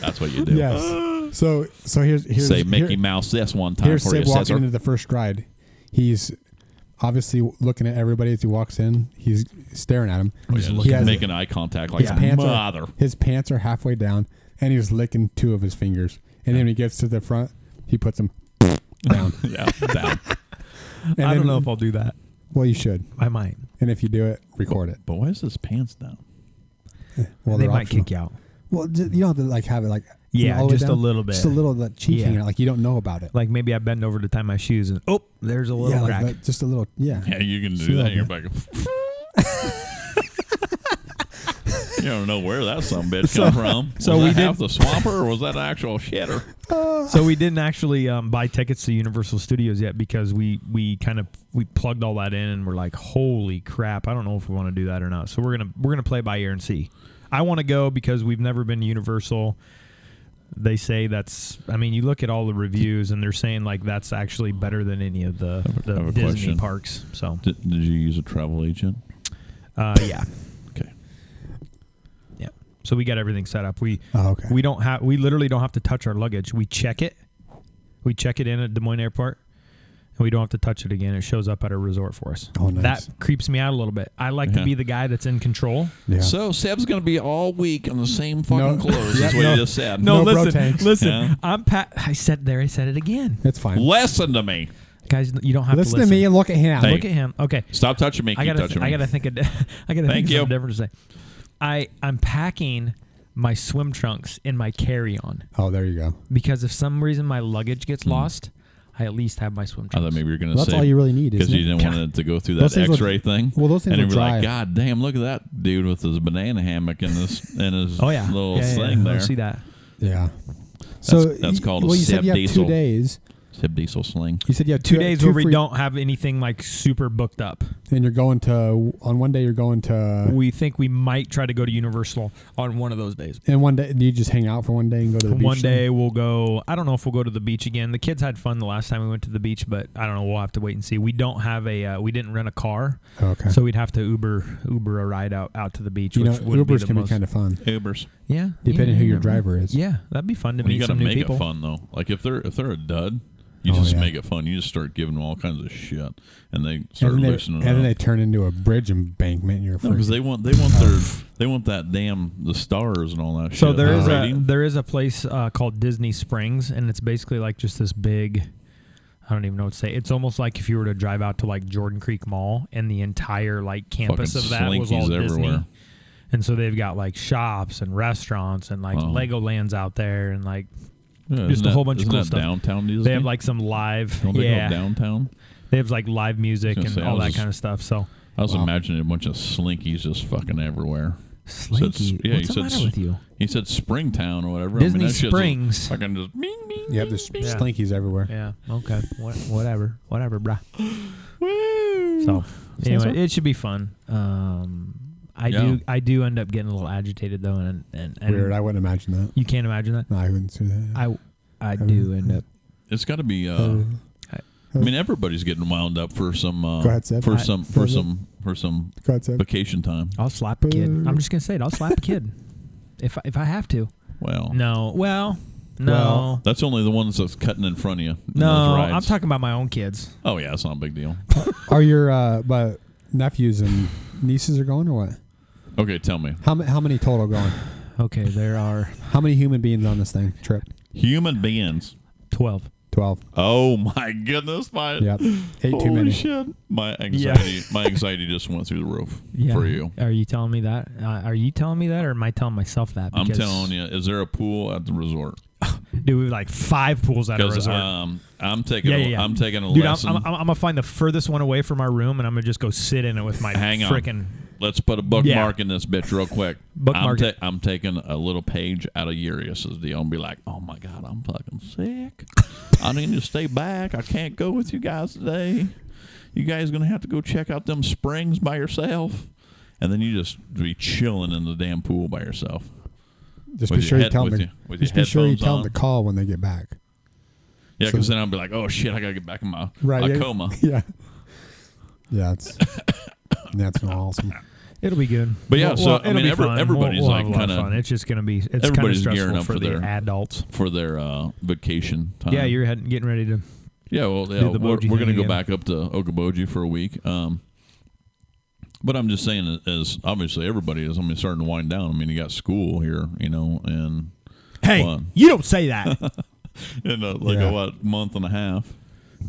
Speaker 5: That's what you do.
Speaker 7: Yes. So so here's here's
Speaker 5: Say Mickey
Speaker 7: here-
Speaker 5: Mouse this one time
Speaker 7: Here's
Speaker 5: for you,
Speaker 7: Sid walking
Speaker 5: scissor.
Speaker 7: into the first ride. He's obviously looking at everybody as he walks in. He's staring at him.
Speaker 5: Oh, yeah,
Speaker 7: he
Speaker 5: just
Speaker 7: has
Speaker 5: making eye contact like
Speaker 7: his
Speaker 5: a
Speaker 7: pants
Speaker 5: mother.
Speaker 7: Are, his pants are halfway down, and he's licking two of his fingers. And then when he gets to the front, he puts them down.
Speaker 5: yeah, down.
Speaker 7: And
Speaker 6: I
Speaker 7: then-
Speaker 6: don't know if I'll do that.
Speaker 7: Well, you should.
Speaker 6: I might.
Speaker 7: And if you do it, record it.
Speaker 5: But why is his pants down?
Speaker 7: Well,
Speaker 6: they
Speaker 7: they're
Speaker 6: might
Speaker 7: optional.
Speaker 6: kick you out.
Speaker 7: Well, ju- you don't have to like have it like you know,
Speaker 6: Yeah,
Speaker 7: all the way
Speaker 6: just a
Speaker 7: down.
Speaker 6: little bit.
Speaker 7: just a little of that cheek
Speaker 6: Yeah.
Speaker 7: hanging out, like you don't know about it.
Speaker 6: Like maybe I bend over to tie my shoes and oh, there's a little
Speaker 7: yeah,
Speaker 6: crack.
Speaker 7: like that, just a little. Yeah.
Speaker 5: Yeah, you can do
Speaker 7: Sure,
Speaker 5: that in your
Speaker 7: but-
Speaker 5: back. you don't know where that some bitch come from. Was
Speaker 6: so we
Speaker 5: that
Speaker 6: did-
Speaker 5: half the swamper, or was that an actual shitter?
Speaker 6: so we didn't actually um, buy tickets to Universal Studios yet because we we kind of we plugged all that in and we're like, holy crap! I don't know if we want to do that or not. So we're gonna we're gonna play by ear and see. I want to go because we've never been to Universal. They say that's. I mean, you look at all the reviews, and they're saying like that's actually better than any of the,
Speaker 5: I have
Speaker 6: the
Speaker 5: a
Speaker 6: Disney
Speaker 5: question.
Speaker 6: parks. So,
Speaker 5: Did, did you use a travel agent?
Speaker 6: uh, yeah,
Speaker 5: Okay.
Speaker 6: yeah. So we got everything set up. We
Speaker 7: Oh, okay.
Speaker 6: we don't have. We literally don't have to touch our luggage. We check it. We check it in at Des Moines Airport, and we don't have to touch it again. It shows up at our resort for us.
Speaker 7: Oh, nice.
Speaker 6: That creeps me out a little bit. I like
Speaker 5: Yeah.
Speaker 6: to be the guy that's in control.
Speaker 7: Yeah.
Speaker 5: So Seb's going to be all week on the same fucking
Speaker 7: No.
Speaker 5: clothes. That's
Speaker 7: Yeah,
Speaker 5: what
Speaker 7: no.
Speaker 5: you just said.
Speaker 7: No
Speaker 6: No,
Speaker 7: bro
Speaker 6: listen,
Speaker 7: tanks.
Speaker 6: listen.
Speaker 5: Yeah.
Speaker 6: I'm Pat. I said there. I said it again,
Speaker 7: That's fine.
Speaker 5: Listen to me.
Speaker 6: guys. You don't have
Speaker 7: listen,
Speaker 6: to listen
Speaker 7: to me and look at him.
Speaker 5: Hey.
Speaker 6: Look at him. Okay,
Speaker 5: Stop touching me.
Speaker 6: I
Speaker 5: Keep
Speaker 6: gotta.
Speaker 5: touching me.
Speaker 6: I gotta think. Of, I gotta
Speaker 5: Thank
Speaker 6: think
Speaker 5: you.
Speaker 6: of something different to say. I I'm packing my swim trunks in my carry-on
Speaker 7: Oh, there you go.
Speaker 6: because if some reason my luggage gets
Speaker 5: Hmm.
Speaker 6: lost, I at least have my swim
Speaker 5: I thought
Speaker 6: trunks.
Speaker 5: maybe you were going to
Speaker 7: Well,
Speaker 5: say
Speaker 7: that's all you really need,
Speaker 5: because
Speaker 7: isn't
Speaker 5: you
Speaker 7: it?
Speaker 5: didn't want it to go through that
Speaker 7: things look-
Speaker 5: X-ray thing.
Speaker 7: well, those things
Speaker 5: and
Speaker 7: look
Speaker 5: you were like,
Speaker 7: dry.
Speaker 5: God damn, look at that dude with his banana hammock and his and his
Speaker 6: oh yeah,
Speaker 5: little
Speaker 6: yeah, yeah,
Speaker 5: thing
Speaker 6: yeah.
Speaker 5: there.
Speaker 6: I see that?
Speaker 7: Yeah. So
Speaker 5: that's
Speaker 7: y-
Speaker 5: called a
Speaker 7: well, you said
Speaker 5: Seb
Speaker 7: you have
Speaker 5: Diesel.
Speaker 7: two days.
Speaker 5: Seb Diesel sling.
Speaker 7: You said you have
Speaker 6: Two
Speaker 7: two
Speaker 6: days
Speaker 7: two
Speaker 6: where we
Speaker 7: free-
Speaker 6: don't have anything like super booked up.
Speaker 7: And you're going to on one day you're going to
Speaker 6: We think we might try to go to Universal on one of those days.
Speaker 7: and one day do you just hang out for one day and go to the beach.
Speaker 6: One day we'll go. I don't know if we'll go to the beach again. The kids had fun the last time we went to the beach, but I don't know. We'll have to wait and see. We don't have a. Uh, we didn't rent a car,
Speaker 7: Oh, Okay.
Speaker 6: so we'd have to Uber Uber a ride out out to the beach.
Speaker 7: you know,
Speaker 6: which would
Speaker 7: Ubers
Speaker 6: be the
Speaker 7: can
Speaker 6: most,
Speaker 7: be kind of fun
Speaker 5: Ubers.
Speaker 6: yeah, yeah,
Speaker 7: depending who your
Speaker 6: yeah.
Speaker 7: driver is.
Speaker 6: Yeah, that'd be fun to
Speaker 5: Well,
Speaker 6: meet
Speaker 5: you got to
Speaker 6: some new
Speaker 5: make
Speaker 6: people.
Speaker 5: it fun though. Like if they're if they're a dud, you
Speaker 7: Oh,
Speaker 5: just
Speaker 7: yeah.
Speaker 5: make it fun. You just start giving them all kinds of shit, and they start
Speaker 7: And, then they,
Speaker 5: loosening
Speaker 7: and then
Speaker 5: up.
Speaker 7: they turn into a bridge embankment. And you're
Speaker 5: No, because
Speaker 7: freaking-
Speaker 5: they want they want their they want that damn the stars and all that shit.
Speaker 6: So there is a
Speaker 5: uh, rating.
Speaker 6: there is a place uh, called Disney Springs, and it's basically like just this big. I don't even know what to say. It's almost like if you were to drive out to like Jordan Creek Mall, and the entire like campus
Speaker 5: Fucking
Speaker 6: of that was
Speaker 5: slinkies
Speaker 6: all
Speaker 5: everywhere.
Speaker 6: Disney. And so they've got like shops and restaurants and like
Speaker 5: Wow.
Speaker 6: Legoland's out there and like
Speaker 5: Yeah,
Speaker 6: just
Speaker 5: isn't
Speaker 6: a whole
Speaker 5: that-
Speaker 6: bunch of
Speaker 5: isn't
Speaker 6: cool
Speaker 5: that
Speaker 6: stuff.
Speaker 5: Downtown Disney.
Speaker 6: they have like some live
Speaker 5: Don't they
Speaker 6: yeah
Speaker 5: go downtown?
Speaker 6: they have like live music
Speaker 5: I was
Speaker 6: and
Speaker 5: gonna say, I
Speaker 6: all
Speaker 5: was
Speaker 6: that
Speaker 5: just-
Speaker 6: kind of stuff. So
Speaker 5: I was imagining a bunch of slinkies just fucking everywhere.
Speaker 6: Slinky,
Speaker 5: Said s- yeah,
Speaker 6: what's
Speaker 5: he
Speaker 6: the
Speaker 5: said
Speaker 6: matter
Speaker 5: s-
Speaker 6: with you?
Speaker 5: He said Springtown or whatever. I
Speaker 6: Disney
Speaker 5: mean, that shit's
Speaker 6: Springs.
Speaker 5: Just fucking just bing, bing,
Speaker 7: yeah,
Speaker 5: bing,
Speaker 7: there's
Speaker 5: bing.
Speaker 7: slinkies everywhere.
Speaker 6: Yeah. Okay. What, whatever. Whatever, bruh. So anyway, it should be fun. Um, I
Speaker 5: Yeah.
Speaker 6: do. I do end up getting a little agitated though, and and, and
Speaker 7: Weird. I wouldn't imagine that.
Speaker 6: you can't imagine that.
Speaker 7: No, I wouldn't see that.
Speaker 6: I I do end up.
Speaker 5: It's got to be. Uh,
Speaker 6: I-
Speaker 5: I mean, everybody's getting wound up for some. Uh,
Speaker 7: Go ahead, Seb.
Speaker 5: For
Speaker 7: I-
Speaker 5: some. For
Speaker 7: Seb.
Speaker 5: some. For some
Speaker 7: Go ahead, Seb.
Speaker 5: vacation time.
Speaker 6: I'll slap a kid. I'm just gonna say it. I'll slap a kid if I, if I have to.
Speaker 5: Well,
Speaker 6: No. Well. No.
Speaker 7: Well,
Speaker 5: that's only the ones that's cutting in front of you. in
Speaker 6: no.
Speaker 5: those rides.
Speaker 6: I'm talking about my own kids.
Speaker 5: Oh yeah, it's not a big deal.
Speaker 7: Are your uh, but nephews and nieces are going or what?
Speaker 5: Okay, tell me,
Speaker 7: How ma- how many total going?
Speaker 6: Okay. There are
Speaker 7: How many human beings on this thing trip?
Speaker 5: human beings.
Speaker 6: twelve.
Speaker 7: Twelve.
Speaker 5: Oh my goodness, my
Speaker 7: Yep. Eight
Speaker 5: holy
Speaker 7: too many.
Speaker 5: shit. My anxiety, my anxiety just went through the roof for you.
Speaker 6: Are you telling me that? Uh, are you telling me that, or am I telling myself that?
Speaker 5: I'm telling you, is there a pool at the resort?
Speaker 6: dude. We have like five pools at a
Speaker 5: Because
Speaker 6: resort.
Speaker 5: um, I'm taking, a, I'm taking a
Speaker 6: Dude,
Speaker 5: lesson.
Speaker 6: I'm, I'm, I'm gonna find the furthest one away from our room, and I'm gonna just go sit in it with my
Speaker 5: Hang on.
Speaker 6: frickin'
Speaker 5: Let's put a bookmark in this bitch real quick.
Speaker 6: Bookmark
Speaker 5: I'm,
Speaker 6: it.
Speaker 5: I'm taking a little page out of Urias's deal and be like, oh my god, I'm fucking sick. I need to stay back. I can't go with you guys today. You guys gonna have to go check out them springs by yourself. And then you just be chilling in the damn pool by yourself.
Speaker 7: Just
Speaker 5: With
Speaker 7: be
Speaker 5: your
Speaker 7: sure you
Speaker 5: head-
Speaker 7: tell
Speaker 5: with
Speaker 7: them.
Speaker 5: your- with
Speaker 7: just
Speaker 5: your
Speaker 7: be sure you
Speaker 5: headphones
Speaker 7: tell
Speaker 5: on.
Speaker 7: them to call when they get back.
Speaker 5: Yeah,
Speaker 7: So-
Speaker 5: because then I'll be like, oh shit, I gotta get back in my,
Speaker 7: Right.
Speaker 5: my
Speaker 7: yeah.
Speaker 5: coma.
Speaker 7: Yeah. Yeah. It's, that's awesome.
Speaker 6: It'll be good.
Speaker 5: But yeah,
Speaker 6: We'll-
Speaker 5: so,
Speaker 6: we'll-
Speaker 5: I
Speaker 6: it'll
Speaker 5: mean,
Speaker 6: be
Speaker 5: every-
Speaker 6: fun.
Speaker 5: everybody's,
Speaker 6: We'll- we'll
Speaker 5: like,
Speaker 6: have a lot of
Speaker 5: kinda-
Speaker 6: fun. It's just gonna be. It's kind of
Speaker 5: everybody's gearing
Speaker 6: stressful
Speaker 5: up
Speaker 6: for,
Speaker 5: for
Speaker 6: the
Speaker 5: their-
Speaker 6: adults.
Speaker 5: For their uh, vacation time.
Speaker 6: Yeah, you're heading, getting ready to.
Speaker 5: Yeah, well, yeah,
Speaker 6: the
Speaker 5: we're,
Speaker 6: Boji
Speaker 5: we're going to
Speaker 6: thing
Speaker 5: go
Speaker 6: again.
Speaker 5: back up to Okoboji for a week. Um, but I'm just saying, as obviously everybody is, I mean, starting to wind down. I mean, you got school here, you know, and
Speaker 6: Hey,
Speaker 5: Fun.
Speaker 6: you don't say that.
Speaker 5: in uh like
Speaker 7: Yeah.
Speaker 5: a what month and a half.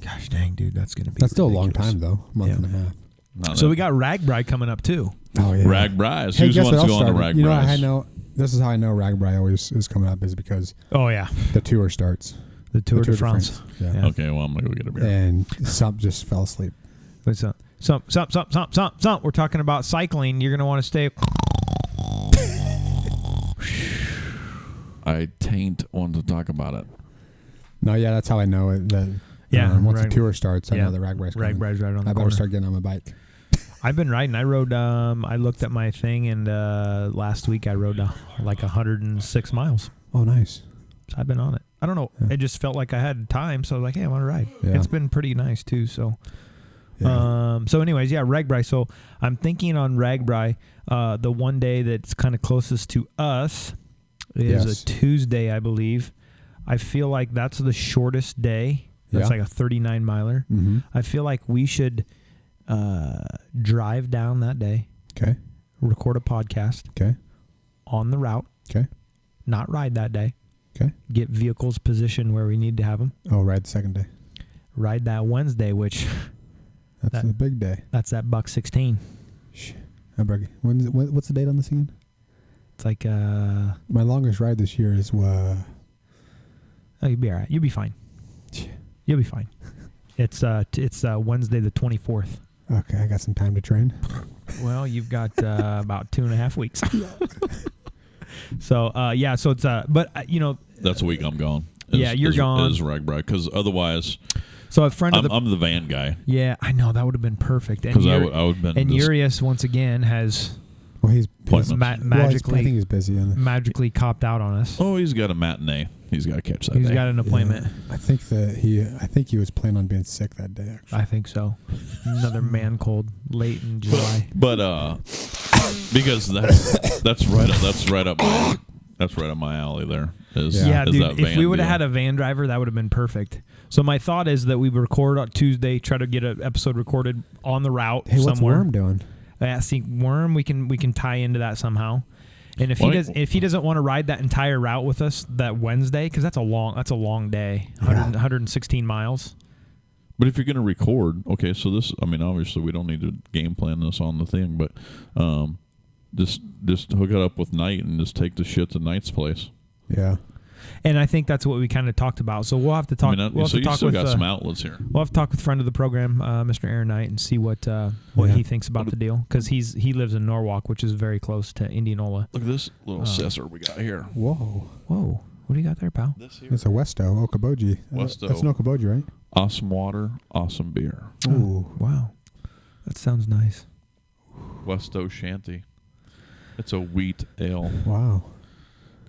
Speaker 6: Gosh dang, dude, that's gonna be.
Speaker 7: That's still a long
Speaker 6: ridiculous.
Speaker 7: time though. A month
Speaker 6: Yeah.
Speaker 7: and a half.
Speaker 5: Not
Speaker 6: So
Speaker 5: that-
Speaker 6: we got Ragbri coming up too.
Speaker 7: Oh yeah.
Speaker 5: Rag Bryce.
Speaker 7: Hey,
Speaker 5: Who's
Speaker 7: guess
Speaker 5: wants
Speaker 7: what
Speaker 5: to
Speaker 7: else
Speaker 5: go on to
Speaker 7: started?
Speaker 5: Rag
Speaker 7: You know
Speaker 5: Bryce?
Speaker 7: how I know. This is how I know Ragbri always is coming up is because
Speaker 6: Oh yeah,
Speaker 7: the tour starts.
Speaker 6: the Tour,
Speaker 7: The
Speaker 6: de France.
Speaker 7: Yeah.
Speaker 6: Yeah.
Speaker 5: Okay, well, I'm going to go get a beer.
Speaker 7: And some just fell asleep.
Speaker 6: What's up? Some, some, some, some, some, some. We're talking about cycling. You're gonna want to stay.
Speaker 5: I taint want to talk about it.
Speaker 7: No, yeah, that's how I know it. That
Speaker 6: Yeah,
Speaker 7: um, once
Speaker 6: Rag-
Speaker 7: the tour starts, I
Speaker 6: yeah.
Speaker 7: know that Ragbri's coming.
Speaker 6: Ragbri's right on the
Speaker 7: I better
Speaker 6: corner.
Speaker 7: start getting on my bike.
Speaker 6: I've been riding. I rode. Um, I looked at my thing, and uh, last week I rode uh, like 106 miles.
Speaker 7: Oh, nice.
Speaker 6: I've been on it. I don't know. It just felt like I had time, so I was like, "Hey, I'm on a ride."
Speaker 7: Yeah.
Speaker 6: It's been pretty nice too. So, um, so anyways, yeah, Ragbri. So I'm thinking on Ragbri, uh, the one day that's kind of closest to us is
Speaker 7: Yes.
Speaker 6: a Tuesday, I believe. I feel like that's the shortest day. That's
Speaker 7: Yeah.
Speaker 6: like a 39 miler.
Speaker 7: Mm-hmm.
Speaker 6: I feel like we should uh, drive down that day,
Speaker 7: Okay.
Speaker 6: record a podcast
Speaker 7: Okay.
Speaker 6: on the route,
Speaker 7: Okay.
Speaker 6: not ride that day.
Speaker 7: Okay.
Speaker 6: Get vehicles positioned where we need to have them.
Speaker 7: Oh, right. The second day.
Speaker 6: Ride that Wednesday, which
Speaker 7: That's
Speaker 6: That-
Speaker 7: the big day.
Speaker 6: that's that buck 16.
Speaker 7: Shh. I beg- When's it, when, what's the date on this again?
Speaker 6: It's like uh,
Speaker 7: My longest ride this year is uh,
Speaker 6: oh, you'll be all right. You'll be fine. You'll be fine. It's uh, t- it's uh, Wednesday the 24th.
Speaker 7: okay. I got some time to train.
Speaker 6: Well, you've got uh, about two and a half weeks. so uh, yeah, so it's uh, but uh, you know,
Speaker 5: That's a week I'm gone.
Speaker 6: Yeah, you're
Speaker 5: is,
Speaker 6: gone.
Speaker 5: Is Ragbri because otherwise
Speaker 6: so a friend of
Speaker 5: I'm,
Speaker 6: the
Speaker 5: I'm the van guy
Speaker 6: yeah, I know that would have been perfect. And
Speaker 5: because I
Speaker 6: Uri-
Speaker 5: would I would been
Speaker 6: and
Speaker 5: just-
Speaker 6: Urias once again has
Speaker 7: Well, he's
Speaker 5: Appointments.
Speaker 6: ma-
Speaker 5: Well,
Speaker 7: well, he's- I think
Speaker 6: magically
Speaker 7: he's busy. On the,
Speaker 6: magically copped out on us.
Speaker 5: oh he's got a matinee he's got to catch that
Speaker 6: He's
Speaker 5: day.
Speaker 6: got an appointment.
Speaker 7: Yeah. I think that he. I think he was planning on being sick that day. Actually.
Speaker 6: I think so. Another man cold late in July.
Speaker 5: but uh because that's that's right up that's right up my that's right up my alley there is
Speaker 6: Yeah,
Speaker 7: Yeah.
Speaker 5: is that
Speaker 6: dude. If
Speaker 5: van
Speaker 6: we would have
Speaker 5: deal.
Speaker 6: had a van driver, that would have been perfect. So my thought is that we record on Tuesday, try to get an episode recorded on the route
Speaker 7: Hey, what's
Speaker 6: somewhere.
Speaker 7: Worm doing?
Speaker 6: I see Worm, we can we can tie into that somehow. And if
Speaker 5: Why-
Speaker 6: he does, if he doesn't want to ride that entire route with us that Wednesday, because that's a long that's a long day, 100, 116 miles.
Speaker 5: But if you're going to record, okay, so this, I mean, obviously we don't need to game plan this on the thing, but um, just just hook it up with Knight and just take the shit to Knight's place.
Speaker 7: Yeah.
Speaker 6: And I think that's what we kind of talked about. So we'll have to talk.
Speaker 5: I mean, that-
Speaker 6: we'll have
Speaker 5: so
Speaker 6: to
Speaker 5: you
Speaker 6: talk
Speaker 5: still
Speaker 6: with
Speaker 5: got
Speaker 6: uh,
Speaker 5: some outlets here.
Speaker 6: We'll have to talk with friend of the program, uh, Mr. Aaron Knight, and see what uh, what
Speaker 7: Yeah.
Speaker 6: he thinks about the deal because he's he lives in Norwalk, which is very close to Indianola.
Speaker 5: Look at this little
Speaker 6: Uh.
Speaker 5: scissor we got here.
Speaker 7: Whoa.
Speaker 6: Whoa, what do you got there, pal?
Speaker 5: This here.
Speaker 7: That's a Westo Okoboji.
Speaker 5: Westo.
Speaker 7: That's an Okoboji, right?
Speaker 5: Awesome water, awesome beer.
Speaker 7: Ooh.
Speaker 6: Wow, that sounds nice.
Speaker 5: Westo Shanty. It's a wheat ale.
Speaker 7: Wow.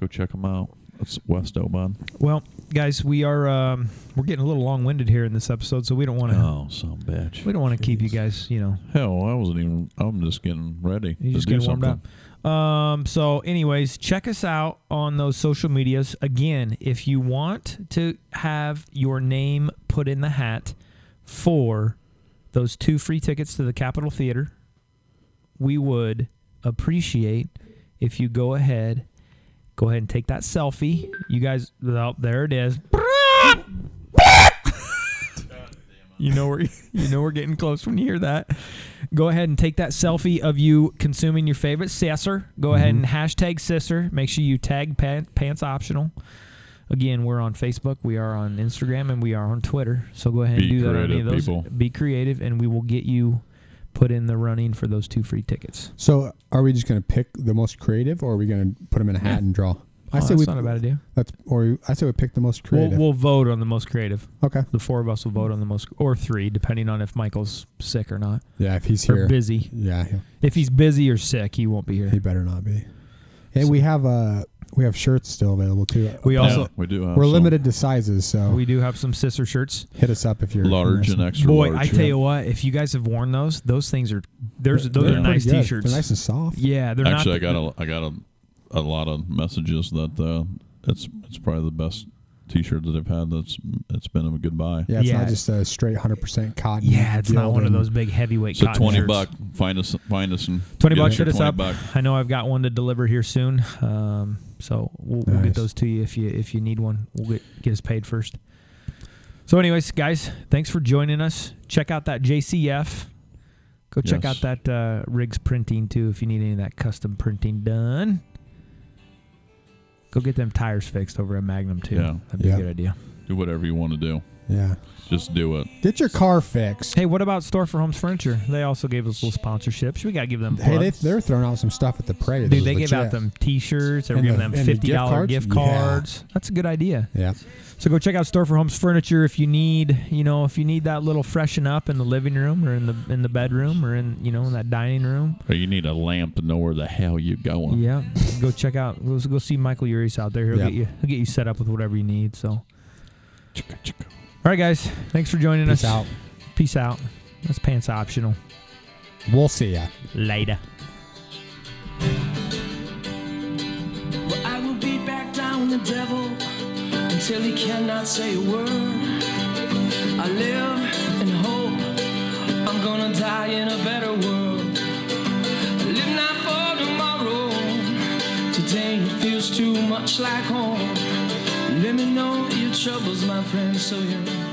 Speaker 5: Go check them out. It's Westo, bud.
Speaker 6: Well, guys, we are um, we're getting a little long winded here in this episode, so we don't want to
Speaker 5: Oh, some bitch.
Speaker 6: we don't want to keep you guys, you know,
Speaker 5: Hell, I wasn't even, I'm just getting ready
Speaker 6: you
Speaker 5: to
Speaker 6: just
Speaker 5: do
Speaker 6: getting warmed
Speaker 5: something.
Speaker 6: up. Um, so, anyways, check us out on those social medias. Again, if you want to have your name put in the hat for those two free tickets to the Capitol Theater, we would appreciate if you go ahead, go ahead and take that selfie. You guys, oh, there it is. You know we're you know we're getting close when you hear that. Go ahead and take that selfie of you consuming your favorite sisser. Go ahead and
Speaker 5: Mm-hmm.
Speaker 6: hashtag sisser. Make sure you tag pan, pants optional. Again, we're on Facebook, we are on Instagram, and we are on Twitter. So go ahead and
Speaker 5: Be
Speaker 6: do that on any of
Speaker 5: creative,
Speaker 6: those.
Speaker 5: people.
Speaker 6: Be creative, and we will get you put in the running for those two free tickets.
Speaker 7: So are we just going to pick the most creative, or are we going to put them in a hat and draw? I
Speaker 6: Oh,
Speaker 7: say
Speaker 6: that's
Speaker 7: we.
Speaker 6: not a bad idea.
Speaker 7: That's or I say we pick the most
Speaker 6: We'll,
Speaker 7: creative.
Speaker 6: we'll vote on the most creative.
Speaker 7: okay.
Speaker 6: The four of us will vote on the most, or three, depending on if Michael's sick or not,
Speaker 7: Yeah, if he's
Speaker 6: or
Speaker 7: here.
Speaker 6: busy.
Speaker 7: Yeah, he'll-
Speaker 6: If he's busy or sick, he won't be here.
Speaker 7: he better not be. And we have uh we have shirts still available too.
Speaker 6: We
Speaker 5: Yeah,
Speaker 6: also
Speaker 5: we do have
Speaker 7: We're
Speaker 5: some
Speaker 7: limited to sizes, so
Speaker 6: we do have some sister shirts.
Speaker 7: hit us up if you're
Speaker 5: Large and
Speaker 7: interested.
Speaker 5: extra
Speaker 6: Boy,
Speaker 5: large.
Speaker 6: I tell you what, if you guys have worn those, those things are there's those
Speaker 5: they're
Speaker 6: are
Speaker 5: pretty
Speaker 6: nice
Speaker 7: Pretty good.
Speaker 6: t-shirts.
Speaker 7: They're nice and soft.
Speaker 6: Yeah, they're
Speaker 5: Actually, I
Speaker 6: not.
Speaker 5: got a I got a, a lot of messages that uh, it's it's probably the best T-shirt that I've had. That's it's been a good buy.
Speaker 7: Yeah, it's
Speaker 6: Yeah.
Speaker 7: not just a straight hundred percent cotton.
Speaker 6: yeah, it's not
Speaker 7: deal
Speaker 6: one of
Speaker 7: and-
Speaker 6: those big heavyweight.
Speaker 5: So
Speaker 6: cotton
Speaker 5: twenty
Speaker 6: shirts.
Speaker 5: buck. Find us find us and
Speaker 6: Twenty
Speaker 5: get
Speaker 6: bucks.
Speaker 5: your
Speaker 6: Hit us
Speaker 5: 20
Speaker 6: up.
Speaker 5: buck.
Speaker 6: I know I've got one to deliver here soon. Um, so we'll, we'll get
Speaker 7: Nice.
Speaker 6: those to you if you if you need one. We'll get get us paid first. So, anyways, guys, thanks for joining us. Check out that JCF. Go check
Speaker 5: Yes.
Speaker 6: out that uh, Riggs printing too if you need any of that custom printing done. Go get them tires fixed over at Magnum too.
Speaker 5: Yeah.
Speaker 6: That'd be
Speaker 7: Yeah.
Speaker 6: a good idea.
Speaker 5: Do whatever you want to do.
Speaker 7: Yeah.
Speaker 5: Just do it.
Speaker 7: Get your car fixed.
Speaker 6: Hey, what about Store for Homes Furniture? They also gave us little sponsorships. We gotta give them. a
Speaker 7: Hey,
Speaker 6: plug.
Speaker 7: they, they're throwing out some stuff at the parade.
Speaker 6: Dude, they
Speaker 7: Legit.
Speaker 6: gave out them T-shirts. They were
Speaker 7: And
Speaker 6: giving
Speaker 7: the-
Speaker 6: them
Speaker 7: and the gift
Speaker 6: fifty dollar
Speaker 7: cards?
Speaker 6: gift cards.
Speaker 7: Yeah.
Speaker 6: That's a good idea.
Speaker 7: Yeah.
Speaker 6: So go check out Store for Homes Furniture if you need, you know, if you need that little freshen up in the living room or in the in the bedroom or in you know in that dining room.
Speaker 5: Or you need a lamp to know where the hell you're going.
Speaker 6: Yeah, go check out. Go, go see Michael Uris out there. He'll
Speaker 7: Yeah.
Speaker 6: get you. He'll get you set up with whatever you need. So. All right, guys. Thanks for joining us.
Speaker 7: Peace out.
Speaker 6: Peace out. That's pants optional.
Speaker 7: We'll see ya.
Speaker 6: Later.
Speaker 11: Well, I will beat back down the devil until he cannot say a word. I live in hope I'm gonna die in a better world. I live not for tomorrow. Today it feels too much like home. Let me know your troubles, my friend, so you